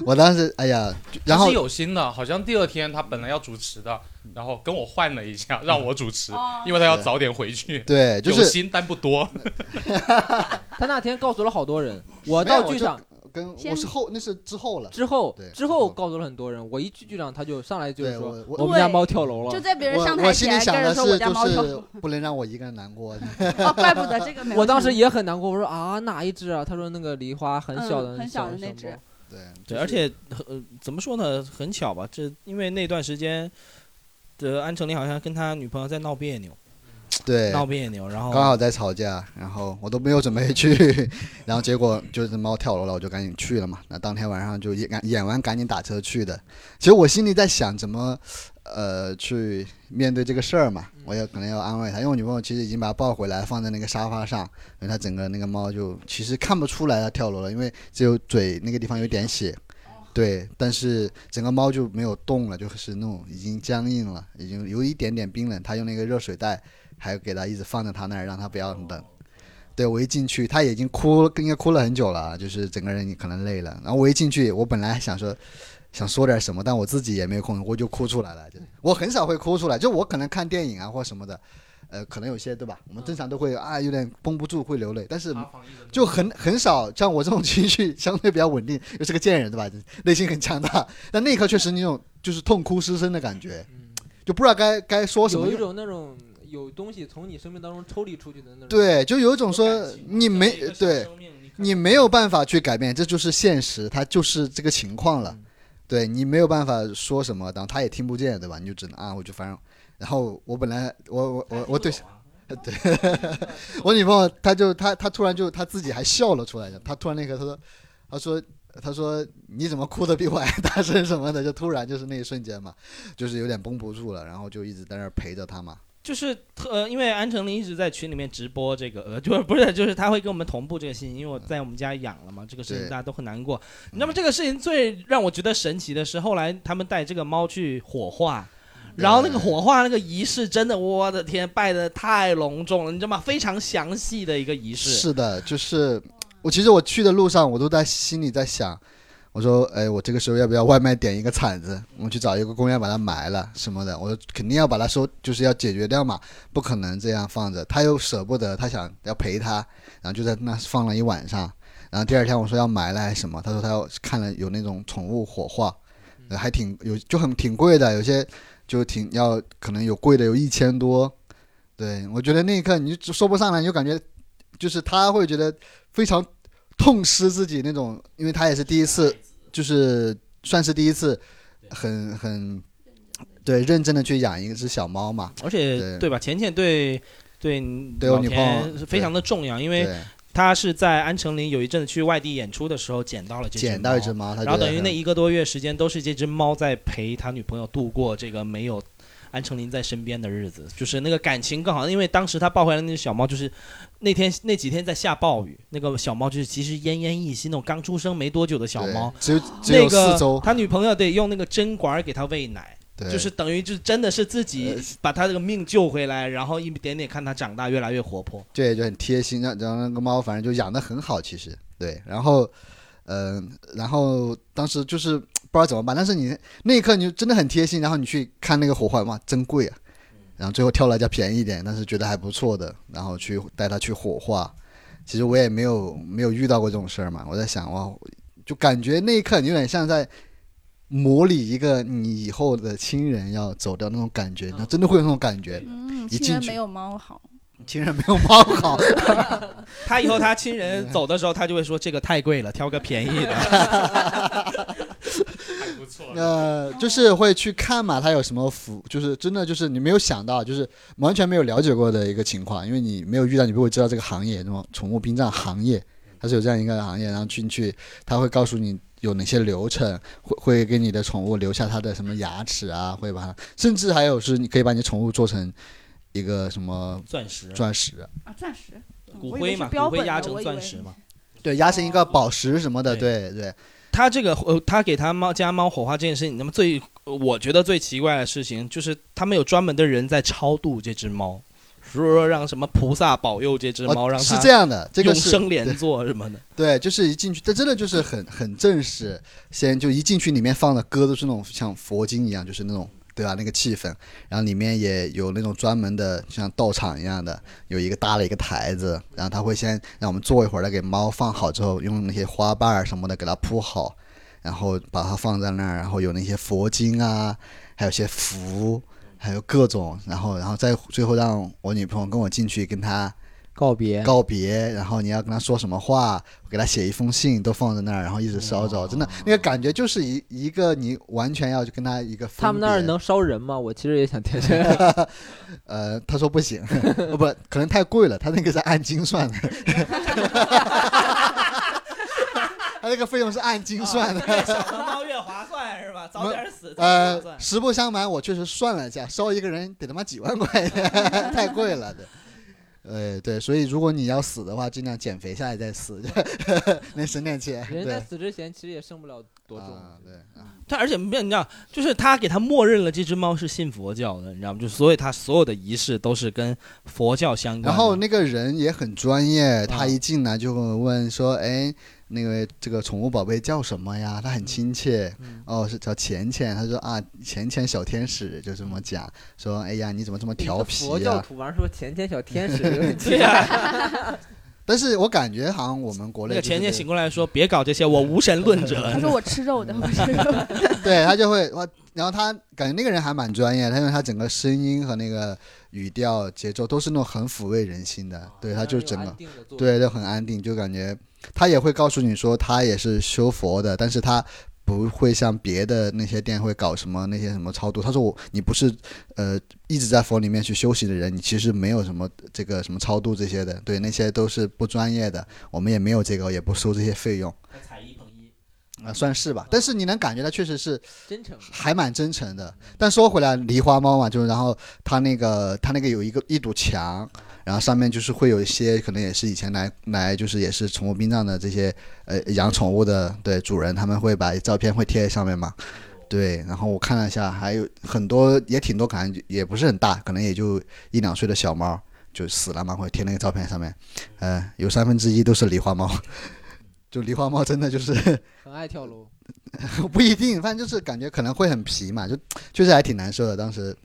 [SPEAKER 7] 我当时，哎呀，就然
[SPEAKER 2] 他
[SPEAKER 7] 后嗯
[SPEAKER 2] 是有心的，好像第二天他本来要主持的，然后跟我换了一下，让我主持，
[SPEAKER 4] 哦
[SPEAKER 2] 因为他要早点回去。
[SPEAKER 7] 对，就
[SPEAKER 2] 有
[SPEAKER 7] 是
[SPEAKER 4] <laughs>
[SPEAKER 2] 心但不多，
[SPEAKER 4] 他那天告诉了好多人，我到剧场，
[SPEAKER 7] 跟
[SPEAKER 9] 先
[SPEAKER 7] 我是后，那是之后了。
[SPEAKER 4] 之后
[SPEAKER 7] 对
[SPEAKER 4] 之后告诉了很多人，我一去剧场他就上来就是
[SPEAKER 7] 对
[SPEAKER 4] 说
[SPEAKER 7] 我我
[SPEAKER 4] 们家
[SPEAKER 9] 对
[SPEAKER 4] 猫跳楼
[SPEAKER 9] 就
[SPEAKER 4] 了。
[SPEAKER 9] 在别人上
[SPEAKER 7] 我
[SPEAKER 9] 台
[SPEAKER 7] 我心里
[SPEAKER 9] 前跟
[SPEAKER 7] 想
[SPEAKER 9] 人
[SPEAKER 7] 的
[SPEAKER 9] 说我
[SPEAKER 7] 是，
[SPEAKER 9] 家猫跳
[SPEAKER 7] 就是
[SPEAKER 9] 楼，
[SPEAKER 7] 不能让我一个人难过。<laughs>
[SPEAKER 9] <laughs> 哦，怪不得这个没有。
[SPEAKER 4] 我当时也很难过，我说啊哪一只啊？他说那个梨花很小的
[SPEAKER 9] 嗯很小的
[SPEAKER 4] 小
[SPEAKER 9] 那
[SPEAKER 4] 小
[SPEAKER 9] 只
[SPEAKER 4] 猫
[SPEAKER 7] 对，
[SPEAKER 1] 对，而且呃，怎么说呢，很巧吧？这因为那段时间的安成林好像跟他女朋友在闹别扭，
[SPEAKER 7] 嗯对，
[SPEAKER 1] 闹别扭，然后
[SPEAKER 7] 刚好在吵架，然后我都没有准备去， <laughs> 然后结果就是猫跳楼了，我就赶紧去了嘛。那当天晚上就演演完赶紧打车去的。其实我心里在想怎么，呃，去面对这个事儿嘛。
[SPEAKER 1] 嗯
[SPEAKER 7] 我也可能要安慰她，因为我女朋友其实已经把她抱回来放在那个沙发上，然后她整个那个猫就其实看不出来它跳楼了，因为只有嘴那个地方有点血。
[SPEAKER 1] 哦
[SPEAKER 7] 对，但是整个猫就没有动了，就是那种已经僵硬了，已经有一点点冰冷。她用那个热水袋还给他一直放在他那儿，让他不要冷。对我一进去，他已经哭，应该哭了很久了，就是整个人可能累了。然后我一进去，我本来想说想说点什么，但我自己也没有空，我就哭出来了。就是我很少会哭出来，就我可能看电影啊或什么的，呃，可能有些对吧？我们正常都会啊有点绷不住会流泪，但是就很很少像我这种情绪相对比较稳定，又是个贱人对吧？内心很强大，但那一刻确实你有就是痛哭失声的感觉，就不知道该该说什么。
[SPEAKER 4] 有
[SPEAKER 7] 因
[SPEAKER 4] 一
[SPEAKER 7] 为
[SPEAKER 4] 种那种有东西从你生命当中抽离出去的那种。，
[SPEAKER 7] 对，就有一种说你没对，你没有办法去改变，这就是现实，它就是这个情况了。对你没有办法说什么，然后他也听不见，对吧？你就只能啊，我就反正，然后我本来我我我我对象，对，啊 <laughs> 我女朋友她就她她突然就她自己还笑了出来的，她突然那个她说她说她说你怎么哭的比我还大声什么的，就突然就是那一瞬间嘛，就是有点绷不住了，然后就一直在那儿陪着她嘛。
[SPEAKER 1] 就是特呃，因为安成林一直在群里面直播这个，呃， <laughs> 就是不是就是他会跟我们同步这个信息，因为我在我们家养了嘛，这个事情
[SPEAKER 7] 对嗯
[SPEAKER 1] 大家都很难过。那么这个事情最让我觉得神奇的是，后来他们带这个猫去火化。
[SPEAKER 7] 嗯
[SPEAKER 1] 然后那个火化那个仪式真的，我的天，拜的太隆重了，你知道吗？非常详细的一个仪式。
[SPEAKER 7] 是的，就是我其实我去的路上，我都在心里在想，我说，哎，我这个时候要不要外卖点一个铲子，我们去找一个公园把它埋了什么的？我说肯定要把它收，就是要解决掉嘛，不可能这样放着。他又舍不得，他想要陪他，然后就在那放了一晚上。然后第二天我说要埋了还是什么，他说他要看了有那种宠物火化，
[SPEAKER 1] 嗯
[SPEAKER 7] 呃还挺有就很挺贵的，有些就挺要可能有贵的有一千多。对，我觉得那一刻你就说不上来，你就感觉就是他会觉得非常痛失自己那种，因为他也是第一次，就是算是第一次很很对认真的去养一只小猫嘛。
[SPEAKER 1] 而且
[SPEAKER 7] 对
[SPEAKER 1] 对吧？钱钱对对
[SPEAKER 7] 对我
[SPEAKER 1] 老
[SPEAKER 7] 女朋
[SPEAKER 1] 田
[SPEAKER 7] 友
[SPEAKER 1] 是非常的重要，因为
[SPEAKER 7] 对，
[SPEAKER 1] 他是在安城林有一阵去外地演出的时候捡到了这
[SPEAKER 7] 捡到一只
[SPEAKER 1] 猫，
[SPEAKER 7] 猫，他觉
[SPEAKER 1] 然后
[SPEAKER 7] 得
[SPEAKER 1] 等于
[SPEAKER 7] 很
[SPEAKER 1] 那一个多月时间都是这只猫在陪他女朋友度过这个没有安城林在身边的日子，就是那个感情更好，因为当时他抱回来的那只小猫就是那天那几天在下暴雨，那个小猫就是其实奄奄一息那种刚出生没多久的小
[SPEAKER 7] 对
[SPEAKER 1] 猫，
[SPEAKER 7] 只有只有
[SPEAKER 1] 那
[SPEAKER 7] 四
[SPEAKER 1] 个
[SPEAKER 7] 周，
[SPEAKER 1] 他女朋友得用那个针管给他喂奶。
[SPEAKER 7] 对呃
[SPEAKER 1] 就是等于就真的是自己把他这个命救回来，然后一点点看他长大越来越活泼。
[SPEAKER 7] 这也就很贴心，让让那个猫反正就养得很好，其实对。然后，嗯、然后当时就是呃不知道怎么办，但是你那一刻你就真的很贴心，然后你去看那个火化，哇，真贵啊！然后最后挑了一家便宜一点，但是觉得还不错的，然后去带它去火化。其实我也没有没有遇到过这种事儿嘛，我在想哇，就感觉那一刻你有点像在模拟一个你以后的亲人要走掉那种感觉，那真的会有那种感觉，
[SPEAKER 3] 嗯，
[SPEAKER 7] 一
[SPEAKER 3] 亲
[SPEAKER 7] 进
[SPEAKER 3] 人
[SPEAKER 7] 去
[SPEAKER 3] 没有猫好。
[SPEAKER 7] 亲人没有猫好。
[SPEAKER 1] <laughs> 他以后他亲人走的时候，他就会说这个太贵了，挑个便宜的。
[SPEAKER 2] 不错
[SPEAKER 7] 呃，就是会去看嘛，它有什么服，就是真的就是你没有想到，就是完全没有了解过的一个情况，因为你没有遇到，你不会知道这个行业，那种宠物殡葬行业，它是有这样一个行业，然后进去，它会告诉你有哪些流程，会 <laughs> 会给你的宠物留下它的什么牙齿啊，会把它，甚至还有是你可以把你宠物做成一个什么
[SPEAKER 1] 钻石、
[SPEAKER 7] 钻石，
[SPEAKER 9] 啊，钻石，
[SPEAKER 1] 骨
[SPEAKER 9] 我以为
[SPEAKER 1] 灰
[SPEAKER 9] 是
[SPEAKER 1] 嘛，
[SPEAKER 9] 标
[SPEAKER 1] 骨灰
[SPEAKER 9] 本
[SPEAKER 1] 压
[SPEAKER 9] 的
[SPEAKER 1] 成
[SPEAKER 9] 我以
[SPEAKER 1] 钻
[SPEAKER 9] 为
[SPEAKER 1] 石嘛。
[SPEAKER 7] 对，压成一个宝石什么的，对对，
[SPEAKER 1] 他这个呃，他给他猫家猫火化这件事情，那么最我觉得最奇怪的事情就是他们有专门的人在超度这只猫，说让什么菩萨保佑这只猫，
[SPEAKER 7] 哦
[SPEAKER 1] 让
[SPEAKER 7] 是
[SPEAKER 1] 它
[SPEAKER 7] 这样的，这个
[SPEAKER 1] 永
[SPEAKER 7] 是对
[SPEAKER 1] 生连坐什
[SPEAKER 7] <laughs>
[SPEAKER 1] 么的。 <laughs>
[SPEAKER 7] 对，就是一进去，这真的就是很很正式。先就一进去，里面放的歌都是那种像佛经一样，就是那种对吧？那个气氛，然后里面也有那种专门的像道场一样的，有一个搭了一个台子，然后他会先让我们坐一会儿，再给猫放好之后，用那些花瓣儿什么的给它铺好，然后把它放在那儿，然后有那些佛经啊，还有些符，还有各种，然后然后再最后让我女朋友跟我进去跟她
[SPEAKER 4] 告别，
[SPEAKER 7] 告别，然后你要跟他说什么话，给他写一封信，都放在那儿，然后一直烧着，真的那个感觉就是一一个你完全要去跟他一个分别
[SPEAKER 4] 他们那儿能烧人吗？我其实也想
[SPEAKER 7] <laughs>
[SPEAKER 4] 听听。
[SPEAKER 7] 呃，他说不行， <laughs> 哦不可能太贵了，他那个是按斤算的， <laughs> 他那个费用哦是按斤算的。
[SPEAKER 1] 越少的猫越划算是吧？早点死早点划
[SPEAKER 7] 呃，
[SPEAKER 1] 算。
[SPEAKER 7] 实不相瞒，我确实算了一下，烧一个人得他妈几万块钱， <laughs> 太贵了对，呃，对，所以如果你要死的话，尽量减肥下来再死， <laughs> 能省点钱。
[SPEAKER 4] <laughs> 人在
[SPEAKER 7] 对，
[SPEAKER 4] 死之前其实也剩不了多重。嗯
[SPEAKER 7] 啊，对啊，
[SPEAKER 1] 他而且没有你知道，就是他给他默认了这只猫是信佛教的，你知道吗？就所以他所有的仪式都是跟佛教相关的。
[SPEAKER 7] 然后那个人也很专业，他一进来就会问说：“哎，那个这个宠物宝贝叫什么呀？”他很亲切，哦，是叫浅浅。他说啊，浅浅小天使就这么讲，说：“哎呀，你怎么这么调皮啊
[SPEAKER 4] 佛
[SPEAKER 7] 呀、
[SPEAKER 4] 教徒玩说前天小
[SPEAKER 7] <laughs>
[SPEAKER 4] 天使 <laughs> 有点
[SPEAKER 1] 对呀，
[SPEAKER 7] 但是我感觉好像我们国
[SPEAKER 1] 那
[SPEAKER 7] 内
[SPEAKER 1] 个
[SPEAKER 7] 就是
[SPEAKER 1] 前天醒过来说：“别搞这些，我无神论者。”
[SPEAKER 9] <laughs> 他说我吃肉的，我
[SPEAKER 7] <laughs>
[SPEAKER 9] 吃肉的。
[SPEAKER 7] 对他就会哇，然后他感觉那个人还蛮专业，他因为他整个声音和那个语调、节奏都是那种很抚慰人心的，对他就是整个对就很安定，就感觉他也会告诉你说他也是修佛的，但是他。不会像别的那些店会搞什么那些什么超度，他说我你不是呃一直在佛里面去修行的人，你其实没有什么这个什么超度这些的，对那些都是不专业的，我们也没有这个，也不收这些费用
[SPEAKER 1] 才艺捧一，
[SPEAKER 7] 啊、算是吧。但是你能感觉到确实是
[SPEAKER 4] 真诚。
[SPEAKER 7] 还蛮真诚的。但说回来，狸花猫嘛，就是然后它那个它那个有一个一堵墙，然后上面就是会有一些可能也是以前来来就是也是宠物殡葬的这些呃养宠物的对主人，他们会把照片会贴在上面嘛。对，然后我看了一下，还有很多也挺多，感觉也不是很大，可能也就一两岁的小猫就死了嘛，会贴那个照片上面，呃，有三分之一都是狸花猫， <laughs> 就狸花猫真的就是
[SPEAKER 4] 很爱跳楼，
[SPEAKER 7] <laughs> 不一定，反正就是感觉可能会很皮嘛，就确实还挺难受的。当时，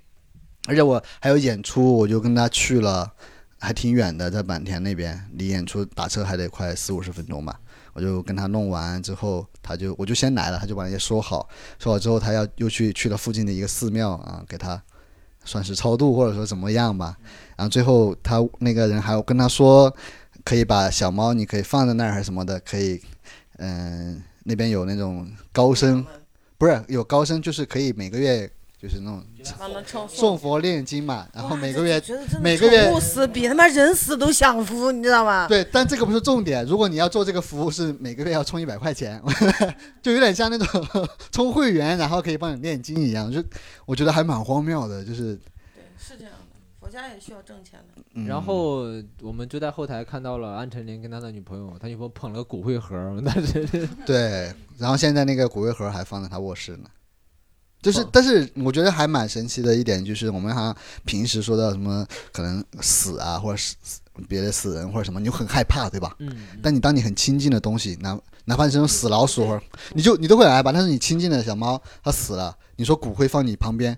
[SPEAKER 7] 而且我还有演出，我就跟他去了，还挺远的，在坂田那边，离演出打车还得快四五十分钟吧。我就跟他弄完之后，他就我就先来了，他就把那些说好，说好之后，他要又去去了附近的一个寺庙啊，给他算是超度或者说怎么样吧。然后最后他那个人还跟他说，可以把小猫你可以放在那儿还是什么的，可以，嗯、那边有那种高僧，不是有高僧，就是可以每个月就是那种
[SPEAKER 6] 完了抽
[SPEAKER 7] 送佛念经嘛，然后
[SPEAKER 6] 哇
[SPEAKER 7] 每
[SPEAKER 6] 这
[SPEAKER 7] 个月
[SPEAKER 6] 我觉得真的
[SPEAKER 7] 每个月
[SPEAKER 6] 宠物死比他妈人死都享福，你知道吗？
[SPEAKER 7] 对，但这个不是重点。如果你要做这个服务，是每个月要充一百块钱， <laughs> 就有点像那种充会员，然后可以帮你念经一样，就我觉得还蛮荒谬的，就是。
[SPEAKER 6] 对，是这样的，佛家也需要挣钱的。
[SPEAKER 7] 嗯
[SPEAKER 4] 然后我们就在后台看到了安晨林跟他的女朋友，他女朋友捧了个骨灰盒，但是 <laughs>
[SPEAKER 7] 对，然后现在那个骨灰盒还放在他卧室呢。就是
[SPEAKER 4] 哦，
[SPEAKER 7] 但是我觉得还蛮神奇的一点，就是我们好像平时说到什么可能死啊，或者死死别的死人或者什么，你就很害怕，对吧？
[SPEAKER 4] 嗯，
[SPEAKER 7] 但你当你很亲近的东西，哪哪怕是那种死老鼠，
[SPEAKER 4] <laughs>
[SPEAKER 7] 你就你都会来吧。但是你亲近的小猫，它死了，你说骨灰放你旁边，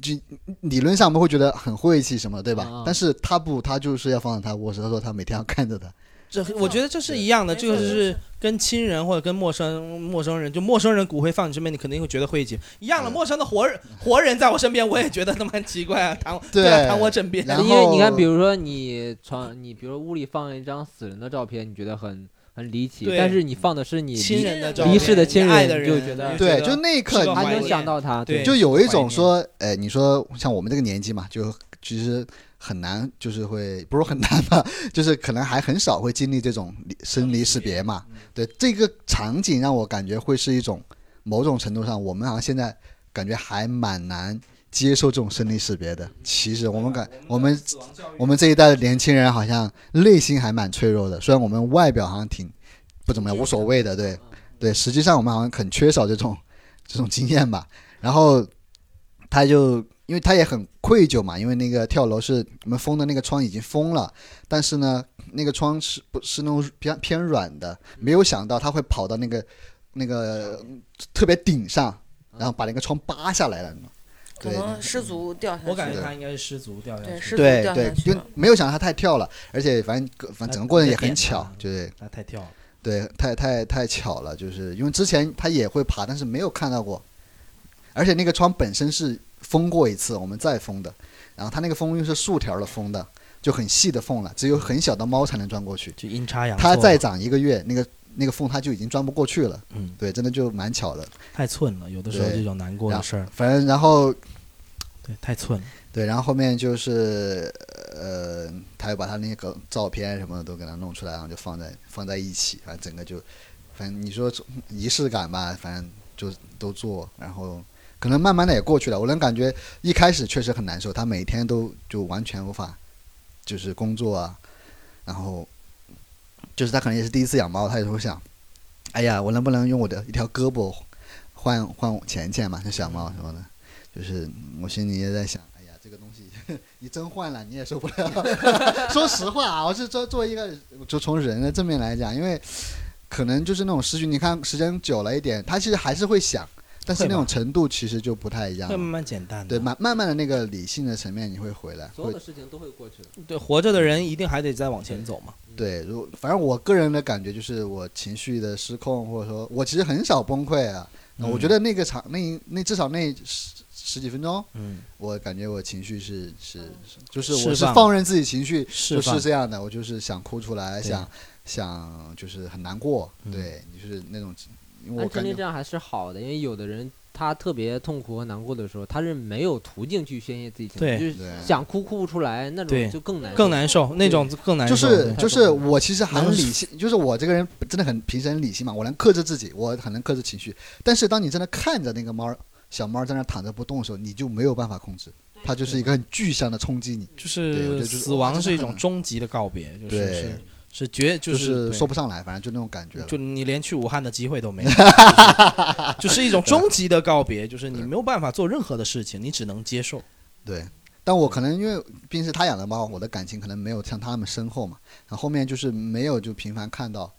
[SPEAKER 7] 就理论上我们会觉得很晦气什么的，对吧？
[SPEAKER 4] 啊
[SPEAKER 7] 但是它不，它就是要放在它卧室。他说他每天要看着它。
[SPEAKER 1] 这我觉得这是一样的，这个就是跟亲人或者跟陌生陌生人，就陌生人骨灰放你身边，你肯定会觉得晦气。一样的，
[SPEAKER 7] 嗯
[SPEAKER 1] 陌生的活人活人在我身边，我也觉得他妈奇怪啊，躺我
[SPEAKER 7] 对
[SPEAKER 1] 啊躺我枕边。
[SPEAKER 7] 然后
[SPEAKER 4] 因为你看，比如说你床，你比如说屋里放一张死人的照片，你觉得很很离奇，
[SPEAKER 1] 对
[SPEAKER 4] 但是你放的是你
[SPEAKER 1] 亲
[SPEAKER 4] 离
[SPEAKER 1] 人的
[SPEAKER 6] 离
[SPEAKER 1] 照片
[SPEAKER 4] 世的亲人
[SPEAKER 1] 你爱的人，
[SPEAKER 4] 就觉得
[SPEAKER 7] 对，就那一刻
[SPEAKER 1] 是
[SPEAKER 7] 你
[SPEAKER 1] 个
[SPEAKER 4] 他
[SPEAKER 1] 怀
[SPEAKER 4] 能
[SPEAKER 1] 念
[SPEAKER 4] 想到他，
[SPEAKER 1] 对
[SPEAKER 7] 就有一种
[SPEAKER 1] 怀
[SPEAKER 7] 说，哎，你说像我们这个年纪嘛，就其实很难，就是会不是很难吧，就是可能还很少会经历这种离生离死别
[SPEAKER 1] 嗯
[SPEAKER 7] 嘛。对，这个场景让我感觉会是一种某种程度上，我们好像现在感觉还蛮难。接受这种生离死别的，其实我们感
[SPEAKER 1] 啊
[SPEAKER 7] 我们我们这一代的年轻人好像内心还蛮脆弱的，虽然我们外表好像挺不怎么样无所谓的，对对，实际上我们好像很缺少这种 <laughs> 这种经验吧。然后他就因为他也很愧疚嘛，因为那个跳楼是我们封的那个窗已经封了，但是呢，那个窗是不是那种偏偏软的，没有想到他会跑到那个那个特别顶上，然后把那个窗扒下来了。
[SPEAKER 6] 可能失足嗯掉下去。
[SPEAKER 1] 我感觉他应该是失足掉下
[SPEAKER 6] 对
[SPEAKER 1] 去。
[SPEAKER 6] 失足
[SPEAKER 7] 对
[SPEAKER 6] 掉
[SPEAKER 7] 对
[SPEAKER 6] 下，去
[SPEAKER 7] 就
[SPEAKER 6] 了。
[SPEAKER 7] 没有想到他太跳了，而且反正反正整个过程也很巧，就是
[SPEAKER 1] 他太跳了。
[SPEAKER 7] 对，太太太巧了，就是因为之前他也会爬，但是没有看到过，而且那个窗本身是封过一次，我们再封的，然后他那个封又是竖条的封的，就很细的缝了，只有很小的猫才能钻过去。
[SPEAKER 1] 就阴差阳错。
[SPEAKER 7] 它再长一个月，那个那个缝它就已经钻不过去了。
[SPEAKER 1] 嗯，
[SPEAKER 7] 对，真的就蛮巧的。
[SPEAKER 1] 太寸了，有的时候
[SPEAKER 7] 对
[SPEAKER 1] 这种难过
[SPEAKER 7] 然
[SPEAKER 1] 的
[SPEAKER 7] 后
[SPEAKER 1] 事儿，
[SPEAKER 7] 反正然后
[SPEAKER 1] 对，太寸了。
[SPEAKER 7] 对，然后后面就是呃，他又把他那个照片什么的都给他弄出来，然后就放在放在一起，反正整个就，反正你说仪式感吧，反正就都做，然后可能慢慢的也过去了。我能感觉一开始确实很难受，他每天都就完全无法，就是工作啊，然后就是他可能也是第一次养猫，他也会想，哎呀，我能不能用我的一条胳膊换换钱钱嘛，这小猫什么的，就是我心里也在想，哎呀，这个东西 <laughs> 你真换了你也受不了。 <laughs> 说实话啊，我是作作为一个就从人的正面来讲，因为可能就是那种失去，你看时间久了一点，他其实还是会想，但是
[SPEAKER 1] 会
[SPEAKER 7] 那
[SPEAKER 1] 吧
[SPEAKER 7] 种程度其实就不太一样
[SPEAKER 1] 会慢
[SPEAKER 7] 了。
[SPEAKER 1] 慢简单的。
[SPEAKER 7] 对，慢慢慢的那个理性的层面你会回来，
[SPEAKER 4] 所
[SPEAKER 7] 会
[SPEAKER 4] 有的事情都会过去的。
[SPEAKER 1] 对，活着的人一定还得再往前走嘛。
[SPEAKER 7] 对，如反正我个人的感觉就是我情绪的失控，或者说我其实很少崩溃啊。
[SPEAKER 1] 嗯
[SPEAKER 7] 我觉得那个场那那至少那十十几分钟，
[SPEAKER 1] 嗯，
[SPEAKER 7] 我感觉我情绪是是是就是
[SPEAKER 1] 释
[SPEAKER 7] 我是
[SPEAKER 1] 放
[SPEAKER 7] 放任自己情绪，
[SPEAKER 1] 释
[SPEAKER 7] 就
[SPEAKER 1] 放
[SPEAKER 7] 是这样的，我就是想哭出来，
[SPEAKER 1] 对
[SPEAKER 7] 想想就是很难过，
[SPEAKER 1] 嗯
[SPEAKER 7] 对，就是那种，因为我
[SPEAKER 4] 安陈
[SPEAKER 7] 感
[SPEAKER 4] 林啊
[SPEAKER 7] 觉
[SPEAKER 4] 这样还是好的，因为有的人他特别痛苦和难过的时候，他是没有途径去宣泄自己情
[SPEAKER 1] 对
[SPEAKER 4] 绪，就是
[SPEAKER 7] 对
[SPEAKER 4] 想哭哭不出来，那
[SPEAKER 1] 对
[SPEAKER 4] 种就更难
[SPEAKER 1] 更难受，那种更难
[SPEAKER 7] 就
[SPEAKER 1] 受。
[SPEAKER 7] 是
[SPEAKER 1] 对
[SPEAKER 7] 就是我其实很
[SPEAKER 1] 能
[SPEAKER 7] 理性，就是我这个人真的很平时很理性嘛，我能克制自己，我很能克制情绪。但是当你真的看着那个猫儿小猫儿在那儿躺着不动的时候，你就没有办法控制，它就是一个很具象的冲击你，
[SPEAKER 1] 就
[SPEAKER 7] 对我觉得
[SPEAKER 1] 是
[SPEAKER 7] 就是
[SPEAKER 1] 死
[SPEAKER 7] 哇
[SPEAKER 1] 亡
[SPEAKER 7] 真
[SPEAKER 1] 是
[SPEAKER 7] 的
[SPEAKER 1] 一种
[SPEAKER 7] 很
[SPEAKER 1] 终极的告别，就是
[SPEAKER 7] 对
[SPEAKER 1] 是是绝就
[SPEAKER 7] 就是是
[SPEAKER 1] 对
[SPEAKER 7] 说不上来，反正就那种感觉了。
[SPEAKER 1] 就你连去武汉的机会都
[SPEAKER 7] <laughs>
[SPEAKER 1] 没有，就是就是一种终极的告别，就是你没有办法做任何的事情，你只能接受。
[SPEAKER 7] 对，但我可能因为毕竟是他养的猫，我的感情可能没有像他们深厚嘛，然后后面就是没有就频繁看到，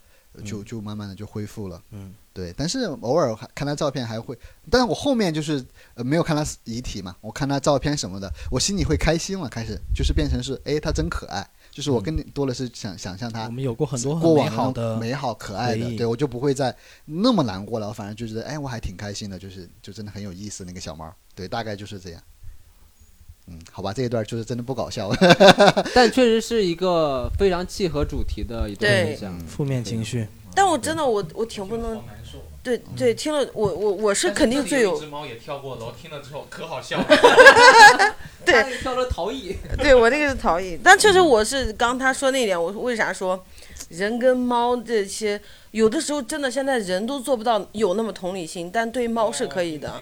[SPEAKER 7] 就就慢慢的就恢复了。
[SPEAKER 1] 嗯，
[SPEAKER 7] 对，但是偶尔还看他照片还会，但是我后面就是、呃、没有看他遗体嘛，我看他照片什么的，我心里会开心了，开始就是变成是，哎，他真可爱，就是我
[SPEAKER 1] 嗯
[SPEAKER 7] 跟你多了是想想象他
[SPEAKER 1] 我们有过很多很
[SPEAKER 7] 过
[SPEAKER 1] 美
[SPEAKER 7] 往
[SPEAKER 1] 好
[SPEAKER 7] 的
[SPEAKER 1] 的
[SPEAKER 7] 美好可爱
[SPEAKER 1] 回忆
[SPEAKER 7] 的，对我就不会再那么难过了。我反正就觉得，哎，我还挺开心的，就是就真的很有意思那个小猫，对，大概就是这样。嗯，好吧，这一段就是真的不搞笑。 <laughs>
[SPEAKER 4] <laughs> 但确实是一个非常契合主题的一段
[SPEAKER 6] 对
[SPEAKER 4] 分享。
[SPEAKER 1] 负面情绪。
[SPEAKER 6] 但我真的我我挺不能，对对，听了我我我啊是肯定最
[SPEAKER 2] 但
[SPEAKER 6] 有 <laughs>
[SPEAKER 2] 是这里一只猫也跳过楼，听了之后可好笑
[SPEAKER 4] <laughs>
[SPEAKER 2] 了。
[SPEAKER 6] 对
[SPEAKER 4] 他跳了逃逸，
[SPEAKER 6] 对我那个是陶艺，但确实我是刚他说那一点，我为啥说人跟猫这些，有的时候真的现在人都做不到有那么同理心，但哦对猫是可以的。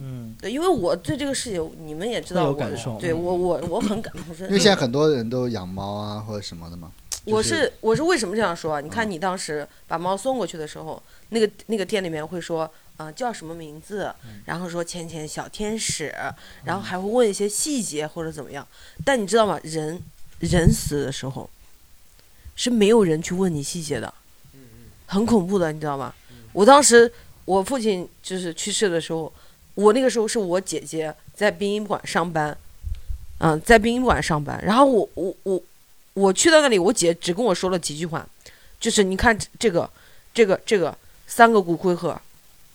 [SPEAKER 1] 嗯，
[SPEAKER 6] 对，因为我对这个事情，你们也知道
[SPEAKER 1] 会有
[SPEAKER 6] 我，
[SPEAKER 1] 感受
[SPEAKER 6] 对我我我很感同身
[SPEAKER 7] 因为现在
[SPEAKER 6] 受。
[SPEAKER 7] 很多人都养猫啊或者什么的嘛，
[SPEAKER 6] 我
[SPEAKER 7] 就是嗯
[SPEAKER 6] 是我是为什么这样说啊？你看你当时把猫送过去的时候，那个那个店里面会说。啊、叫什么名字？
[SPEAKER 7] 嗯
[SPEAKER 6] 然后说浅浅小天使，然后还会问一些细节或者怎么样。但你知道吗？人人死的
[SPEAKER 9] <laughs>
[SPEAKER 6] 时候，是没有人去问你细节的，
[SPEAKER 7] 嗯
[SPEAKER 6] 很恐怖的，你知道吗？我当时我父亲就是去世的时候，我那个时候是我姐姐在殡仪馆上班，嗯，在殡仪馆上班。然后我我我我去到那里，我姐只跟我说了几句话，就是你看这这个这个这个三个骨灰盒，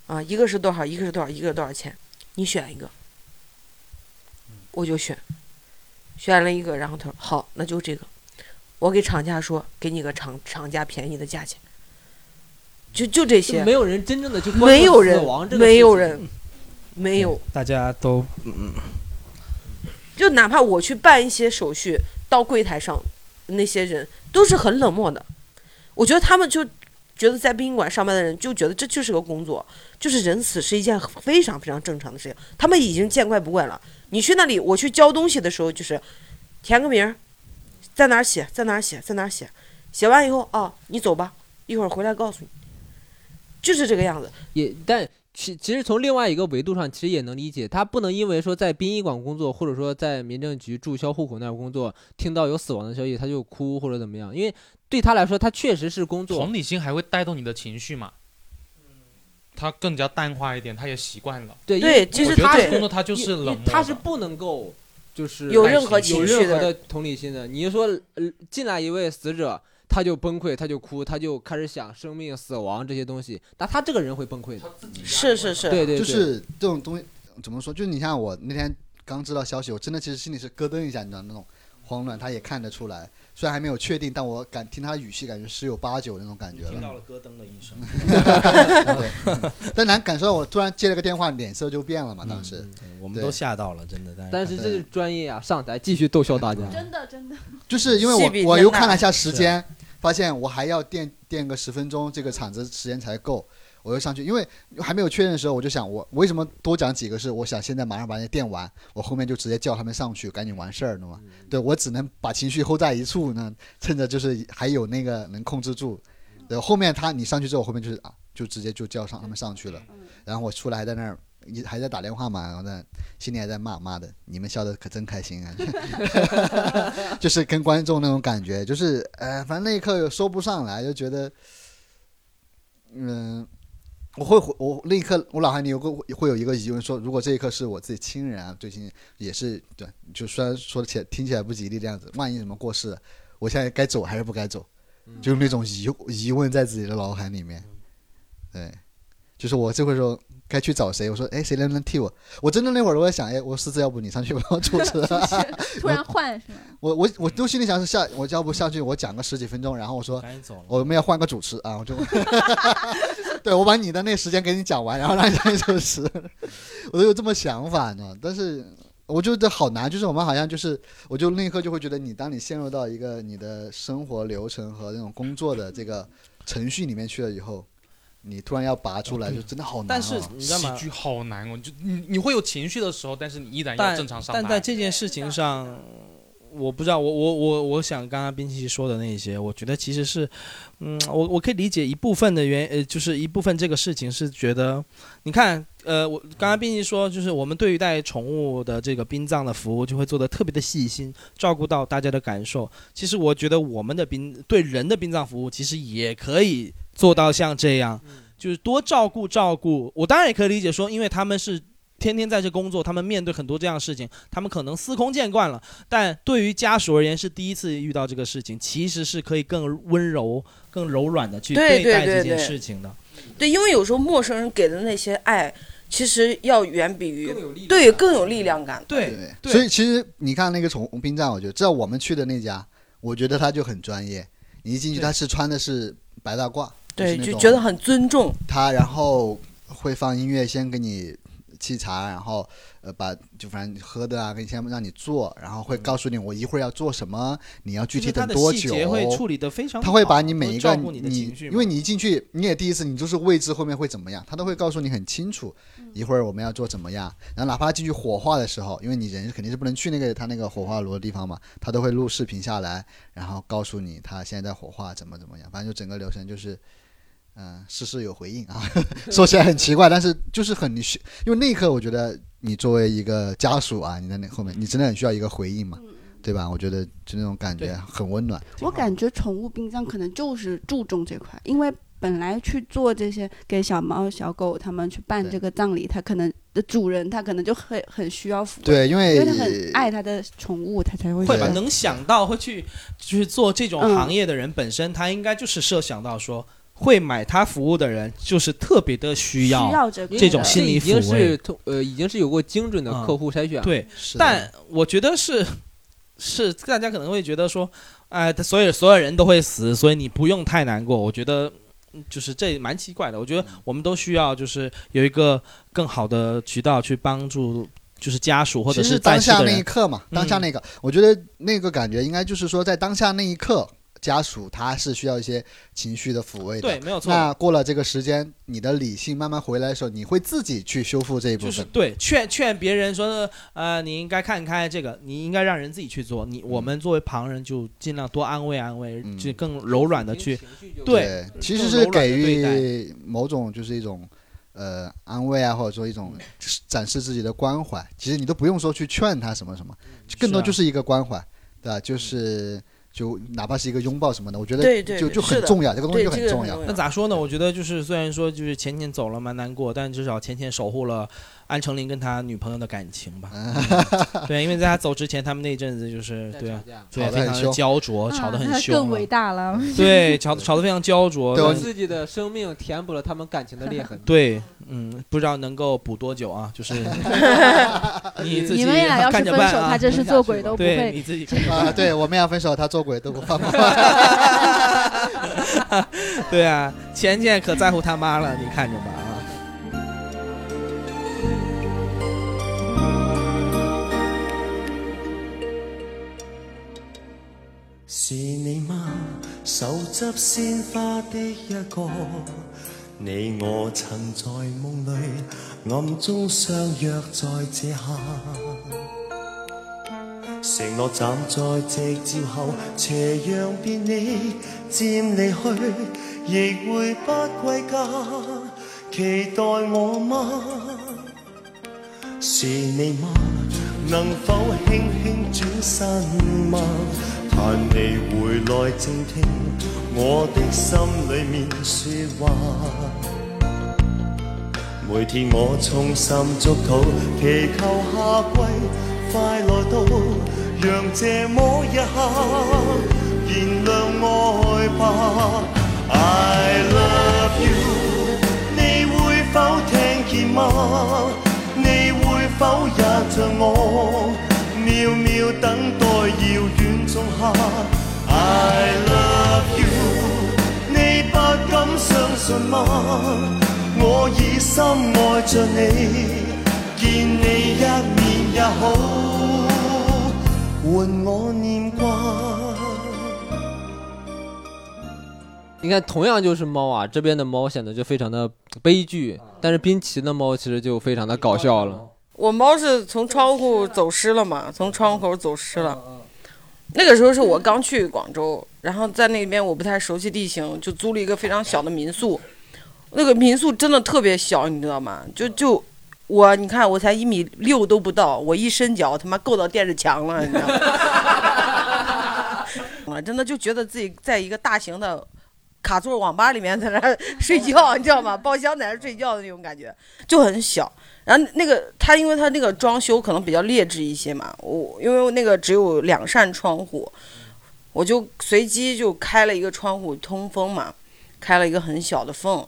[SPEAKER 6] 啊，一个是多少，一个是多少，一个是多少钱，你选一个，我就选，选了一个，然后他说好，那就这个。我给厂家说，给你个厂厂家便宜的价钱，就就这
[SPEAKER 4] 就
[SPEAKER 6] 些，
[SPEAKER 4] 没有人真正的去关注
[SPEAKER 6] 没有人
[SPEAKER 4] 死亡，这个
[SPEAKER 6] 没有
[SPEAKER 4] 事情
[SPEAKER 6] 人，没有。
[SPEAKER 1] 大家都嗯
[SPEAKER 6] 就哪怕我去办一些手续，到柜台上，那些人都是很冷漠的。我觉得他们就觉得在殡仪馆上班的人就觉得这就是个工作，就是人死是一件非常非常正常的事情，他们已经见怪不怪了。你去那里，我去交东西的时候，就是填个名儿，在哪儿写，在哪儿写，在哪儿写，写完以后啊、你走吧，一会儿回来告诉你，就是这个样子。
[SPEAKER 4] 也但其其实从另外一个维度上，其实也能理解，他不能因为说在殡仪馆工作，或者说在民政局注销户口那儿工作，听到有死亡的消息他就哭或者怎么样，因为对他来说，他确实是工作。
[SPEAKER 2] 同理心还会带动你的情绪嘛？
[SPEAKER 12] 他更加淡化一点，他也习惯了。
[SPEAKER 4] 对
[SPEAKER 6] 对其实
[SPEAKER 12] 我觉得
[SPEAKER 6] 他
[SPEAKER 12] 这
[SPEAKER 6] 是
[SPEAKER 12] 工作他就是冷漠的，
[SPEAKER 4] 他是不能够就是
[SPEAKER 6] 有任何
[SPEAKER 4] 有
[SPEAKER 6] 情绪
[SPEAKER 4] 任何
[SPEAKER 6] 的
[SPEAKER 4] 的同理心的。你就说呃进来一位死者，他就崩溃，他就哭，他就开始想生命、死亡这些东西，但他这个人会崩溃的。
[SPEAKER 6] 是是是，
[SPEAKER 4] 对对，
[SPEAKER 7] 就是这种东西怎么说？就是你像我那天刚知道消息，我真的其实心里是咯噔一下，你知道那种慌乱，他也看得出来。虽然还没有确定，但我感听他的语气，感觉十有八九那种感觉
[SPEAKER 1] 听到了
[SPEAKER 4] 嗯
[SPEAKER 7] 了。
[SPEAKER 1] 咯噔的一声。
[SPEAKER 7] 对，嗯但难感受到我突然接了个电话，脸色就变了嘛。当时
[SPEAKER 1] 我们都吓到了，真的。
[SPEAKER 4] 但是这是专业啊，上台继续逗笑大家。
[SPEAKER 9] 真的真的，
[SPEAKER 7] 就是因为
[SPEAKER 4] 戏比
[SPEAKER 7] 我我
[SPEAKER 4] 天
[SPEAKER 7] 又
[SPEAKER 4] 大
[SPEAKER 7] 看了一下时间，发现我还要垫垫个十分钟，这个场子时间才够，我又上去。因为还没有确认的时候，我就想我我为什么多讲几个是我想现在马上把人家垫完，我后面就直接叫他们上去，赶紧完事儿，懂吗？对我只能把情绪 hold 在一处呢，趁着就是还有那个能控制住。对，后面他你上去之后，后面就是啊，就直接就叫上他们上去了，然后我出来还在那儿。一还在打电话嘛，然后在心里还在骂妈的，你们笑的可真开心啊！
[SPEAKER 3] <laughs>
[SPEAKER 7] 就是跟观众那种感觉，就是呃，反正那一刻又说不上来，就觉得，嗯，我会回我那一刻我脑海里有个会有一个疑问说，如果这一刻是我自己亲人啊，最近也是对，就虽然说起来听起来不吉利这样子，万一什么过世了，我现在该走还是不该走，
[SPEAKER 3] 嗯
[SPEAKER 7] 就那种疑疑问在自己的脑海里面，
[SPEAKER 3] 嗯
[SPEAKER 7] 对，就是我这会说。该去找谁？我说，哎，谁能不能替我？我真的那会儿我在想，哎，我狮子，要不你上去帮我主持？啊
[SPEAKER 3] <laughs>
[SPEAKER 7] <laughs>
[SPEAKER 3] 突然换是吗？
[SPEAKER 7] 我我我都心里想是下，我要不下去我讲个十几分钟，然后我说
[SPEAKER 1] 赶紧走了
[SPEAKER 7] 我们要换个主持啊，我就， <laughs> 对我把你的那时间给你讲完，然后让你上去主持， <laughs> 我都有这么想法呢。但是我觉得好难，就是我们好像就是，我就那一刻就会觉得你，当你陷入到一个你的生活流程和那种工作的这个程序里面去了以后，你突然要拔出来，就真的好难、哦
[SPEAKER 1] 嗯但是你知道
[SPEAKER 2] 啊喜
[SPEAKER 1] 吗
[SPEAKER 2] 剧好难哦，就你你会有情绪的时候，但是你依然要
[SPEAKER 1] 但
[SPEAKER 2] 正常上
[SPEAKER 1] 但
[SPEAKER 2] 班。
[SPEAKER 1] 在这件事情上，我不知道，我我我我想刚刚冰淇淋说的那一些，我觉得其实是，嗯，我我可以理解一部分的原，呃，就是一部分这个事情是觉得，你看，呃，我刚刚冰淇淋说，就是我们对待宠物的这个殡葬的服务，就会做的特别的细心，照顾到大家的感受。其实我觉得我们的殡对人的殡葬服务，其实也可以做到像这样。就是多照顾照顾。我当然也可以理解说，因为他们是天天在这工作，他们面对很多这样的事情，他们可能司空见惯了。但对于家属而言，是第一次遇到这个事情，其实是可以更温柔、更柔软的去待
[SPEAKER 6] 对对
[SPEAKER 1] 这
[SPEAKER 6] 对
[SPEAKER 1] 件
[SPEAKER 6] 对
[SPEAKER 1] 事情的。
[SPEAKER 6] 对，因为有时候陌生人给的那些爱，其实要远比于对更有力量感。
[SPEAKER 1] 对，
[SPEAKER 7] 所以其实你看那个宠物殡葬，我觉得至少我们去的那家，我觉得他就很专业。你一进去，他是穿的是白大褂，
[SPEAKER 6] 对，
[SPEAKER 7] 是那
[SPEAKER 6] 就
[SPEAKER 7] 种
[SPEAKER 6] 觉得很尊重。
[SPEAKER 7] 他，然后会放音乐，先给你沏茶，然后呃把就反正喝的啊，给你先让你做，然后会告诉你我一会儿要做什么，你要具体
[SPEAKER 1] 嗯就是他
[SPEAKER 7] 等
[SPEAKER 1] 的
[SPEAKER 7] 多
[SPEAKER 1] 细
[SPEAKER 7] 久。
[SPEAKER 1] 节会处理得非常
[SPEAKER 7] 他会把
[SPEAKER 1] 好
[SPEAKER 7] 你每一
[SPEAKER 1] 会照
[SPEAKER 7] 个
[SPEAKER 1] 顾你的情绪嘛
[SPEAKER 7] 因为你一进去你也第一次，你就是未知后面会怎么样，他都会告诉你很清楚，一会儿我们要做怎么样。然后哪怕进去火化的时候，因为你人肯定是不能去那个他那个火化炉的地方嘛，他都会录视频下来，然后告诉你他现在在火化怎么怎么样，反正就整个流程就是。嗯，事事有回应啊，说起来很奇怪，但是就是很你需，因为那一刻我觉得你作为一个家属啊，你在那后面，你真的很需要一个回应嘛，对吧？我觉得就那种感觉很温暖。
[SPEAKER 9] 我感觉宠物殡葬可能就是注重这块，因为本来去做这些给小猫、小狗它们去办这个葬礼，它可能的主人他可能就很很需要抚慰，
[SPEAKER 7] 对因为
[SPEAKER 9] 因为他很爱他的宠物，他才会
[SPEAKER 1] 会
[SPEAKER 9] 去
[SPEAKER 1] 吧？
[SPEAKER 9] 办
[SPEAKER 1] 能想到会去去做这种
[SPEAKER 9] 嗯
[SPEAKER 1] 行业的人，本身他应该就是设想到说。会买他服务的人，就是特别的需要
[SPEAKER 9] 需要这个
[SPEAKER 1] 种心理
[SPEAKER 4] 已
[SPEAKER 1] 抚
[SPEAKER 4] 经
[SPEAKER 1] 慰。
[SPEAKER 4] 是通呃已经是有过精准的
[SPEAKER 1] 嗯
[SPEAKER 4] 客户筛选了。
[SPEAKER 1] 对，但我觉得是是大家可能会觉得说，哎、他所有所有人都会死，所以你不用太难过。我觉得嗯就是这蛮奇怪的。我觉得我们都需要就是有一个更好的渠道去帮助，就是家属或者
[SPEAKER 7] 其实
[SPEAKER 1] 是在
[SPEAKER 7] 当
[SPEAKER 1] 世
[SPEAKER 7] 下
[SPEAKER 1] 的
[SPEAKER 7] 那
[SPEAKER 1] 人嗯
[SPEAKER 7] 一刻嘛，当下那个，我觉得那个感觉应该就是说，在当下那一刻，家属他是需要一些情绪的抚慰的。
[SPEAKER 1] 对没有错
[SPEAKER 7] 那过了这个时间，你的理性慢慢回来的时候，你会自己去修复这一部分。
[SPEAKER 1] 就是对劝劝别人说，呃，你应该看开这个，你应该让人自己去做。你
[SPEAKER 7] 嗯
[SPEAKER 1] 我们作为旁人就尽量多安慰安慰，就更柔软的去对，
[SPEAKER 7] 其实
[SPEAKER 1] 更
[SPEAKER 7] 是
[SPEAKER 1] 柔软
[SPEAKER 7] 给
[SPEAKER 1] 地对待
[SPEAKER 7] 予某种就是一种呃安慰啊，或者说一种展示自己的关怀。其实你都不用说去劝他什么什么，更多
[SPEAKER 1] 是啊嗯
[SPEAKER 7] 就是一个关怀，对吧？就是。就哪怕是一个拥抱什么的，我觉得
[SPEAKER 1] 对对
[SPEAKER 7] 就
[SPEAKER 1] 对
[SPEAKER 7] 就很
[SPEAKER 1] 是的
[SPEAKER 7] 重要，这个东西就很重
[SPEAKER 1] 那咋说呢？我觉得就是虽然说就是浅浅走了蛮难过，但至少浅浅守护了安成林跟他女朋友的感情
[SPEAKER 7] <laughs>
[SPEAKER 1] 吧。嗯对，因为在他走之前，他们那阵子就是对啊，对啊，
[SPEAKER 7] 吵得
[SPEAKER 1] 非
[SPEAKER 7] 很
[SPEAKER 1] 常的
[SPEAKER 7] 凶
[SPEAKER 1] 焦灼，
[SPEAKER 4] 啊
[SPEAKER 1] 吵得很
[SPEAKER 13] 那
[SPEAKER 1] 凶啊，
[SPEAKER 13] 更伟大了。
[SPEAKER 7] <laughs>
[SPEAKER 1] 对，吵吵得非常焦灼。
[SPEAKER 7] 啊
[SPEAKER 4] 用
[SPEAKER 1] 但。
[SPEAKER 4] 自己的生命填补了他们感情的裂痕
[SPEAKER 1] 对，嗯，不知道能够补多久啊？就是
[SPEAKER 7] <laughs>
[SPEAKER 1] 你自己
[SPEAKER 13] 你们俩要是
[SPEAKER 1] 看着
[SPEAKER 13] 分
[SPEAKER 1] 办
[SPEAKER 13] 手
[SPEAKER 1] 啊
[SPEAKER 13] 他真是做鬼都不
[SPEAKER 1] 对
[SPEAKER 13] 会
[SPEAKER 1] 你自己看着
[SPEAKER 7] 要。
[SPEAKER 13] <laughs>
[SPEAKER 1] 办
[SPEAKER 7] 啊，对，我们要分手，他做鬼都不放过。
[SPEAKER 1] <laughs> 对啊，浅浅可在乎他妈了，你看着吧啊。
[SPEAKER 14] 是你吗？手执鲜花的一个，你我曾在梦里暗中相约在这刻。承诺站在夕照后，斜阳便你渐离去，亦会不归家。期待我吗？是你吗？能否輕輕轉身嗎？盼你回來靜聽我的心裏面説話。每天我衷心祝禱，祈求夏季快來到，讓這麼一刻燃亮愛吧。I love you，你會否聽見嗎？你會否也像我，渺渺等待遙遠仲夏？I love you，你不敢相信嗎？我已深愛着你，見你一面也好，換我念掛。
[SPEAKER 4] <laughs> 你看，同样就是猫啊，这边的猫显得就非常的悲剧，但是冰淇淋的猫其实就非常的搞笑了。
[SPEAKER 6] 我猫是从窗户走失了嗯嘛，从窗户口走失了。那个时候是我刚去广州，然后在那边我不太熟悉地形，就租了一个非常小的民宿。那个民宿真的特别小，你知道吗？就就我，你看我才一米六都不到，我一伸脚他妈够到电视墙了，你知道吗？ <laughs> 我真的就觉得自己在一个大型的卡座网吧里面在那儿睡觉，你知道吗？包厢在那儿睡觉的那种感觉。就很小。然后那个它，因为它那个装修可能比较劣质一些嘛，我因为我那个只有两扇窗户，我就随机就开了一个窗户通风嘛，开了一个很小的缝，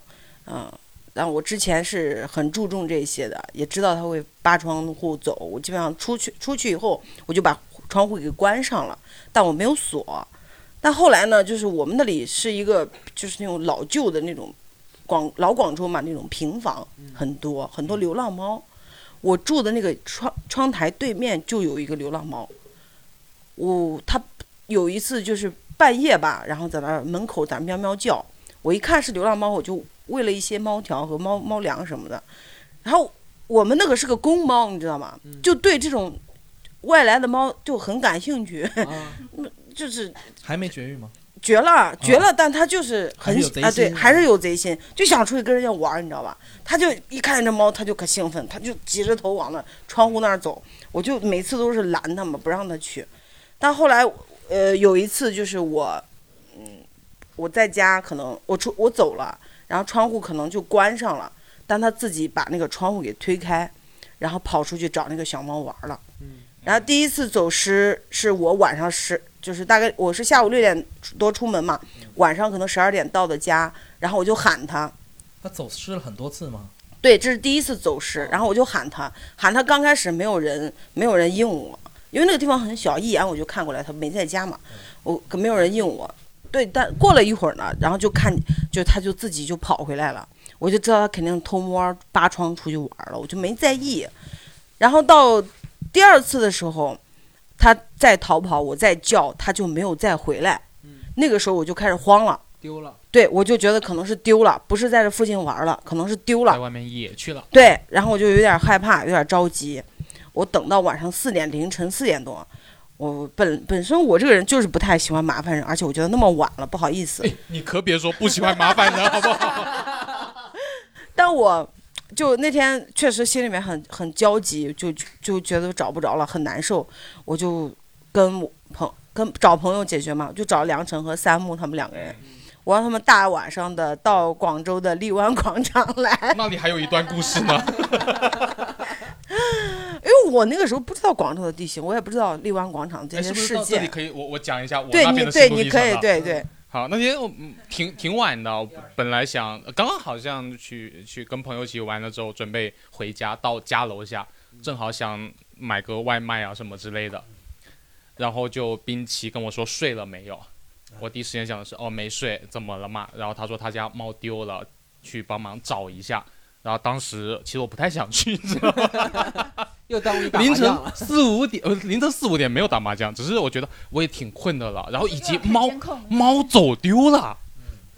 [SPEAKER 6] 嗯，然后我之前是很注重这些的，也知道它会扒窗户走，我基本上出去出去以后我就把窗户给关上了，但我没有锁。但后来呢，就是我们那里是一个就是那种老旧的那种广老广州嘛，那种平房很多，很多流浪猫。我住的那个窗窗台对面就有一个流浪猫，我它有一次就是半夜吧，然后在那儿门口在那儿喵喵叫，我一看是流浪猫，我就喂了一些猫条和猫猫粮什么的。然后我们那个是个公猫，你知道吗？就对这种外来的猫就很感兴趣， <laughs> 就是
[SPEAKER 1] 还没绝育吗？
[SPEAKER 6] 绝了，绝了！但他就是很
[SPEAKER 1] 啊还是有贼
[SPEAKER 6] 啊，对，
[SPEAKER 1] 心
[SPEAKER 6] 还是有贼心，就想出去跟人家玩儿，你知道吧？他就一看见这猫，他就可兴奋，他就急着头往那窗户那儿走。我就每次都是拦他嘛，不让他去。但后来，呃，有一次就是我，嗯，我在家可能我出我走了，然后窗户可能就关上了，但他自己把那个窗户给推开，然后跑出去找那个小猫玩儿了。然后第一次走失是我晚上十，就是大概我是下午六点多出门嘛，晚上可能十二点到的家，然后我就喊他，
[SPEAKER 1] 他走失了很多次吗？
[SPEAKER 6] 对，这是第一次走失，然后我就喊他，喊他刚开始没有人，没有人应我，因为那个地方很小，一眼我就看过来他没在家嘛，我可没有人应我，对，但过了一会儿呢，然后就看，就他就自己就跑回来了，我就知道他肯定偷摸扒窗出去玩了，我就没在意，然后到第二次的时候，他再逃跑，我再叫，他就没有再回来，那个时候我就开始慌了。
[SPEAKER 4] 丢了，
[SPEAKER 6] 对，我就觉得可能是丢了，不是在这附近玩了，可能是丢了。
[SPEAKER 2] 在外面野去了。
[SPEAKER 6] 对，然后我就有点害怕，有点着急。我等到晚上四点，凌晨四点多，我本本身我这个人就是不太喜欢麻烦人，而且我觉得那么晚了不好意思，
[SPEAKER 2] 你可别说不喜欢麻烦人，好不好？
[SPEAKER 6] 但我就那天确实心里面很很焦急，就就觉得找不着了，很难受，我就跟我朋跟找朋友解决嘛，就找梁晨和三木他们两个人，我让他们大晚上的到广州的荔湾广场来，
[SPEAKER 2] 那里还有一段故事呢。
[SPEAKER 6] 因为我那个时候不知道广州的地形，我也不知道荔湾广场这
[SPEAKER 2] 哎，是
[SPEAKER 6] 些
[SPEAKER 2] 不是
[SPEAKER 6] 事
[SPEAKER 2] 到这
[SPEAKER 6] 件
[SPEAKER 2] 里。可以我我讲一下我
[SPEAKER 6] 对
[SPEAKER 2] 那
[SPEAKER 6] 你
[SPEAKER 2] 边的
[SPEAKER 6] 对
[SPEAKER 2] 心路
[SPEAKER 6] 你
[SPEAKER 2] 历
[SPEAKER 6] 可
[SPEAKER 2] 程
[SPEAKER 6] 以
[SPEAKER 2] 啊
[SPEAKER 6] 对对。
[SPEAKER 2] 好，那天我嗯挺挺晚的，我本来想呃刚刚好像去去跟朋友一起玩了之后，准备回家，到家楼下正好想买个外卖啊什么之类的，然后就冰淇跟我说睡了没有，我第一时间想的是哦没睡，怎么了嘛？然后他说他家猫丢了，去帮忙找一下。然后当时其实我不太想去，你知道吗？
[SPEAKER 4] 又耽误 <laughs> 你打麻
[SPEAKER 2] 凌晨
[SPEAKER 4] 将了
[SPEAKER 2] 四五点，呃，凌晨四五点没有打麻将，只是我觉得我也挺困的了，然后以
[SPEAKER 4] <laughs>
[SPEAKER 2] 及猫猫走丢了，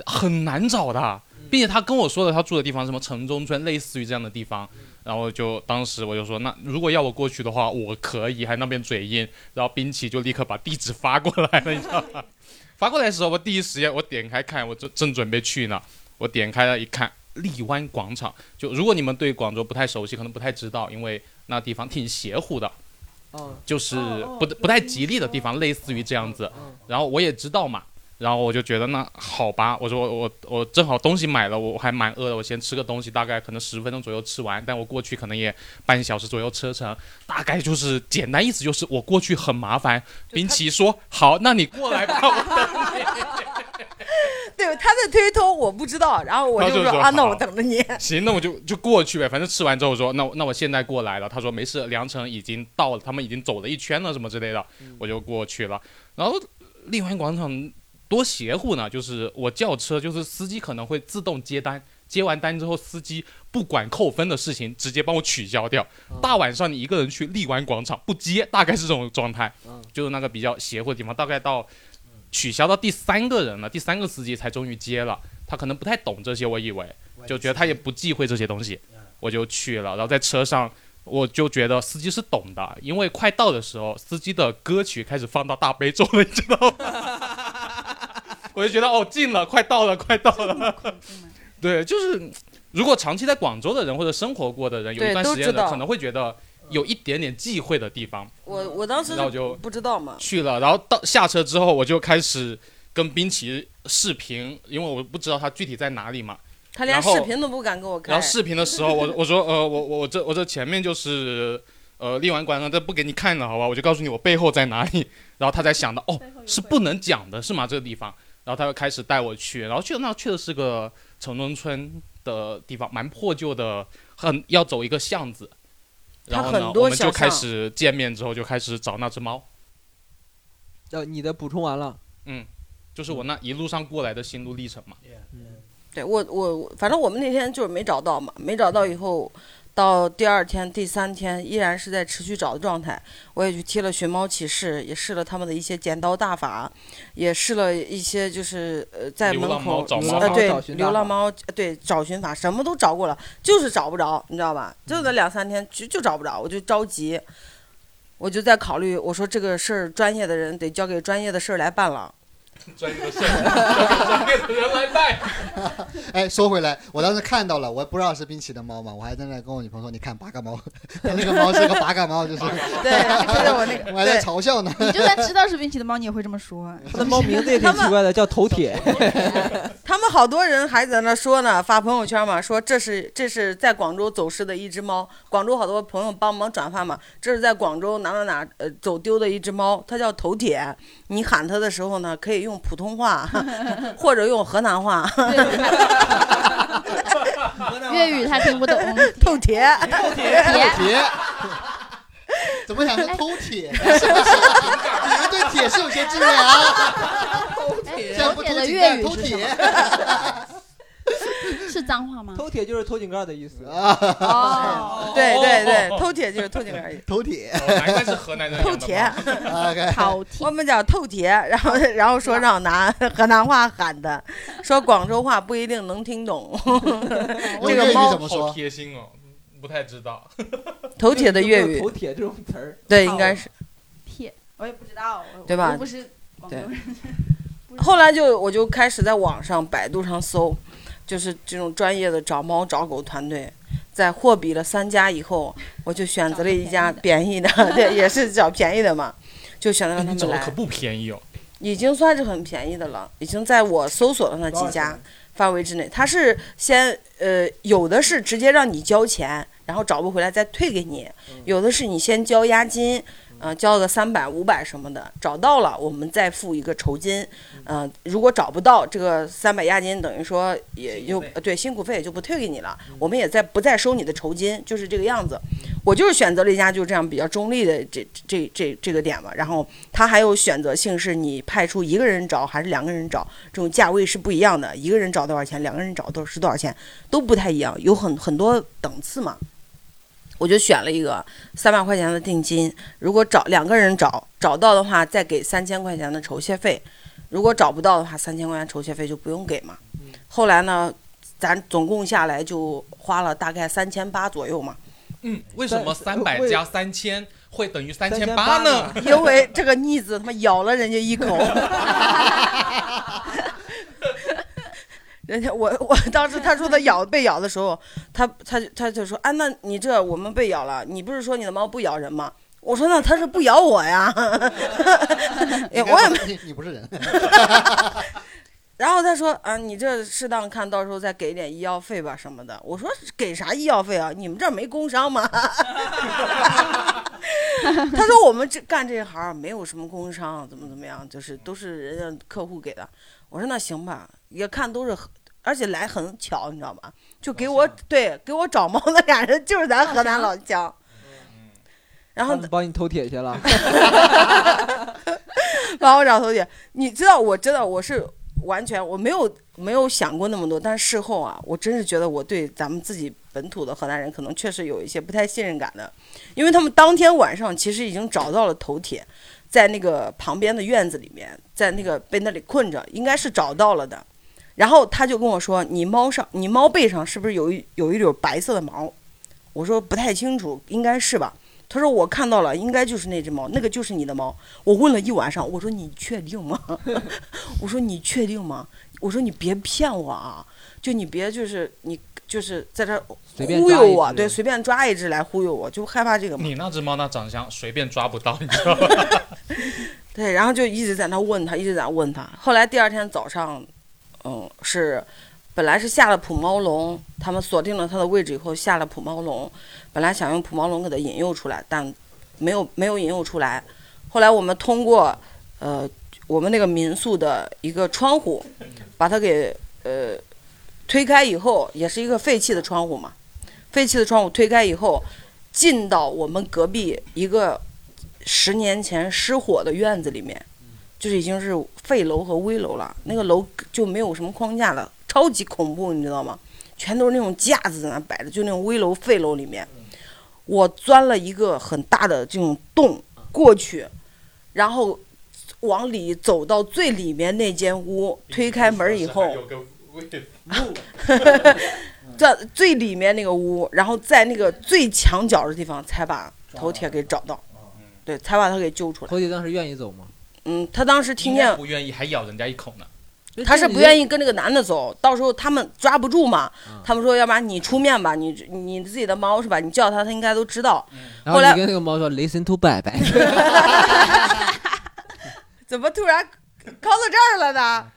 [SPEAKER 2] 很难找的，嗯并且他跟我说的他住的地方什么城中村，类似于这样的地方，然后就当时我就说，那如果要我过去的话，我可以，还那边嘴硬，然后冰淇就立刻把地址发过来了，你知道吗？ <laughs> 发过来的时候，我第一时间我点开看，我正正准备去呢，我点开了一看，荔湾广场。就如果你们对广州不太熟悉，可能不太知道，因为那地方挺邪乎的，
[SPEAKER 4] 哦，嗯
[SPEAKER 2] 就是不不太吉利的地方，类似于这样子。然后我也知道嘛，然后我就觉得那好吧，我说我我我正好东西买了，我还蛮饿的，我先吃个东西，大概可能十分钟左右吃完，但我过去可能也半小时左右车程，大概就是简单意思就是我过去很麻烦。冰淇说好，那你 <laughs> 过来吧，我 <laughs>
[SPEAKER 6] 对，他在推脱，我不知道，然后我
[SPEAKER 2] 然后
[SPEAKER 6] 就
[SPEAKER 2] 哦就
[SPEAKER 6] 说
[SPEAKER 2] 说
[SPEAKER 6] 啊，那
[SPEAKER 2] 好
[SPEAKER 6] 我等着你。
[SPEAKER 2] <laughs> 行，那我就就过去呗。反正吃完之后我说，那我那我现在过来了。他说没事，梁城已经到了，他们已经走了一圈了，什么之类的，我就过去了。然后荔湾广场多邪乎呢，就是我叫车，就是司机可能会自动接单，接完单之后，司机不管扣分的事情，直接帮我取消掉。大晚上你一个人去荔湾广场不接，大概是这种状态，就是那个比较邪乎的地方，大概到。取消到第三个人了，第三个司机才终于接了。他可能不太懂这些，我以为就觉得他也嗯不忌讳这些东西，我就去了。然后在车上，我就觉得司机是懂的，因为快到的时候，司机的歌曲开始放到大悲咒了，你知道吗？我就觉得哦，近了，快到了，快到了。对，就是如果长期在广州的人或者生活过的人，有一
[SPEAKER 6] 对
[SPEAKER 2] 段
[SPEAKER 6] 都
[SPEAKER 2] 时间
[SPEAKER 6] 知
[SPEAKER 2] 的
[SPEAKER 6] 道
[SPEAKER 2] 可能会觉得有一点点忌讳的地方。
[SPEAKER 6] <laughs> 我我当时
[SPEAKER 2] 那我
[SPEAKER 6] 是
[SPEAKER 2] 就
[SPEAKER 6] 不知道嘛，
[SPEAKER 2] 去了，然后到下车之后，我就开始跟冰淇视频，因为我不知道他具体在哪里嘛。
[SPEAKER 6] 他连
[SPEAKER 2] 然后
[SPEAKER 6] 视频都不敢给我开。
[SPEAKER 2] 然后视频的时候，我我说呃，我我我这我这前面就是呃立完关了，这不给你看了，好吧？我就告诉你我背后在哪里。然后他才想到，哦，是不能讲的，是吗？这个地方。然后他就开始带我去，然后去那去的是个城中村的地方，蛮破旧的，很要走一个巷子。然后
[SPEAKER 4] 它
[SPEAKER 2] 呢
[SPEAKER 4] 很，多
[SPEAKER 2] 我们
[SPEAKER 4] 小
[SPEAKER 2] 就开
[SPEAKER 4] 巷
[SPEAKER 2] 始见面之后就开始找那只猫。
[SPEAKER 4] 呃，你的补充完了，
[SPEAKER 2] 嗯，就是我那一路上过来的心路历程嘛。
[SPEAKER 6] <laughs> 对我我我反正我们那天就是没找到嘛，没找到以后，到第二天、第三天依然是在持续找的状态。我也去贴了寻猫启事，也试了他们的一些剪刀大法，也试了一些就是呃在
[SPEAKER 2] 流
[SPEAKER 6] 门
[SPEAKER 2] 浪
[SPEAKER 6] 口
[SPEAKER 2] 猫找猫
[SPEAKER 6] 呃
[SPEAKER 2] 法
[SPEAKER 6] 对
[SPEAKER 2] 找寻大
[SPEAKER 6] 流浪
[SPEAKER 2] 法
[SPEAKER 6] 猫呃对找寻法什么都找过了，就是找不着，你知道吧？就
[SPEAKER 2] 嗯
[SPEAKER 6] 那两三天就就找不着，我就着急。我就在考虑，我说这个事儿专业的人得交给专业的事儿来办了。
[SPEAKER 2] 专业的事儿，专业的人来带。
[SPEAKER 7] 哎，说回来，我当时看到了，我不知道是冰淇的猫嘛，我还在那跟我女朋友说，你看八嘎猫， <laughs> 它 <laughs> 那个猫是个八嘎
[SPEAKER 9] <laughs>
[SPEAKER 7] 猫，就是
[SPEAKER 3] 对对对我那
[SPEAKER 7] <laughs>
[SPEAKER 3] 个
[SPEAKER 7] 我还在
[SPEAKER 3] 对
[SPEAKER 7] 嘲笑呢。
[SPEAKER 3] 你就算知道是冰淇淋的猫，你也会这么说。
[SPEAKER 4] 他的猫名字也挺奇怪的，叫头铁。
[SPEAKER 6] 他们好多人还在那说呢，发朋友圈嘛，说这是这是在广州走失的一只猫，广州好多朋友帮忙转发嘛，这是在广州哪哪哪呃走丢的一只猫，它叫头铁，你喊它的时候呢，可以用普通话 <laughs> 或者用河南话，
[SPEAKER 3] 粤语他听不懂。
[SPEAKER 6] <laughs> 透铁，透
[SPEAKER 3] 铁
[SPEAKER 7] 透铁， <laughs> 怎么想说偷铁？ <laughs> 是不是？你们对铁是有些执念
[SPEAKER 10] <laughs>
[SPEAKER 7] 啊？
[SPEAKER 10] 哎
[SPEAKER 7] 现在不
[SPEAKER 3] 头铁
[SPEAKER 7] 偷
[SPEAKER 3] 的
[SPEAKER 7] 井
[SPEAKER 3] 粤
[SPEAKER 7] 盖，
[SPEAKER 3] 语
[SPEAKER 7] 偷
[SPEAKER 3] 是什
[SPEAKER 7] 铁。
[SPEAKER 3] 么？ <laughs> 是脏话吗？
[SPEAKER 4] 头铁就是偷井盖的意思 <laughs>
[SPEAKER 3] 哦
[SPEAKER 6] 对对对，偷铁就是偷井盖，
[SPEAKER 7] 偷铁，
[SPEAKER 2] 难怪是河南人
[SPEAKER 6] 透铁，
[SPEAKER 3] 好，
[SPEAKER 6] 我们叫透铁，然后然后说让拿河南话喊的，说广州话不一定能听懂，这个猫
[SPEAKER 2] 好贴心哦，不太知道。
[SPEAKER 6] 头铁的粤语
[SPEAKER 4] 头铁这种词儿，
[SPEAKER 6] 对应该是。
[SPEAKER 3] 铁，我也不知道，我
[SPEAKER 6] 对吧
[SPEAKER 3] 我不是
[SPEAKER 9] <laughs>
[SPEAKER 3] 广州人。
[SPEAKER 6] 后来就我就开始在网上、百度上搜，就是这种专业的找猫找狗团队。在货 <laughs> 比了三家以后，我就选择了一家便宜的，对，也是找便宜的嘛。就想着让他
[SPEAKER 2] 哎你找
[SPEAKER 6] 们
[SPEAKER 2] 的
[SPEAKER 6] 来
[SPEAKER 2] 可。不便宜哦，
[SPEAKER 6] 已经算是很便宜的了，已经在我搜索的那几家范围之内。他是先呃，有的是直接让你交钱，然后找不回来再退给你；
[SPEAKER 2] 嗯
[SPEAKER 6] 有的是你先交押金，嗯、交个三百、五百什么的，找到了我们再付一个酬金。嗯、如果找不到这个三百押金，等于说也就呃对辛苦费也嗯就不退给你了，我们也再不再收你的酬金，就是这个样子。我就是选择了一家就这样比较中立的这这这这个点吧。然后它还有选择性，是你派出一个人找还是两个人找，这种价位是不一样的。一个人找多少钱，两个人找多是多少钱，都不太一样，有很很多等次嘛。我就选了一个三百块钱的定金，如果找两个人找找到的话，再给三千块钱的酬谢费；如果找不到的话，三千块钱酬谢费就不用给嘛。后来呢，咱总共下来就花了大概三千八左右嘛。
[SPEAKER 2] 嗯，为什么三百
[SPEAKER 6] 为
[SPEAKER 2] 加三千会等于三千八呢？
[SPEAKER 6] <laughs> 因为这个腻子他妈咬了人家
[SPEAKER 2] <laughs>
[SPEAKER 6] 一口，人家我我当时他说他咬被咬的时候，他他他就说啊，那你这我们被咬了，你不是说你的猫不咬人吗？我说那它是不咬我呀， <laughs> 哎我也没
[SPEAKER 7] 你你不是人，
[SPEAKER 6] <laughs> 然后他说啊，你这适当看到时候再给点医药费吧什么的。我说给啥医药费啊？你们这儿没工伤吗？ <laughs> 他说我们这干这行儿没有什么工伤，怎么怎么样，就是都是人家客户给的。我说那行吧，也看都是很，而且来很巧，你知道吗？就给我对给我找猫的俩人就是咱河南老乡。然后
[SPEAKER 4] 他们帮你偷铁去 <laughs> 了，
[SPEAKER 6] 帮我找头姐，你知道，我知道我是完全我没有没有想过那么多，但事后啊，我真是觉得我对咱们自己本土的河南人可能确实有一些不太信任感的，因为他们当天晚上其实已经找到了头铁，在那个旁边的院子里面，在那个被那里困着，应该是找到了的。然后他就跟我说：“你猫上，你猫背上是不是有一有一绺白色的毛？”我说不太清楚，应该是吧。他说我看到了，应该就是那只猫，那个就是你的猫。我问了一晚上，我说你确定吗？ <laughs> 我说你确定吗？我说你别骗我啊！就你别就是你就是在这儿
[SPEAKER 2] 随便
[SPEAKER 6] 忽
[SPEAKER 2] 抓
[SPEAKER 6] 悠
[SPEAKER 2] 一
[SPEAKER 6] 我，
[SPEAKER 2] 只
[SPEAKER 6] 对，随便抓一只来忽悠我，就害怕这个嘛。
[SPEAKER 2] 你那只猫那长相随便抓不到，你知道吗？
[SPEAKER 6] 对，然后就一直在那问他，一直在那问他。后来第二天早上，嗯，是本来是下了捕猫笼，他们锁定了他的位置以后下了捕猫笼，本来想用捕猫笼给他引诱出来，但没有没有引诱出来。后来我们通过呃我们那个民宿的一个窗户，把它给呃推开以后，也是一个废弃的窗户嘛，废弃的窗户推开以后，进到我们隔壁一个十年前失火的院子里面，就是已经是废楼和危楼了，那个楼就没有什么框架了，超级恐怖，你知道吗？全都是那种架子在那摆着，就那种危楼、废楼里面，我钻了一个很大的这种洞过去，然后往里走到最里面那间屋，推开门以后，
[SPEAKER 2] <laughs> 有个位置
[SPEAKER 6] <laughs> 在最里面那个屋，然后在那个最墙角的地方才把头铁给找到，对，才把他给救出
[SPEAKER 4] 嗯
[SPEAKER 6] 来。
[SPEAKER 4] 头铁当时愿意走吗？
[SPEAKER 6] 嗯，他当时听
[SPEAKER 2] 应该
[SPEAKER 6] 见
[SPEAKER 2] 不愿意还咬人家一口呢。
[SPEAKER 6] 他是不愿意跟这个男的走，到时候他们抓不住嘛。
[SPEAKER 4] 嗯
[SPEAKER 6] 他们说，要不然你出面吧，你你自己的猫是吧？你叫他，他应该都知道。
[SPEAKER 4] 然
[SPEAKER 6] 后
[SPEAKER 4] 后
[SPEAKER 6] 来
[SPEAKER 4] 你跟那个猫说 “listen to 拜拜
[SPEAKER 6] 怎么突然考到这儿了呢？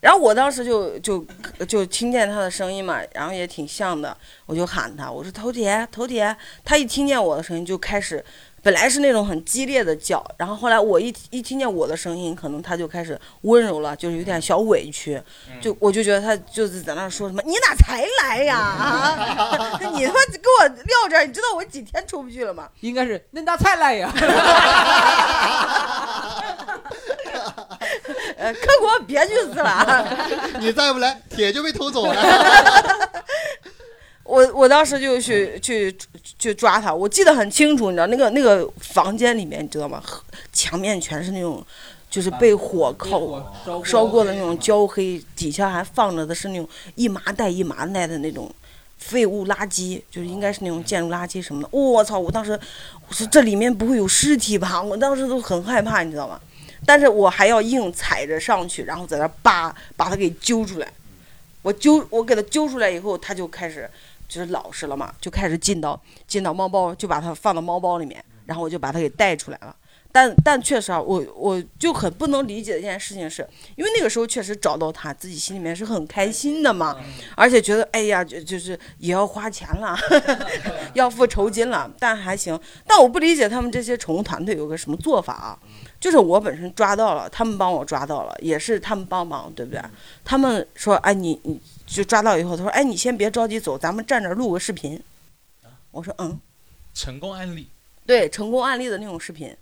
[SPEAKER 6] 然后我当时就就就听见他的声音嘛，然后也挺像的，我就喊他，我说头铁头铁。他一听见我的声音就开始，本来是那种很激烈的叫，然后后来我一一听见我的声音，可能他就开始温柔了，就是有点小委屈，
[SPEAKER 4] 嗯
[SPEAKER 6] 就我就觉得他就是在那说什么你哪才 <laughs> 来呀啊，你他妈给我撂这儿，你知道我几天出不去了吗？”，
[SPEAKER 4] 应该是恁大菜来呀。 <laughs>
[SPEAKER 6] 呃，客官别去死了啊。
[SPEAKER 7] 你再不来，铁就被偷走了。嗯
[SPEAKER 6] 我我当时就去去去抓他，我记得很清楚，你知道那个那个房间里面，你知道吗？墙面全是那种，就是啊被火烤烧过的那种焦黑，底下还放着的是那种一麻袋一麻袋的那种废物垃圾，就是应该是那种建筑垃圾什么的。我、操！我当时我说这里面不会有尸体吧？我当时都很害怕，你知道吗？但是我还要硬踩着上去，然后在那扒把他给揪出来。我揪我给他揪出来以后，他就开始就是老实了嘛，就开始进到进到猫包，就把它放到猫包里面，然后我就把它给带出来了。但但确实啊，我我就很不能理解的一件事情是，因为那个时候确实找到他，自己心里面是很开心的嘛，而且觉得哎呀，就就是也要花钱了， <laughs> 要付酬金了，但还行。但我不理解他们这些宠物团队有个什么做法啊？就是我本身抓到了，他们帮我抓到了，也是他们帮忙，对不对？他们说，哎，你你就抓到以后，他说，哎，你先别着急走，咱们站这儿录个视频。我说，嗯，
[SPEAKER 2] 成功案例，
[SPEAKER 6] 对，成功案例的那种视频。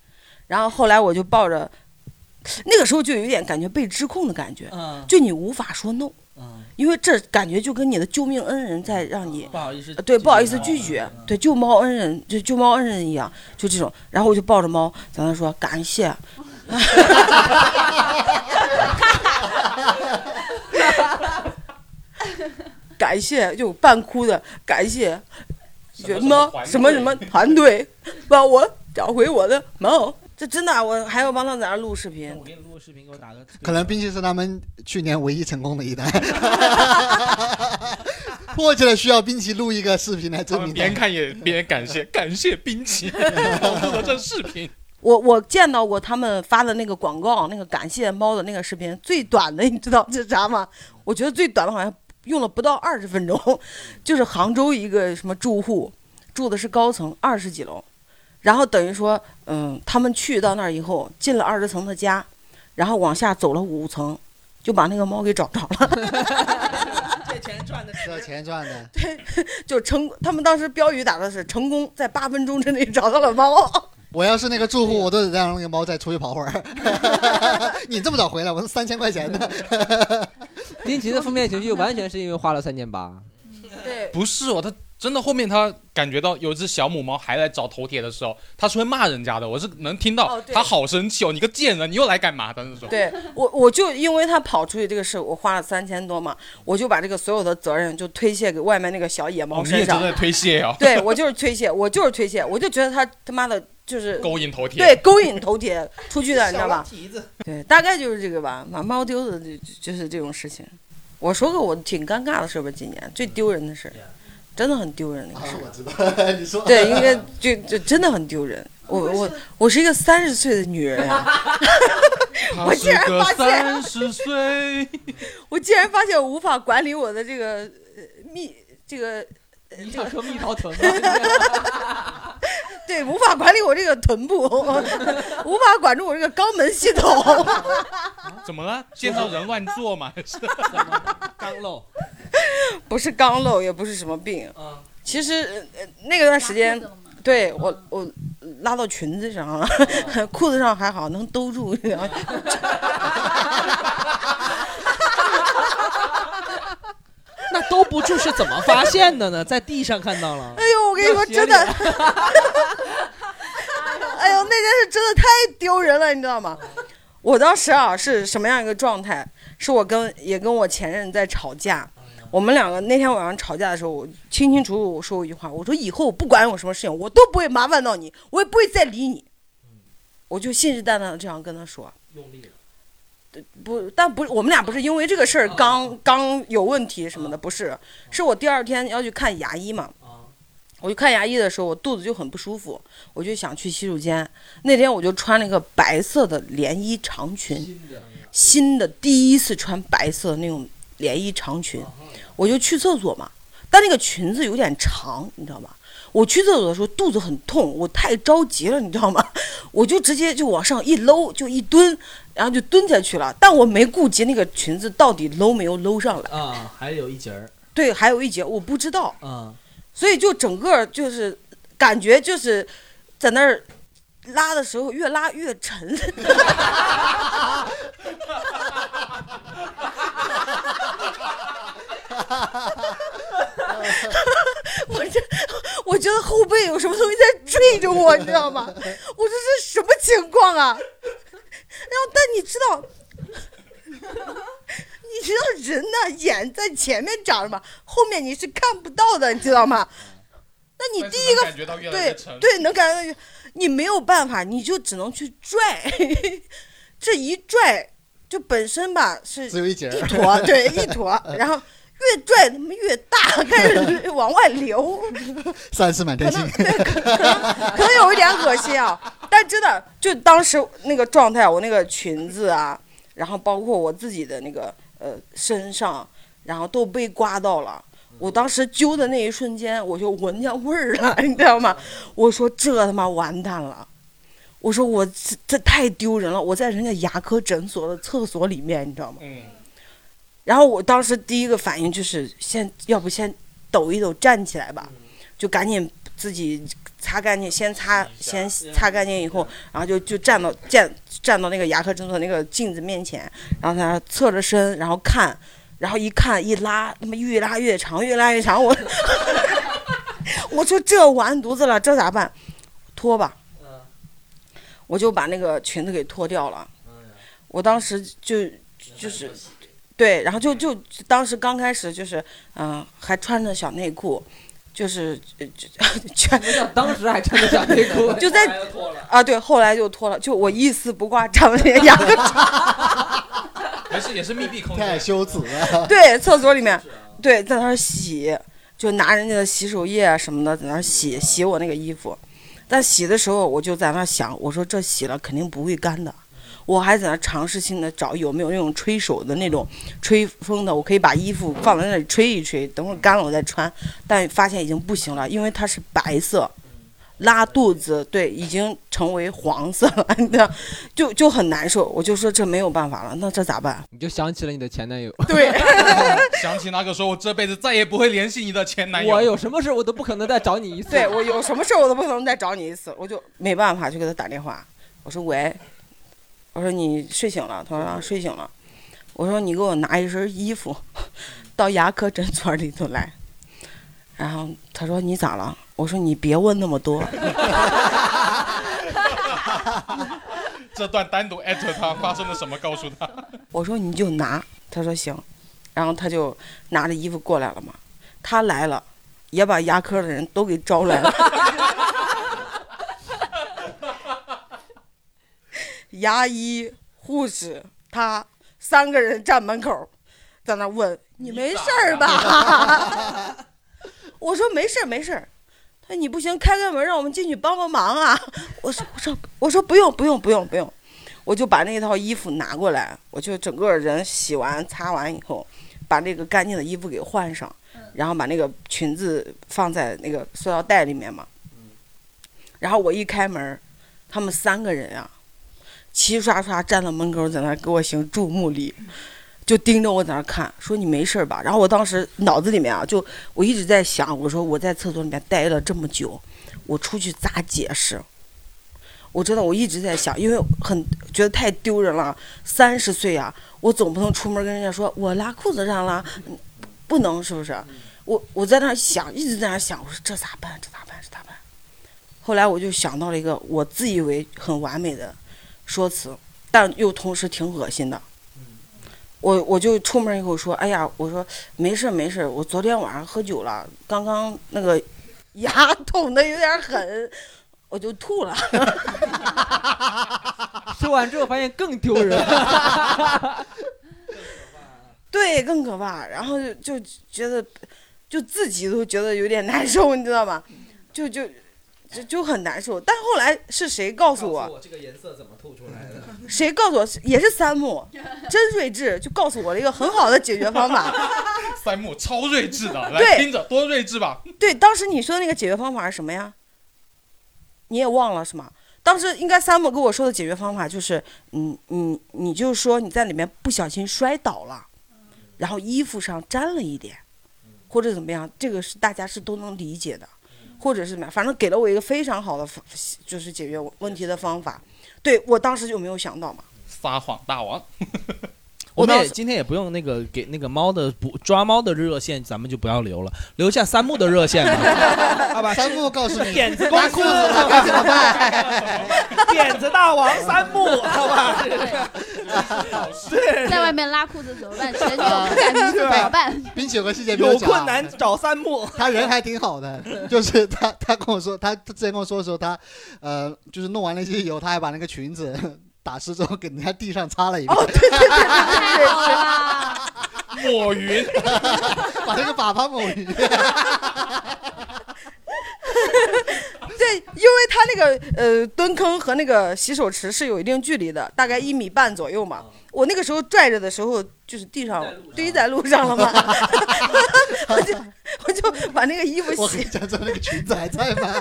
[SPEAKER 6] 然后后来我就抱着，那个时候就有一点感觉被指控的感觉，
[SPEAKER 11] 嗯
[SPEAKER 6] 就你无法说 no，、因为这感觉就跟你的救命恩人在让你呃
[SPEAKER 11] 不好意思，
[SPEAKER 6] 对，不好意思拒绝，对救猫恩人，就救猫恩人一样，就这种。然后我就抱着猫，在那说感谢，感谢，就半哭的感谢什么什么什么团队帮我找回我的猫。这真的啊，我还要帮他在那儿录视频。
[SPEAKER 1] 我给你录个视频，给我打个。
[SPEAKER 7] 可能冰淇淋是他们去年唯一成功的一单，迫切的需要冰淇淋录一个视频来证明
[SPEAKER 2] 边看也边感谢，感
[SPEAKER 7] <laughs>
[SPEAKER 2] 谢冰 <laughs> 淇淋帮助了这视频。
[SPEAKER 6] 我我见到过他们发的那个广告，那个感谢猫的那个视频，最短的你知道是啥吗？我觉得最短的好像用了不到二十分钟，就是杭州一个什么住户，住的是高层，二十几楼，然后等于说，嗯，他们去到那儿以后，进了二十层的家，然后往下走了五层，就把那个猫给找着了。
[SPEAKER 1] 这钱赚的，
[SPEAKER 7] 这钱赚
[SPEAKER 1] <laughs>
[SPEAKER 7] 的，
[SPEAKER 6] 对，就成，他们当时标语打的是成功在八分钟之内找到了猫。
[SPEAKER 7] 我要是那个住户，我都得让那个猫再出去跑会儿。 <laughs> 你这么早回来，我是三千块钱的。
[SPEAKER 4] 林奇的负面情绪完全是因为花了三千八。
[SPEAKER 2] 不是哦，他真的后面他感觉到有一只小母猫还来找头铁的时候，他是会骂人家的，我是能听到，
[SPEAKER 6] 哦对
[SPEAKER 2] 他好生气哦，你个贱人，你又来干嘛？当时 <laughs> 说，哦
[SPEAKER 6] 对我，我就因为他跑出去这个事，我花了三千多嘛，我就把这个所有的责任就推卸给外面那个小野
[SPEAKER 2] 哦，
[SPEAKER 6] 猫
[SPEAKER 2] 你也真
[SPEAKER 6] 身上。
[SPEAKER 2] 的推卸哦，
[SPEAKER 6] 对我就是推卸，我就是推卸，我就觉得他他妈的就是
[SPEAKER 2] 勾引头铁，
[SPEAKER 6] 对，勾引头铁出去的，你知
[SPEAKER 2] <laughs>
[SPEAKER 6] 道吧？
[SPEAKER 1] 蹄子，
[SPEAKER 6] 对，大概就是这个吧，把猫丢的就就是这种事情。我说过我挺尴尬的事吧，今年最丢人的事，真的很丢人
[SPEAKER 2] <laughs>
[SPEAKER 6] 那个事。我
[SPEAKER 7] 知 <laughs> 道，你说
[SPEAKER 6] 对，应该就就真的很丢人。我我我是一个三十岁的女
[SPEAKER 2] <laughs>
[SPEAKER 6] 人呀、我竟然发现
[SPEAKER 2] 三 <laughs> 十岁，
[SPEAKER 6] 我竟然发现我无法管理我的这个呃蜜这个。呃
[SPEAKER 4] 你
[SPEAKER 6] 这个
[SPEAKER 4] 想说蜜桃臀吗？
[SPEAKER 6] 对，无法管理我这个臀
[SPEAKER 4] <laughs>
[SPEAKER 6] 部，无法管住我这个肛门系统。 <laughs>
[SPEAKER 2] 怎么了？见到人乱做嘛，是
[SPEAKER 4] 刚漏，
[SPEAKER 6] 不是肛瘘，哦也不是什么病。
[SPEAKER 4] 嗯
[SPEAKER 6] 其实呃那个段时间，对
[SPEAKER 4] 嗯
[SPEAKER 6] 我我拉到裙子上
[SPEAKER 4] 哦
[SPEAKER 6] 了， <laughs> 裤子上还好，能兜住。
[SPEAKER 4] <laughs>
[SPEAKER 6] 然后
[SPEAKER 1] 那兜不住是怎么发现的呢？在地上看到了
[SPEAKER 6] 哎。呦，我跟你说，真的，哎呦，那件事真的太丢人了，你知道吗？我当时啊是什么样一个状态？是我跟也跟我前任在吵架，我们两个那天晚上吵架的时候，我清清楚楚我说过一句话，我说以后不管有什么事情，我都不会麻烦到你，我也不会再理你。我就信誓旦旦的这样跟他说，
[SPEAKER 1] 用力了。
[SPEAKER 6] 不，但不，我们俩不是因为这个事儿刚刚有问题什么的，不是，是我第二天要去看牙医嘛。我去看牙医的时候，我肚子就很不舒服，我就想去洗手间。那天我就穿了一个白色的连衣长裙，新的第一次穿白色的那种连衣长裙，我就去厕所嘛。但那个裙子有点长，你知道吧？我去厕所的时候肚子很痛，我太着急了，你知道吗？ <laughs> 我就直接就往上一搂，就一蹲，然后就蹲下去了。但我没顾及那个裙子到底搂没有搂上来，
[SPEAKER 1] 啊，还有一节儿。
[SPEAKER 6] 对，还有一节我不知道，
[SPEAKER 1] 嗯，
[SPEAKER 6] 所以就整个就是感觉就是在那儿拉的时候越拉越沉。 <laughs> 我这，我觉得后背有什么东西在追着我，你知道吗？我说这什么情况啊？然后，但你知道，你知道人呢，眼在前面长着嘛，后面你是看不到的，你知道吗？那你第一个
[SPEAKER 2] 但是能感觉到越来越
[SPEAKER 6] 对
[SPEAKER 2] 沉
[SPEAKER 6] 对，能感觉到，你没有办法，你就只能去拽， <laughs> 这一拽就本身吧是
[SPEAKER 7] 只有一节儿 <laughs>
[SPEAKER 6] 一坨，对，一坨，然后越拽他妈越大，开始往外流，
[SPEAKER 7] 三次满天星，
[SPEAKER 6] <laughs> 可能有一点恶心啊。但真的，就当时那个状态，我那个裙子啊，然后包括我自己的那个呃身上，然后都被刮到了。我当时揪的那一瞬间，我就闻见味儿了，你知道吗？我说这他妈完蛋了。我说我这这太丢人了，我在人家牙科诊所的厕所里面，你知道吗？
[SPEAKER 2] 嗯。
[SPEAKER 6] 然后我当时第一个反应就是先，要不先抖一抖，站起来吧，就赶紧自己擦干净，先擦，先擦干净以后，然后就就站到站站到那个牙科诊所那个镜子面前，然后在那侧着身，然后看，然后一看一拉，他妈越拉越长，越拉越长，我我说这完犊子了，这咋办？脱吧，我就把那个裙子给脱掉了。我当时就就是
[SPEAKER 9] <laughs>
[SPEAKER 6] 对，然后就就当时刚开始就是，嗯、还穿着小内裤，就是呃就全
[SPEAKER 4] 当时还穿着小内裤
[SPEAKER 6] 就在啊，对，后来就脱了，就我一丝不挂， <laughs> 长着牙，
[SPEAKER 2] 还是也是密闭空间，
[SPEAKER 7] 太羞耻了。
[SPEAKER 6] <laughs>
[SPEAKER 7] 啊
[SPEAKER 6] 对，厕所里面，对，在那儿洗，就拿人家的洗手液啊什么的，在那儿洗洗我那个衣服，但洗的时候我就在那儿想，我说这洗了肯定不会干的。
[SPEAKER 7] 嗯
[SPEAKER 6] 我还在那儿尝试性的找有没有那种吹手的那种吹风的，我可以把衣服放在那里吹一吹，等会儿干了我再穿。但发现已经不行了，因为它是白色，
[SPEAKER 7] 嗯
[SPEAKER 6] 拉肚子，对，已经成为黄色了，你知道，就就很难受。我就说这没有办法了，那这咋办？
[SPEAKER 4] 你就想起了你的前男友。 <laughs>
[SPEAKER 6] 对， <laughs>
[SPEAKER 2] 想起那个说我这辈子再也不会联系你的前男友，
[SPEAKER 4] 我有什么事我都不可能再找你一次。
[SPEAKER 6] 对我有什么事儿我都不可能再找你一次，我就没办法就给他打电话，我说喂，我说你睡醒了，他说啊睡醒了，我说你给我拿一身衣服到牙科诊所里头来，然后他说你咋了？我说你别问那么多，
[SPEAKER 2] <laughs> 这段单独艾特他发生了什么，告诉
[SPEAKER 6] <laughs>
[SPEAKER 2] 他。
[SPEAKER 6] 我说你就拿，他说行，然后他就拿着衣服过来了嘛，他来了，也把牙科的人都给招来了。 <laughs> 牙医、护士，他三个人站门口，在那问：“你没事儿
[SPEAKER 1] <laughs>
[SPEAKER 6] 吧？”我说：“没事儿，没事儿。”他说：“你不行，开开门，让我们进去帮帮忙啊！” <laughs> 我说：“我说我说不用不用不用不用。”我就把那套衣服拿过来，我就整个人洗完擦完以后，把那个干净的衣服给换上，
[SPEAKER 3] 嗯
[SPEAKER 6] 然后把那个裙子放在那个塑料袋里面嘛。然后我一开门，他们三个人啊，齐刷刷站到门口，在那儿给我行注目礼，就盯着我在那儿看，说你没事儿吧？然后我当时脑子里面啊，就我一直在想，我说我在厕所里面待了这么久，我出去咋解释？我真的我一直在想，因为很觉得太丢人了，三十岁啊，我总不能出门跟人家说我拉裤子上了，嗯不能是不是？我我在那儿想，一直在那儿想，我说这咋办？这咋办？这咋办？后来我就想到了一个我自以为很完美的说辞，但又同时挺恶心的。我我就出门以后说，哎呀，我说没事儿没事儿，我昨天晚上喝酒了，刚刚那个牙 <laughs> 捅的有点狠，我就
[SPEAKER 4] <laughs>
[SPEAKER 6] 吐了。 <laughs>
[SPEAKER 4] 说完之后发现更丢人。
[SPEAKER 6] 对，更可怕。然后就就觉得，就自己都觉得有点难受，你知道吗？就就就就很难受。但后来是谁告诉我？
[SPEAKER 1] 这个颜色怎么吐出来的？
[SPEAKER 6] 谁告诉我？也是三木，真睿智，就告诉我了一个很好的解决方法。
[SPEAKER 2] 三木超睿智的，来
[SPEAKER 6] 对
[SPEAKER 2] 听着，多睿智吧。
[SPEAKER 6] <laughs> 对，当时你说的那个解决方法是什么呀？你也忘了是吗？当时应该三木跟我说的解决方法就是，嗯，你你就说你在里面不小心摔倒了，然后衣服上沾了一点，或者怎么样，这个是大家是都能理解的，或者是怎么样，反正给了我一个非常好的方，就是解决我问题的方法。对我当时就没有想到嘛，
[SPEAKER 2] 撒谎大王，
[SPEAKER 1] 我们
[SPEAKER 2] 当
[SPEAKER 1] 也
[SPEAKER 2] 时
[SPEAKER 1] 今天也不用那个给那个猫的不抓猫的热线，咱们就不要留了，留下三木的热线吧。
[SPEAKER 7] <laughs>
[SPEAKER 1] 好吧，
[SPEAKER 7] 三木告诉你，
[SPEAKER 1] 点子公
[SPEAKER 7] 拉
[SPEAKER 1] 司
[SPEAKER 7] 裤子了该怎么办？
[SPEAKER 3] <laughs>
[SPEAKER 1] 点子大王三木，
[SPEAKER 7] <laughs>
[SPEAKER 1] 好吧？对，
[SPEAKER 13] 在外面拉裤子怎么办？前女友不感兴趣怎么办？
[SPEAKER 7] <laughs> 并且有个细节没
[SPEAKER 1] 有
[SPEAKER 7] 讲啊
[SPEAKER 1] 困难找三木，
[SPEAKER 7] 他人还挺好
[SPEAKER 1] <laughs>
[SPEAKER 7] 的，就是他他跟我说，他他之前跟我说的时候，他呃就是弄完那些以后，他还把那个裙 <laughs> <laughs>
[SPEAKER 1] 哦
[SPEAKER 7] 子打湿之后给人家地上擦了一遍。
[SPEAKER 13] 太好了，
[SPEAKER 1] <laughs>
[SPEAKER 3] 抹匀，
[SPEAKER 7] 把这个粑粑抹匀。
[SPEAKER 6] 对，因为它那个呃蹲坑和那个洗手池是有一定距离的，大概一米半左右
[SPEAKER 7] 嗯
[SPEAKER 6] 嘛。我那个时候拽着的时候，就是地上堆在路上了嘛，
[SPEAKER 7] <laughs>
[SPEAKER 6] 我就我就把那个衣服
[SPEAKER 7] 我跟你 <laughs>
[SPEAKER 6] 洗，
[SPEAKER 7] 讲，咱那个裙子还在吗？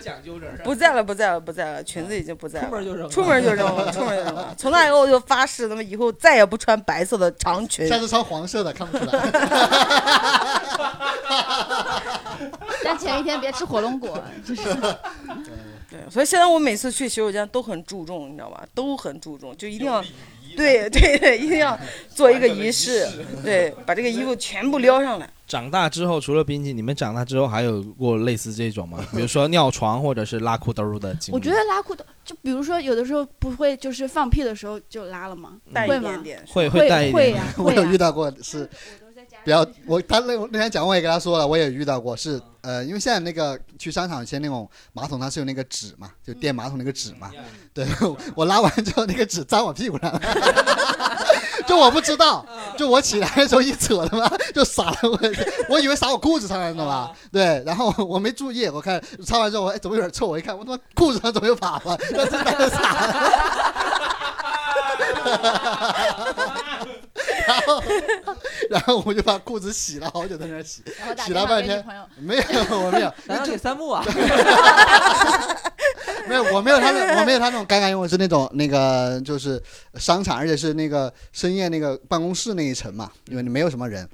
[SPEAKER 1] 讲究着
[SPEAKER 6] 不在了，不在了，不在了，裙子已经不在了，出门就扔
[SPEAKER 7] 了
[SPEAKER 6] 出门就扔
[SPEAKER 7] <laughs>
[SPEAKER 6] 了，出门就扔了。从那以后我就发誓，他妈以后再也不穿白色的长裙，
[SPEAKER 7] 下次穿黄色的看不出来。
[SPEAKER 9] <laughs>
[SPEAKER 15] 但前一天别吃火龙果，真
[SPEAKER 1] 嗯
[SPEAKER 15] 是。
[SPEAKER 6] <laughs> 对，所以现在我每次去洗手间都很注重，你知道吧？都很注重，就一定要，对 <laughs> 对对，一定要做一个仪式，对，把这个衣服全部撩上来。
[SPEAKER 1] 长大之后，除了冰淇淋，你们长大之后还有过类似这种 <laughs> 吗？比如说尿床或者是拉裤兜的经历？
[SPEAKER 9] 我觉得拉裤兜，就比如说有的时候不会，就是放屁的时候就拉了吗？
[SPEAKER 1] 带一
[SPEAKER 9] 会
[SPEAKER 1] 点
[SPEAKER 9] 吗？
[SPEAKER 1] 点
[SPEAKER 9] 会
[SPEAKER 1] 会带一
[SPEAKER 9] 会
[SPEAKER 1] 点 <laughs>
[SPEAKER 9] 呀、
[SPEAKER 7] 我
[SPEAKER 9] 会
[SPEAKER 7] 有
[SPEAKER 9] 呀、
[SPEAKER 7] 遇到过是，不要我他那那天讲我也跟他说了，我也遇到过是呃，因为现在那个去商场有些那种马桶它是有那个纸嘛，就垫马桶那个纸嘛，
[SPEAKER 9] 嗯
[SPEAKER 7] 对我拉完之后那个纸粘我屁股上了。 <laughs> 就我不知道，
[SPEAKER 9] 嗯
[SPEAKER 7] 就我起来的时候一扯他妈就洒了我， <laughs> 我以为洒我裤子上了，你懂吧？
[SPEAKER 9] 嗯
[SPEAKER 7] 对，然后我没注意，我看擦完之后，哎，怎么有点臭？我一看，我他妈裤子上怎么有粑 <laughs> 粑？那真的洒了。然后，然后我就把裤子洗了好久，在那儿洗
[SPEAKER 15] 然后，打
[SPEAKER 7] 洗
[SPEAKER 15] 电
[SPEAKER 7] 了
[SPEAKER 15] 话
[SPEAKER 7] 半
[SPEAKER 15] 给女
[SPEAKER 7] 天
[SPEAKER 15] 朋友，
[SPEAKER 7] 没有，我没有，
[SPEAKER 4] 然后给三木啊，
[SPEAKER 7] 没有，我没有他那，我没有他那种尴尬，因为我是那种那个就是商场，而且是那个深夜那个办公室那一层嘛，因为没有什么人。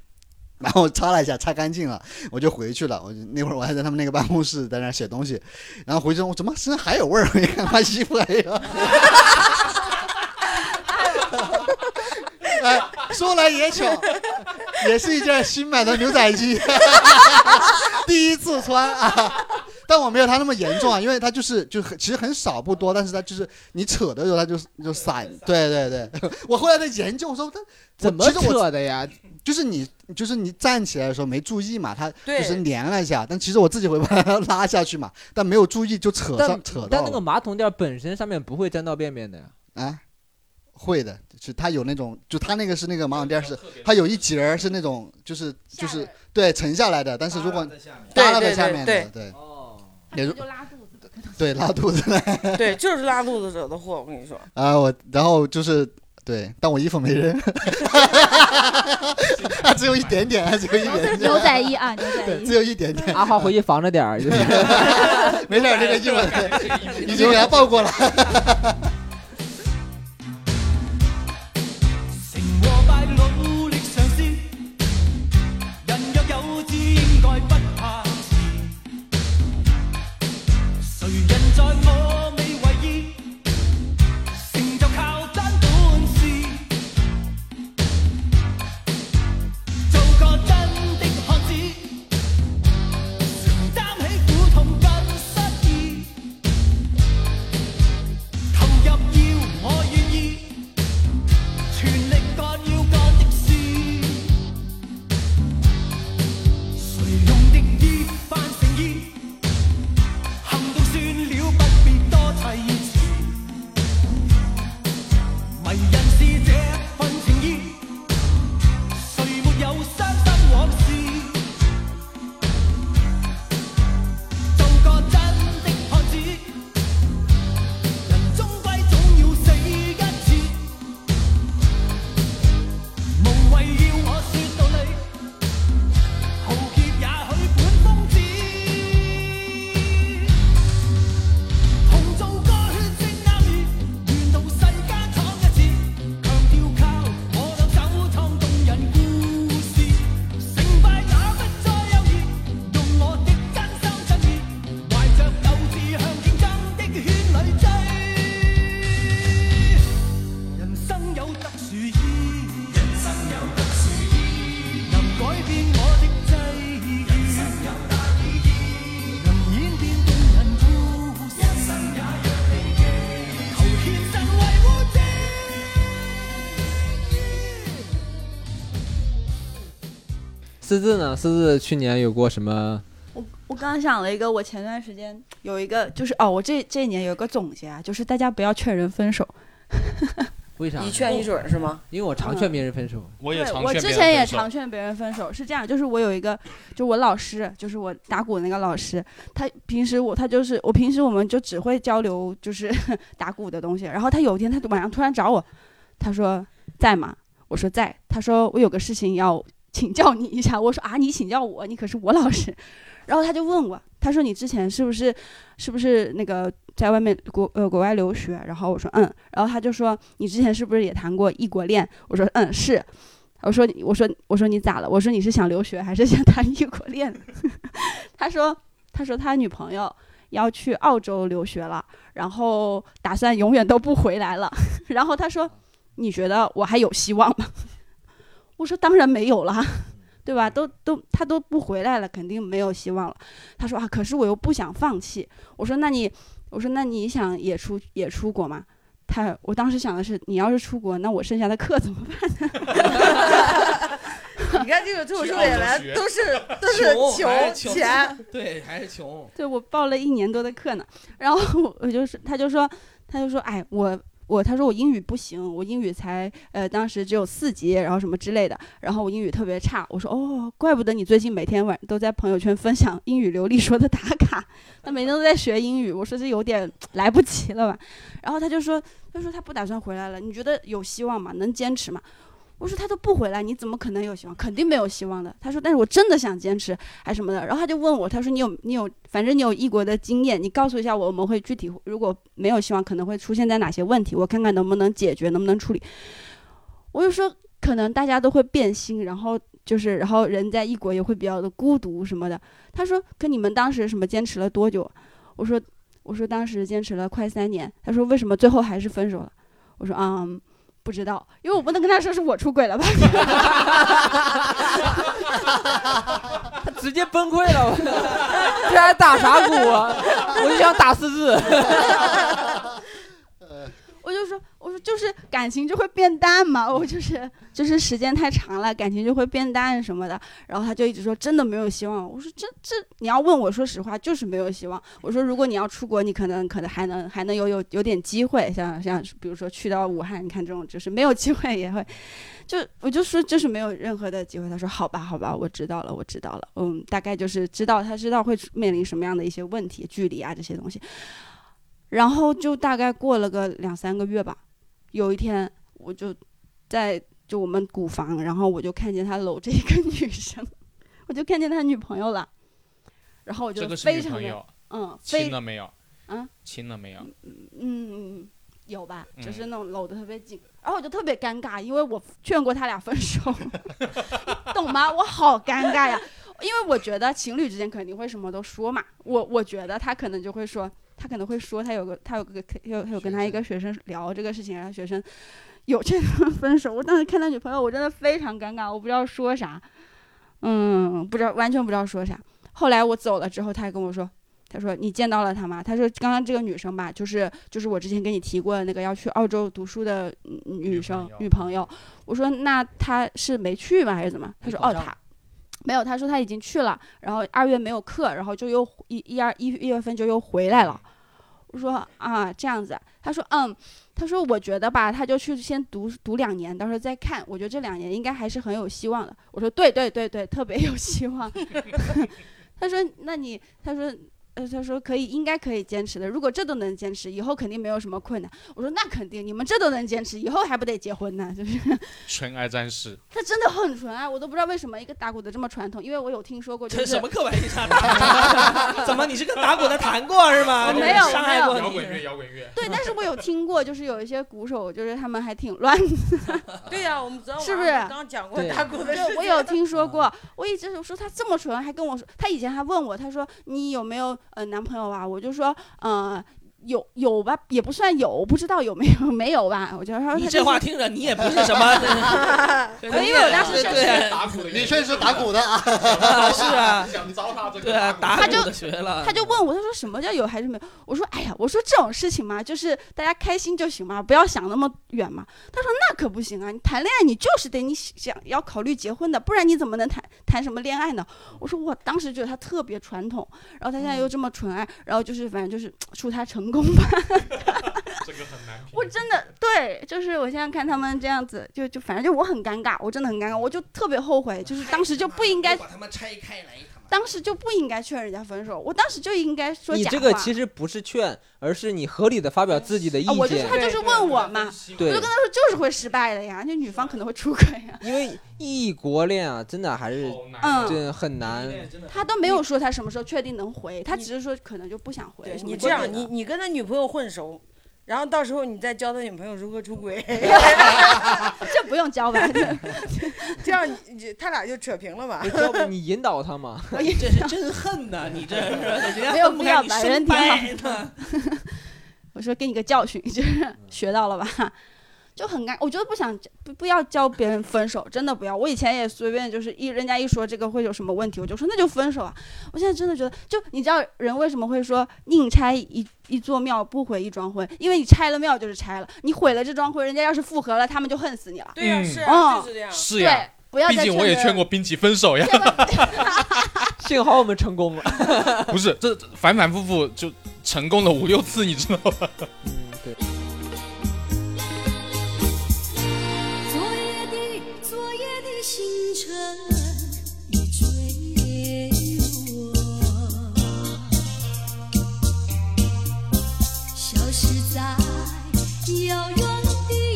[SPEAKER 7] 然后我擦了一下，擦干净了，我就回去了。我就那会儿我还在他们那个办公室在那儿写东西，然后回去之后我怎么身上还有味儿？ <laughs> 我一看，妈衣服还有。哎，说来也巧，也是一件新买的牛仔衣， <laughs> 第一次穿啊。但我没有他那么严重啊，因为他就是就很其实很少不多，但是他就是你扯的时候他就就散，对对对。 <laughs> 我后来在研究，我说他
[SPEAKER 4] 怎么扯的
[SPEAKER 7] 呀？ <clears throat> 就是你就是你站起来的时候没注意嘛，他
[SPEAKER 4] 对
[SPEAKER 7] 就是粘了一下，但其实我自己会把它 <laughs> 拉下去嘛，但没有注意就扯
[SPEAKER 4] 但
[SPEAKER 7] 上扯到
[SPEAKER 4] 但那个
[SPEAKER 7] 了
[SPEAKER 4] 马桶垫本身上面不会沾到便便的呀。
[SPEAKER 7] 啊。会的，就是它有那种，就它那个是那个马桶垫是，它有一节儿是那种，就是就是对沉下来的，但是如果耷拉在下面的， <laughs> 对，也如对拉肚子的，
[SPEAKER 6] 对，就是拉肚子惹的祸，我
[SPEAKER 9] <laughs>
[SPEAKER 6] 跟你说。
[SPEAKER 7] 啊，我然后就是对，但我衣服没扔， <laughs> 啊，只有一点点，只有一点点，
[SPEAKER 15] 牛仔衣啊，牛仔
[SPEAKER 7] 对，
[SPEAKER 15] 衣。
[SPEAKER 7] 只有一点点，
[SPEAKER 4] 阿浩回去防着点儿，就是。 <laughs>
[SPEAKER 7] 没事儿，这个衣服已经给他报过了。
[SPEAKER 10] 成和败努力尝试，人若有志，應該不怕遲。誰人在我未為意，成就靠真本事。做個真的漢子，承擔起苦痛跟失意，投入要我願意。全力干要干的事，谁用敵意扮誠意，行動算了，不必多砌詞。迷人是這份情意，誰沒有傷心往事？做個真的漢子，人終歸總要死一次。無謂要我說道理，豪傑也許本瘋子，同做個血色男兒，願到世間闖一次，強調靠我兩手創動人故事，成敗也不再猶豫，用我的真心真意，懷着鬥志向競爭的圈裏追。人生有特殊意，人生有特殊意，能改變我的際遇，人生有大意義，能演變動人故事，一生也讓你記，求獻身為護者。
[SPEAKER 4] 四字呢？四字去年有过什么？
[SPEAKER 9] <laughs> 我我刚想了一个，我前段时间有一个，就是哦，我这这一年有一个总结啊，就是大家不要劝人分手。
[SPEAKER 4] 为啥？
[SPEAKER 6] 一劝一准是吗？
[SPEAKER 4] 因为我常劝别人分手，
[SPEAKER 2] 我
[SPEAKER 9] 对，我之前也常劝别人分手，是这样，就是我有一个，就我老师，就是我打鼓那个老师，他平时我他就是我平时我们就只会交流就是 <laughs> 打鼓的东西，然后他有一天他晚上突然找我，他说在吗？我说在，他说我有个事情要请教你一下，我说啊你请教我，你可是我老师，然后他就问我，他说你之前是不是是不是那个在外面国呃国外留学？然后我说嗯，然后他就说你之前是不是也谈过异国恋？我说嗯是，我说你我说我说你咋了？我说你是想留学还是想谈异国恋？嗯他说他说他女朋友要去澳洲留学了，然后打算永远都不回来了。然后他说你觉得我还有希望吗？我说当然没有啦，对吧？都都他都不回来了，肯定没有希望了。他说啊，可是我又不想放弃。我说那你，我说那你想也出也出国吗？他我当时想的是，你要是出国，那我剩下的课怎么办？
[SPEAKER 6] 你看这个脱口秀演员都 <laughs> 是
[SPEAKER 9] <laughs>
[SPEAKER 6] 都是
[SPEAKER 9] 还
[SPEAKER 6] 穷
[SPEAKER 9] 是穷
[SPEAKER 6] <laughs> 钱，
[SPEAKER 1] 对，还是穷。
[SPEAKER 9] 对我报了一年多的课呢，然后我我就是，他就说，他就说，哎，我我，他说我英语不行，我英语才呃当时只有四级，然后什么之类的，然后我英语特别差，我说哦，怪不得你最近每天晚都在朋友圈分享英语流利说的打卡，他每天都在学英语，我说这有点来不及了吧，然后他就说，他说他不打算回来了，你觉得有希望吗？能坚持吗？我说他都不回来，你怎么可能有希望？肯定没有希望的。他说，但是我真的想坚持，还什么的。然后他就问我，他说你有你有，反正你有异国的经验，你告诉一下我，我们会具体如果没有希望，可能会出现在哪些问题，我看看能不能解决，能不能处理。我就说，可能大家都会变心，然后就是，然后人在异国也会比较的孤独什么的。他说，可你们当时什么坚持了多久？我说，我说当时坚持了快三年。他说，为什么最后还是分手了？我说，嗯，不知道，因为我不能跟他说是我出轨了吧？ <laughs>
[SPEAKER 10] <laughs>
[SPEAKER 4] 他直接崩溃
[SPEAKER 9] <laughs>
[SPEAKER 4] 了，<laughs> 我这还打啥鼓啊？ <laughs> 我就想打四字。
[SPEAKER 9] 我就说，我说就是感情就会变淡嘛，我就是就是时间太长了，感情就会变淡什么的。然后他就一直说真的没有希望。我说这这你要问我说实话就是没有希望。我说如果你要出国，你可能可能还能还能有有有点机会，像像比如说去到武汉，你看这种就是没有机会也会，就我就说就是没有任何的机会。他说好吧好吧，我知道了我知道了，嗯，大概就是知道他知道会面临什么样的一些问题，距离啊这些东西。然后就大概过了个两三个月吧，有一天我就在就我们鼓房，然后我就看见他搂着一个女生，我就看见他女朋友了，然后我
[SPEAKER 2] 这
[SPEAKER 9] 就
[SPEAKER 2] 个是
[SPEAKER 9] 非
[SPEAKER 2] 女
[SPEAKER 9] 常
[SPEAKER 2] 朋
[SPEAKER 9] 的
[SPEAKER 2] 友，
[SPEAKER 9] 嗯非
[SPEAKER 2] 亲了没有？
[SPEAKER 9] 啊
[SPEAKER 2] 亲了没有？
[SPEAKER 9] 嗯有吧，就是
[SPEAKER 2] 嗯
[SPEAKER 9] 那种搂得特别紧，然后我就特别尴尬，因为我劝过他俩分手， <laughs> 你懂吗？我好尴尬呀，因为我觉得情侣之间肯定会什么都说嘛，我我觉得他可能就会说，他可能会说他有个他有个有他有跟他一个学生聊这个事情，然后学生有这个分手，我当时看他女朋友，我真的非常尴尬，我不知道说啥，嗯，不知道完全不知道说啥。后来我走了之后，他还跟我说，他说你见到了他吗？他说刚刚这个女生吧，就是就是我之前跟你提过的那个要去澳洲读书的嗯女生女朋友。我说那她是没去吗？还是怎么？他说哦，她没有，他说他已经去了，然后二月没有课，然后就又一一二一一月份就又回来了。我说啊，这样子啊，他说嗯，他说我觉得吧，他就去先读读两年，到时候再看。我觉得这两年应该还是很有希望的。我说对对对对，特别有希望。 <laughs> 他说那你，他说呃，他说可以，应该可以坚持的。如果这都能坚持，以后肯定没有什么困难。我说那肯定，你们这都能坚持，以后还不得结婚呢？就是 <laughs>
[SPEAKER 2] 纯爱战士，
[SPEAKER 9] 他真的很纯爱，我都不知道为什么一个打鼓的这么传统，因为我有听说 <laughs> 过，就
[SPEAKER 11] 这
[SPEAKER 9] 是
[SPEAKER 11] 什么刻板印象？
[SPEAKER 1] <laughs>
[SPEAKER 11] 打怎么你是跟打鼓的谈过是吗？
[SPEAKER 9] 我没有
[SPEAKER 11] 伤害过
[SPEAKER 9] 我没有
[SPEAKER 11] 你。
[SPEAKER 9] 摇
[SPEAKER 2] 滚乐，摇滚乐。
[SPEAKER 9] 对，但是我有听过，就是有一些鼓手，就是他们还挺乱的，
[SPEAKER 6] 对呀，我们昨天晚
[SPEAKER 9] 是
[SPEAKER 6] 上
[SPEAKER 9] 不是？
[SPEAKER 6] 刚讲过打鼓的事
[SPEAKER 9] 对，
[SPEAKER 6] 情
[SPEAKER 9] 我有听
[SPEAKER 7] 嗯
[SPEAKER 9] 说过。我一直有说他这么纯，还跟我说，他以前还问我，他说你有没有呃男朋友啊？我就说呃有有吧，也不算有，不知道有没有 <laughs> 没有吧。我就说
[SPEAKER 11] 你
[SPEAKER 9] 他，
[SPEAKER 11] 这话听着，你也不是什么
[SPEAKER 9] <laughs> 因为我当
[SPEAKER 11] <laughs>
[SPEAKER 9] 时
[SPEAKER 11] 对
[SPEAKER 7] 对，你确实是打鼓的啊，
[SPEAKER 11] 是啊，
[SPEAKER 2] 想糟蹋这
[SPEAKER 11] 对啊，打
[SPEAKER 9] 他
[SPEAKER 11] 鼓
[SPEAKER 9] 就
[SPEAKER 11] 的学了，
[SPEAKER 9] 他就问我，他说什么叫有还是没有？我说哎呀，我说这种事情嘛，就是大家开心就行嘛，不要想那么远嘛。他说那可不行啊，你谈恋爱你就是得你想要考虑结婚的，不然你怎么能谈谈什么恋爱呢？我说我当时觉得他特别传统，然后他现在又这么纯爱，然后就是反正就是祝他成功吧。
[SPEAKER 2] 这个很难评。
[SPEAKER 9] <laughs> 我真的对，就是我现在看他们这样子，就就反正就我很尴尬，我真的很尴尬，我就特别后悔，就是当时就不应该把他们拆开来，当时就不应该劝人家分手，我当时就应该说
[SPEAKER 4] 你
[SPEAKER 9] 假话。
[SPEAKER 4] 这个其实不是劝，而是你合理的发表自己的意
[SPEAKER 9] 啊，
[SPEAKER 4] 见。
[SPEAKER 9] 我就是他就是问我嘛，我
[SPEAKER 4] 对
[SPEAKER 9] 就跟他说就是会失败的呀，就女方可能会出轨呀，
[SPEAKER 4] 因为异国恋啊，真的还是
[SPEAKER 9] 嗯
[SPEAKER 4] 真的很难。
[SPEAKER 9] 他都没有说他什么时候确定能回，他只是说可能就不想回
[SPEAKER 6] 对。
[SPEAKER 9] 什么
[SPEAKER 6] 你
[SPEAKER 9] 之
[SPEAKER 6] 这
[SPEAKER 9] 类
[SPEAKER 6] 样，
[SPEAKER 9] 的
[SPEAKER 6] 你你跟他女朋友混熟，然后到时候你再教他女朋友如何出
[SPEAKER 9] <laughs>
[SPEAKER 6] 轨，<laughs>
[SPEAKER 9] 这不用教吧？
[SPEAKER 6] 这样你你他俩就扯平了吧？
[SPEAKER 4] 要不你引导他嘛？
[SPEAKER 6] <laughs>
[SPEAKER 11] 这是真恨呐！你这是人 <laughs> 家
[SPEAKER 9] 没有
[SPEAKER 11] 分不
[SPEAKER 9] 必
[SPEAKER 11] 开
[SPEAKER 9] 要
[SPEAKER 11] 你
[SPEAKER 9] 吧，
[SPEAKER 11] 生
[SPEAKER 9] 人挺
[SPEAKER 11] 掰
[SPEAKER 4] <laughs>
[SPEAKER 9] 好
[SPEAKER 11] 呢
[SPEAKER 9] 的。 <laughs> 我说给你个教训，就是学到了吧， <laughs> 就很尴。我觉得不想不不要教别人分手，真的不要。我以前也随便就是一人家一说这个会有什么问题，我就说那就分手啊。我现在真的觉得，就你知道人为什么会说宁拆一一座庙不毁一桩婚，因为你拆了庙就是拆了，你毁了这桩婚，人家要是复合了，他们就恨死你了。
[SPEAKER 2] 对呀是啊
[SPEAKER 9] 嗯
[SPEAKER 2] 就是这样是呀
[SPEAKER 9] 对不要
[SPEAKER 2] 毕
[SPEAKER 9] 再
[SPEAKER 2] 竟我也
[SPEAKER 9] 劝
[SPEAKER 2] 劝过冰淇分手呀， <laughs>
[SPEAKER 4] 幸好我们成功了。
[SPEAKER 2] 不是，这这反反复复就成功了五六次，你知道吧？
[SPEAKER 1] 嗯
[SPEAKER 10] 昨夜的昨夜的星辰已坠落，消失在遥远的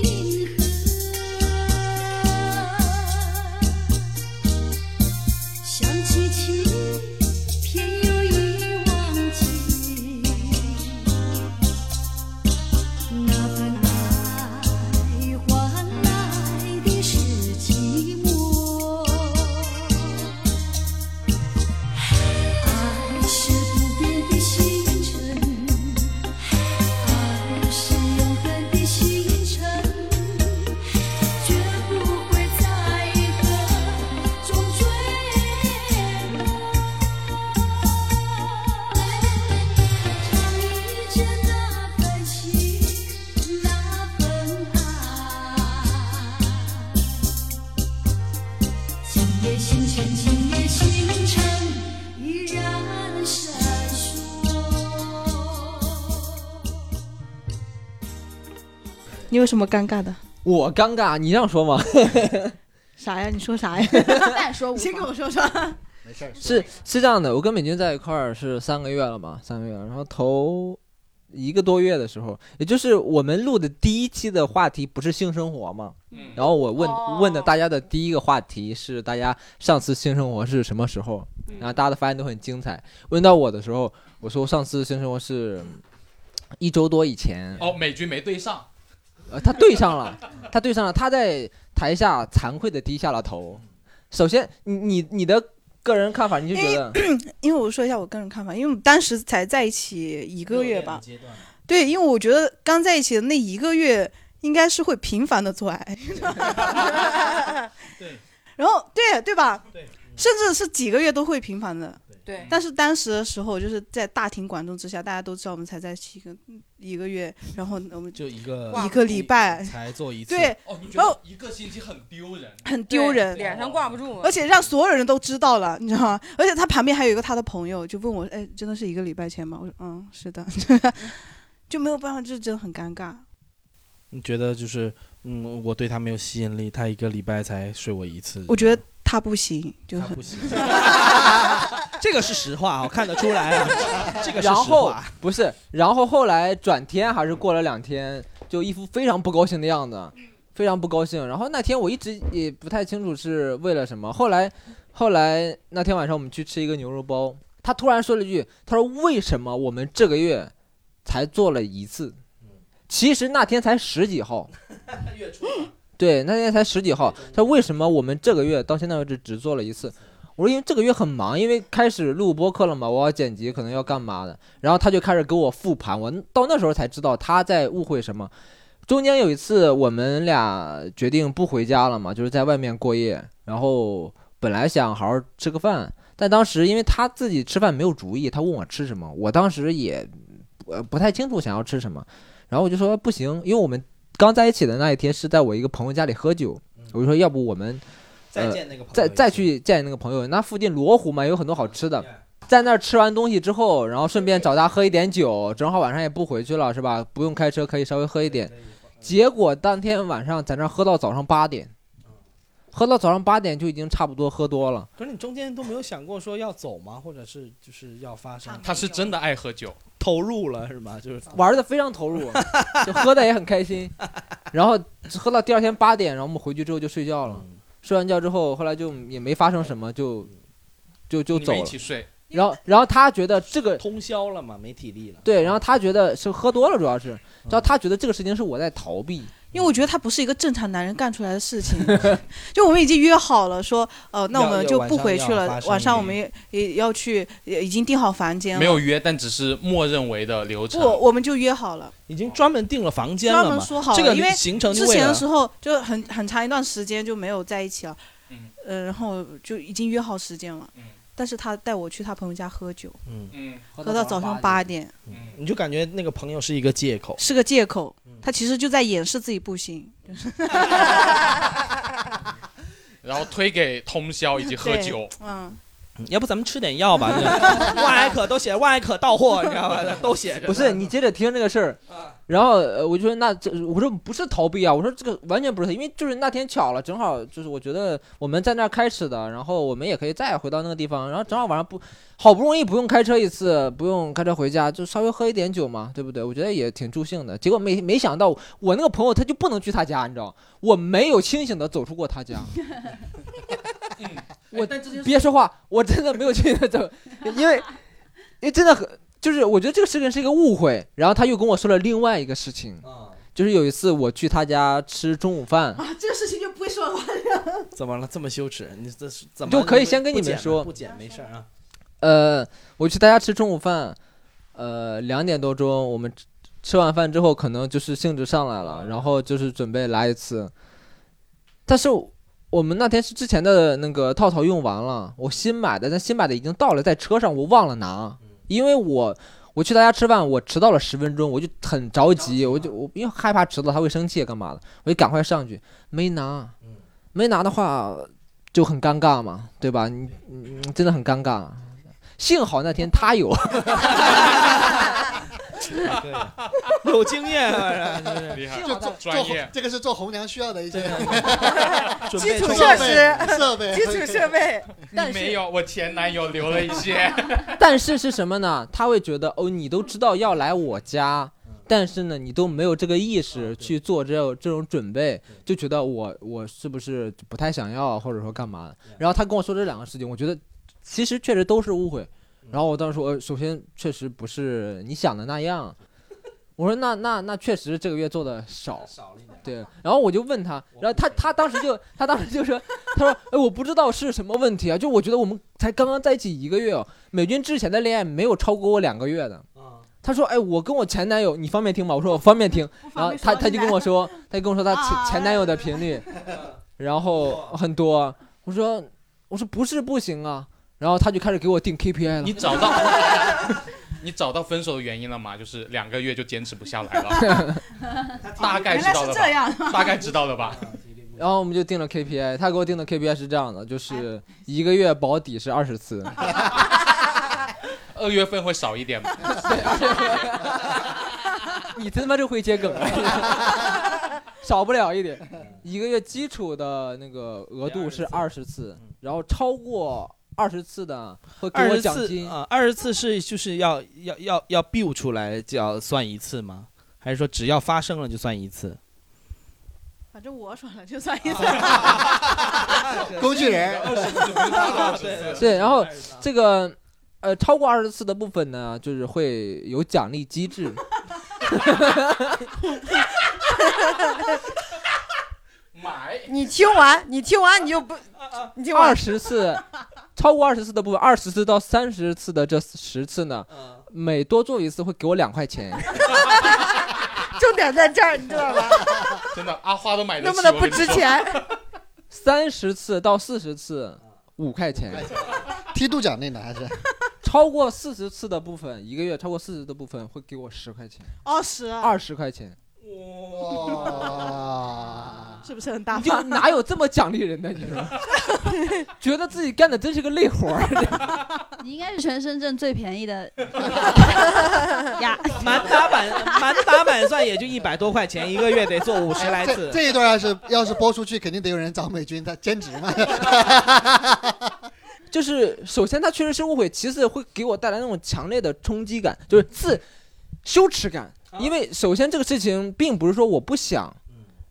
[SPEAKER 10] 银河。想起情，偏又已忘记那份爱。换来的是寂寞，爱是不变的星辰，爱是永恒的星辰，绝不会在河中坠落。唱一着那份情。那份爱，今夜星辰，今夜星辰依然闪烁。
[SPEAKER 16] 你有什么尴尬的？
[SPEAKER 4] 我尴尬，你让说吗？
[SPEAKER 16] <laughs> 啥呀？你说啥呀？
[SPEAKER 13] 再说，
[SPEAKER 16] 先跟我说说。
[SPEAKER 7] 没事，
[SPEAKER 4] 是是这样的，我跟美军在一块儿是三个月了嘛，三个月，然后头一个多月的时候，也就是我们录的第一期的话题不是性生活嘛，
[SPEAKER 11] 嗯
[SPEAKER 4] 然后我问、问的大家的第一个话题是大家上次性生活是什么时候，然后大家的发言都很精彩。问到我的时候，我说上次性生活是一周多以前，
[SPEAKER 2] 哦，美军没对上，
[SPEAKER 4] 呃，他对上了，他对上了，他在台下惭愧的低下了头。首先，你你你的个人看法，你就觉得
[SPEAKER 16] 因为 <clears throat> 我说一下我个人看法，因为我们当时才在一起一个月吧，对，因为我觉得刚在一起的那一个月应该是会频繁的做爱，
[SPEAKER 3] <laughs>
[SPEAKER 2] 对，
[SPEAKER 16] 然后对对吧？甚至是几个月都会频繁的。
[SPEAKER 6] 对
[SPEAKER 16] 但是当时的时候，就是在大庭广众之下，大家都知道我们才在一起一个一个月，然后我们
[SPEAKER 1] 就一个
[SPEAKER 16] 一个礼拜
[SPEAKER 1] 才做一次，
[SPEAKER 16] 对
[SPEAKER 2] 哦，你觉
[SPEAKER 16] 然后
[SPEAKER 2] 得一个星期很丢人，
[SPEAKER 16] 很丢人，
[SPEAKER 6] 脸上挂不住
[SPEAKER 9] 啊
[SPEAKER 6] 嘛。
[SPEAKER 16] 而且让所有人都知道了，你知道吗？ <laughs> 而且他旁边还有一个他的朋友，就问我，哎，真的是一个礼拜前吗？我说，嗯，是的， <laughs> 就没有办法，就真的很尴尬。
[SPEAKER 1] 你觉得就是嗯，我对他没有吸引力，他一个礼拜才睡我一次，
[SPEAKER 16] 我觉得他不行，就
[SPEAKER 1] 很不行。 <laughs> 这个是实话啊，我看得出来
[SPEAKER 4] <laughs>
[SPEAKER 1] 啊，这个是实
[SPEAKER 4] 然后
[SPEAKER 1] 话。
[SPEAKER 4] 不是，然后后来转天还是过了两天，就一副非常不高兴的样子，非常不高兴。然后那天我一直也不太清楚是为了什么。后来，后来那天晚上我们去吃一个牛肉包，他突然说了一句：“他说为什么我们这个月才做了一次？其实那天才十几号，
[SPEAKER 1] <laughs>
[SPEAKER 4] 对，那天才十几号。他说为什么我们这个月到现在为止只做了一次？我说因为这个月很忙，因为开始录播客了嘛，我要剪辑，可能要干嘛的。然后他就开始给我复盘，我到那时候才知道他在误会什么。中间有一次我们俩决定不回家了嘛，就是在外面过夜，然后本来想好好吃个饭，但当时因为他自己吃饭没有主意，他问我吃什么，我当时也呃不太清楚想要吃什么，然后我就说不行，因为我们刚在一起的那一天是在我一个朋友家里喝酒，我就说要不我们
[SPEAKER 1] 嗯再
[SPEAKER 4] 呃
[SPEAKER 1] 见那个朋友
[SPEAKER 4] 再再去见那个朋友，那附近罗湖嘛有很多好吃的，在那儿吃完东西之后，然后顺便找他喝一点酒，正好晚上也不回去了，是吧？不用开车，可以稍微喝一点。结果当天晚上在那儿喝到早上八点，
[SPEAKER 1] 嗯
[SPEAKER 4] 喝到早上八点就已经差不多喝多了。
[SPEAKER 1] 可是你中间都没有想过说要走吗？或者是就是要发生？
[SPEAKER 2] 他是真的爱喝酒，
[SPEAKER 1] 投入了是吗？就是
[SPEAKER 4] <laughs> 玩的非常
[SPEAKER 1] <laughs>
[SPEAKER 4] 投入，就喝的也很开心。然后喝到第二天八点，然后我们回去之后就睡觉
[SPEAKER 1] 嗯
[SPEAKER 4] 了。睡完觉之后，后来就也没发生什么，就就就
[SPEAKER 1] 你
[SPEAKER 4] 走
[SPEAKER 1] 们一
[SPEAKER 4] 了
[SPEAKER 1] 起睡。
[SPEAKER 4] 然后，然后他觉得这个
[SPEAKER 1] 通宵了嘛，没体力了。
[SPEAKER 4] 对，然后他觉得是喝多了，主要是，
[SPEAKER 1] 嗯
[SPEAKER 4] 然后他觉得这个事情是我在逃避。
[SPEAKER 16] 因为我觉得他不是一个正常男人干出来的
[SPEAKER 2] <laughs>
[SPEAKER 16] 事情，就我们已经约好了说，呃，那我们就不回去
[SPEAKER 2] 要
[SPEAKER 16] 了
[SPEAKER 2] 晚上要发，生
[SPEAKER 16] 晚上我们也也要去，也已经订好房间了，
[SPEAKER 2] 没有约，但只是默认为的流
[SPEAKER 16] 不，
[SPEAKER 2] 程。
[SPEAKER 16] 我们就约好了。
[SPEAKER 1] 已经专门订了房间了
[SPEAKER 16] 专
[SPEAKER 1] 嘛？
[SPEAKER 16] 门说好了，
[SPEAKER 1] 这个
[SPEAKER 16] 因为
[SPEAKER 1] 行程就
[SPEAKER 16] 之
[SPEAKER 1] 为
[SPEAKER 16] 前
[SPEAKER 1] 了
[SPEAKER 16] 的时候就很很长一段时间就没有在一起了，嗯、呃，然后就已经约好时间了，
[SPEAKER 1] 嗯
[SPEAKER 16] 但是他带我去他朋友家喝酒，
[SPEAKER 2] 嗯，
[SPEAKER 16] 喝到早上八点，
[SPEAKER 1] 你就感觉那个朋友是一个借口，
[SPEAKER 16] 是个借口，
[SPEAKER 1] 嗯
[SPEAKER 16] 他其实就在掩饰自己不行，
[SPEAKER 2] 然后推给通宵以及喝
[SPEAKER 16] 对
[SPEAKER 2] 酒。
[SPEAKER 16] 嗯，
[SPEAKER 1] 嗯要不咱们吃点药
[SPEAKER 4] <laughs>
[SPEAKER 1] 吧？这 <laughs> 个万艾可都写万艾可到货，你知道吧？都写着。
[SPEAKER 4] 不是，你接着听这个事儿，然后呃我就说那这我说不是逃避啊，我说这个完全不是，因为就是那天巧了，正好就是我觉得我们在那儿开始的，然后我们也可以再回到那个地方，然后正好晚上不好不容易不用开车一次，不用开车回家，就稍微喝一点酒嘛，对不对？我觉得也挺助兴的。结果没没想到我那个朋友他就不能去他家，你知道，我没有清醒的走出过
[SPEAKER 2] <laughs>
[SPEAKER 4] 他家。
[SPEAKER 3] 嗯
[SPEAKER 2] 嗯哎
[SPEAKER 4] 我 <laughs> 别说话，我真的没有去那种，因为因为真的很，就是我觉得这个事情是一个误会。然后他又跟我说了另外一个事情，就是有一次我去他家吃中午饭，
[SPEAKER 9] 啊，这个事情就不会说完
[SPEAKER 2] <laughs>
[SPEAKER 9] 了。
[SPEAKER 1] 怎么了？这么羞耻？你这是怎么？
[SPEAKER 4] 就可以先跟
[SPEAKER 1] 不
[SPEAKER 4] 你们
[SPEAKER 1] 剪了
[SPEAKER 4] 说
[SPEAKER 1] 不剪没事儿啊。
[SPEAKER 4] 呃，我去他家吃中午饭，呃，两点多钟，我们吃吃完饭之后，可能就是兴致上来了，然后就是准备来一次。但是我们那天是之前的那个套套用完了，我新买的，但新买的已经到了，在车上我忘了拿，因为我我去他家吃饭，我迟到了十分钟，我就很着急，我就我因为害怕迟到他会生气干嘛的，我就赶快上去，没拿，没拿的话就很尴尬嘛，对吧？你你你真的很尴尬。幸好那天他有，
[SPEAKER 1] 有经验啊，
[SPEAKER 2] 厉
[SPEAKER 1] 害
[SPEAKER 7] 就做做红，这个是做红娘需要的一些 <laughs>
[SPEAKER 2] 准
[SPEAKER 7] 备
[SPEAKER 2] 备
[SPEAKER 7] 设
[SPEAKER 2] 充
[SPEAKER 7] 备
[SPEAKER 2] 分
[SPEAKER 9] <laughs>
[SPEAKER 7] 设备
[SPEAKER 2] <laughs>
[SPEAKER 6] 备
[SPEAKER 2] 你没有，我前男友留了一些。
[SPEAKER 4] 但是是什么呢？他会觉得哦，你都知道要来我家，但是呢，你都没有这个意识去做这种这种准备，就觉得我我是不是不太想要，或者说干嘛的？然后他跟我说这两个事情，我觉得其实确实都是误会。然后我当时说，呃首先确实不是你想的那样。我说那那那确实这个月做的少，对。然后我就问他，然后他他当时就他当时就说，他说哎我不知道是什么问题啊，就我觉得我们才刚刚在一起一个月哦，美军之前的恋爱没有超过我两个月的。他说：“哎，我跟我前男友，你方便听吗？”我说：“我方便听。”然后他他就跟我说，啊他就跟我说他前前男友的频 <laughs> 率，然后很多。我说：“我说不是不行啊。”然后他就开始给我定 KPI 了。
[SPEAKER 2] 你 <laughs> 找 <laughs> 到你找到分手的原因了吗？就是两个月就坚持不下来了，大概知道了吧？
[SPEAKER 9] 原来是这样
[SPEAKER 2] 大概知道了
[SPEAKER 9] <laughs>
[SPEAKER 2] 吧？
[SPEAKER 4] <laughs> 然后我们就定了 KPI，他给我定的 KPI 是这样的，就是一个月保底是二十次。
[SPEAKER 2] 二月份会少一点吗？
[SPEAKER 4] <laughs> 你他妈就会接梗，啊 <laughs> 少不了一点。一个月基础的那个额度是二十次，然后超过二十次的 <laughs> 会给
[SPEAKER 1] 二
[SPEAKER 4] 我
[SPEAKER 1] 十
[SPEAKER 4] 奖
[SPEAKER 1] 次
[SPEAKER 4] 金。
[SPEAKER 1] 啊，二十次是就是要要要要 build 出来就要算一次吗？还是说只要发生了就算一次？
[SPEAKER 16] 反正我爽了就算 <laughs> 一次。
[SPEAKER 7] 工具
[SPEAKER 1] <laughs>
[SPEAKER 7] 人
[SPEAKER 4] 对，然后这个呃超过二十次的部分呢，就是会有奖励机制。
[SPEAKER 6] <laughs> 你听完，你听完你就不，你听完
[SPEAKER 4] 二十次，超过二十次的部分，二十次到三十次的这十次呢，每多做一次会给我两块 <laughs> 钱。
[SPEAKER 6] 重点在这儿，你知道吧？
[SPEAKER 2] <laughs> 真的，阿花都买得起。
[SPEAKER 6] 那么的不值
[SPEAKER 2] <laughs>
[SPEAKER 6] 钱。
[SPEAKER 4] <laughs> 三十次到四十次，五块钱。 <laughs>
[SPEAKER 7] 梯度奖励呢还是？
[SPEAKER 4] 超过四十次的部分，一个月超过四十的部分会给我十块钱，
[SPEAKER 16] 二十
[SPEAKER 4] 二十块钱。
[SPEAKER 16] 是不是
[SPEAKER 1] 啊
[SPEAKER 16] 很大
[SPEAKER 4] 你就
[SPEAKER 16] 方？
[SPEAKER 4] 哪有这么奖励人的？你说，觉得自己干的真是个累活儿。
[SPEAKER 9] 你应该是全深圳最便宜的 <laughs> 呀。
[SPEAKER 1] 满打满满打满算也就一百多块钱，一个月得做五十来次
[SPEAKER 7] 这。这一段要是要是播出去，肯定得有人找美军他兼职嘛。
[SPEAKER 4] 就是首先他确实是误会，其次会给我带来那种强烈的冲击感，就是自羞耻感。
[SPEAKER 8] 啊
[SPEAKER 4] 因为首先这个事情并不是说我不想，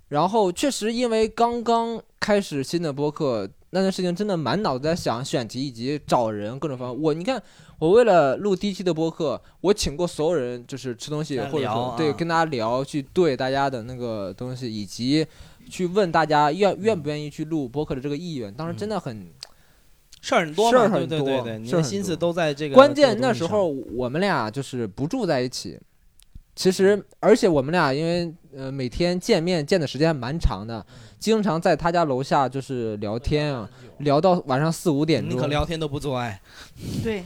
[SPEAKER 4] 然后确实因为刚刚开始新的播客那件事情，真的满脑子在想选题以及找人各种方法。我你看，我为了录第一期的播客，我请过所有人，就是吃东西
[SPEAKER 8] 跟他
[SPEAKER 4] 或者
[SPEAKER 8] 聊
[SPEAKER 4] 说
[SPEAKER 8] 啊
[SPEAKER 4] 对跟大家聊，去对大家的那个东西，以及去问大家愿愿不愿意去录播客的这个意愿。当
[SPEAKER 8] 嗯
[SPEAKER 4] 时真的很。
[SPEAKER 1] 事儿很多
[SPEAKER 4] 事
[SPEAKER 1] 嘛
[SPEAKER 4] 儿
[SPEAKER 1] 对
[SPEAKER 4] 很
[SPEAKER 1] 对
[SPEAKER 4] 多，
[SPEAKER 1] 对对你
[SPEAKER 4] 事
[SPEAKER 1] 的
[SPEAKER 4] 儿很
[SPEAKER 1] 心思
[SPEAKER 4] 多
[SPEAKER 1] 都在这个
[SPEAKER 4] 关
[SPEAKER 1] 这个
[SPEAKER 4] 键
[SPEAKER 1] 东
[SPEAKER 4] 那
[SPEAKER 1] 西
[SPEAKER 4] 时
[SPEAKER 1] 上
[SPEAKER 4] 候我们俩就是不住在一起，其实而且我们俩因为呃每天见面见的时间蛮长的，经常在他家楼下就是聊天啊，聊到晚上四五点
[SPEAKER 1] 你
[SPEAKER 4] 钟。
[SPEAKER 1] 可聊天都不做爱，
[SPEAKER 16] 对，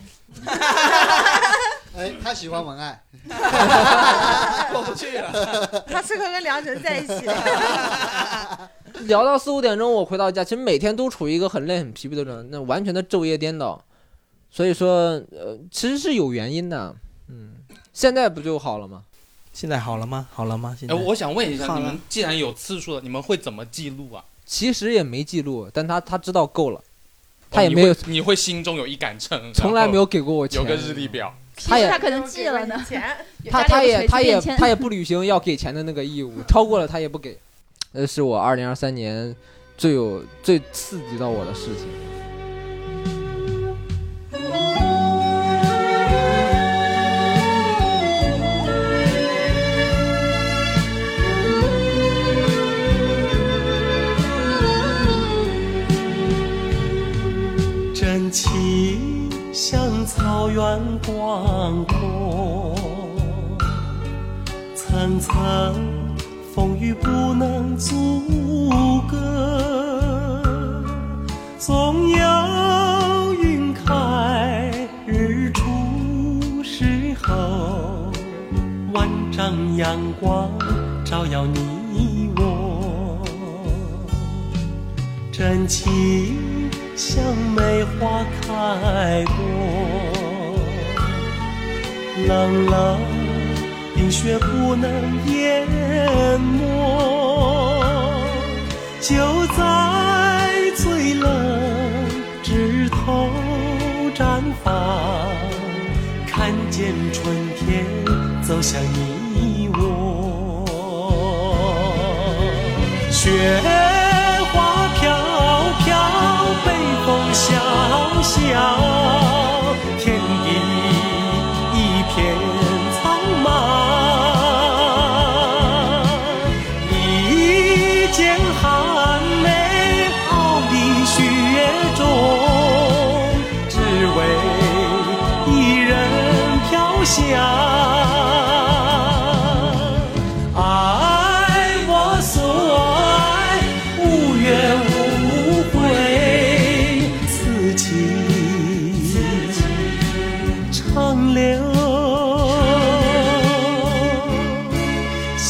[SPEAKER 7] 哎，他喜欢文案，
[SPEAKER 16] 过
[SPEAKER 1] 不去
[SPEAKER 7] 了
[SPEAKER 3] <laughs> 他适合跟梁晨在一
[SPEAKER 7] <laughs>
[SPEAKER 3] 起。
[SPEAKER 4] 聊到四五点钟，我回到家，其实每天都处于一个很累、很疲惫的状态，那完全的昼夜颠倒。所以说，呃，其实是有原因的，嗯，现在不就好了吗？
[SPEAKER 1] 现在好了吗？好了吗？现
[SPEAKER 2] 哎，
[SPEAKER 1] 在
[SPEAKER 2] 我想问一下，
[SPEAKER 4] 好
[SPEAKER 2] 你
[SPEAKER 4] 了
[SPEAKER 2] 们既然有次数了，你们会怎么记录啊？
[SPEAKER 4] 其实也没记录，但他他知道够了，
[SPEAKER 2] 哦
[SPEAKER 4] 他也
[SPEAKER 2] 你
[SPEAKER 4] 没
[SPEAKER 2] 会
[SPEAKER 4] 有，
[SPEAKER 2] 你会心中有一杆秤，然
[SPEAKER 4] 从来
[SPEAKER 2] 后
[SPEAKER 4] 没有给过我
[SPEAKER 2] 有个
[SPEAKER 4] 钱
[SPEAKER 2] 日历表。
[SPEAKER 4] 他也
[SPEAKER 9] 他可能记了呢。
[SPEAKER 4] 他他也他也他也不
[SPEAKER 9] 理。
[SPEAKER 4] 履行要给钱的那个义务，超过了他也不给。这是我二零二三年最有最刺激到我的事情。
[SPEAKER 5] 真情像草原广阔，层层风雨不能阻隔，总有云开日出时候，万丈阳光照耀你我，真情。像梅花开过，冷冷冰雪不能淹没，就在最冷枝头绽放，看见春天走向你我。雪花飘飘，北风萧萧，天地一片苍茫。一剪寒梅傲立雪中，只为一人飘香。爱我所爱，无怨无悔，此情长留心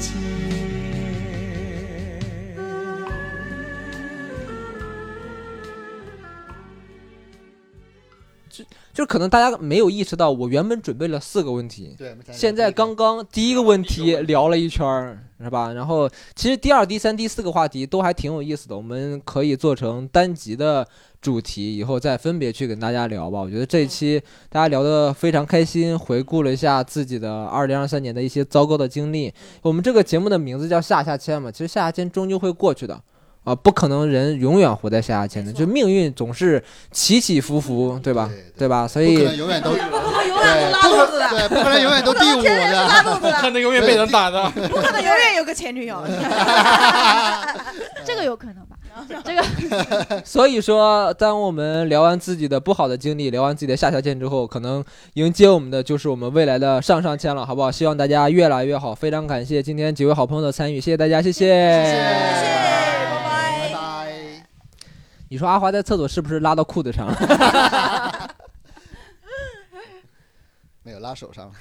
[SPEAKER 5] 间。
[SPEAKER 4] 就是可能大家没有意识到，我原本准备了四个问题，
[SPEAKER 7] 对
[SPEAKER 4] 现在刚刚第一个问题聊了一圈儿，是吧？然后其实第二、第三、第四个话题都还挺有意思的，我们可以做成单集的主题，以后再分别去跟大家聊吧。我觉得这一期大家聊得非常开心，回顾了一下自己的2023年的一些糟糕的经历。我们这个节目的名字叫下下签嘛，其实下下签终究会过去的。啊，不可能人永远活在下下签的，就命运总是起起伏伏，对吧？对吧？所以
[SPEAKER 7] 不可能永远都
[SPEAKER 3] 不可能永远都拉肚子的，
[SPEAKER 7] 对，不可能永远都第五的，
[SPEAKER 2] 可能永远被人打的。
[SPEAKER 7] <laughs>
[SPEAKER 16] 不可能永远有个前女友。 <laughs>
[SPEAKER 9] 这个有可能吧？这个
[SPEAKER 4] 所以说，当我们聊完自己的不好的经历，聊完自己的下下签之后，可能迎接我们的就是我们未来的上上签了，好不好？希望大家越来越好。非常感谢今天几位好朋友的参与，谢谢大家，谢谢。
[SPEAKER 7] 拜拜。
[SPEAKER 4] 你说阿华在厕所是不是拉到裤子上了？ <laughs>
[SPEAKER 7] 没有拉手上了。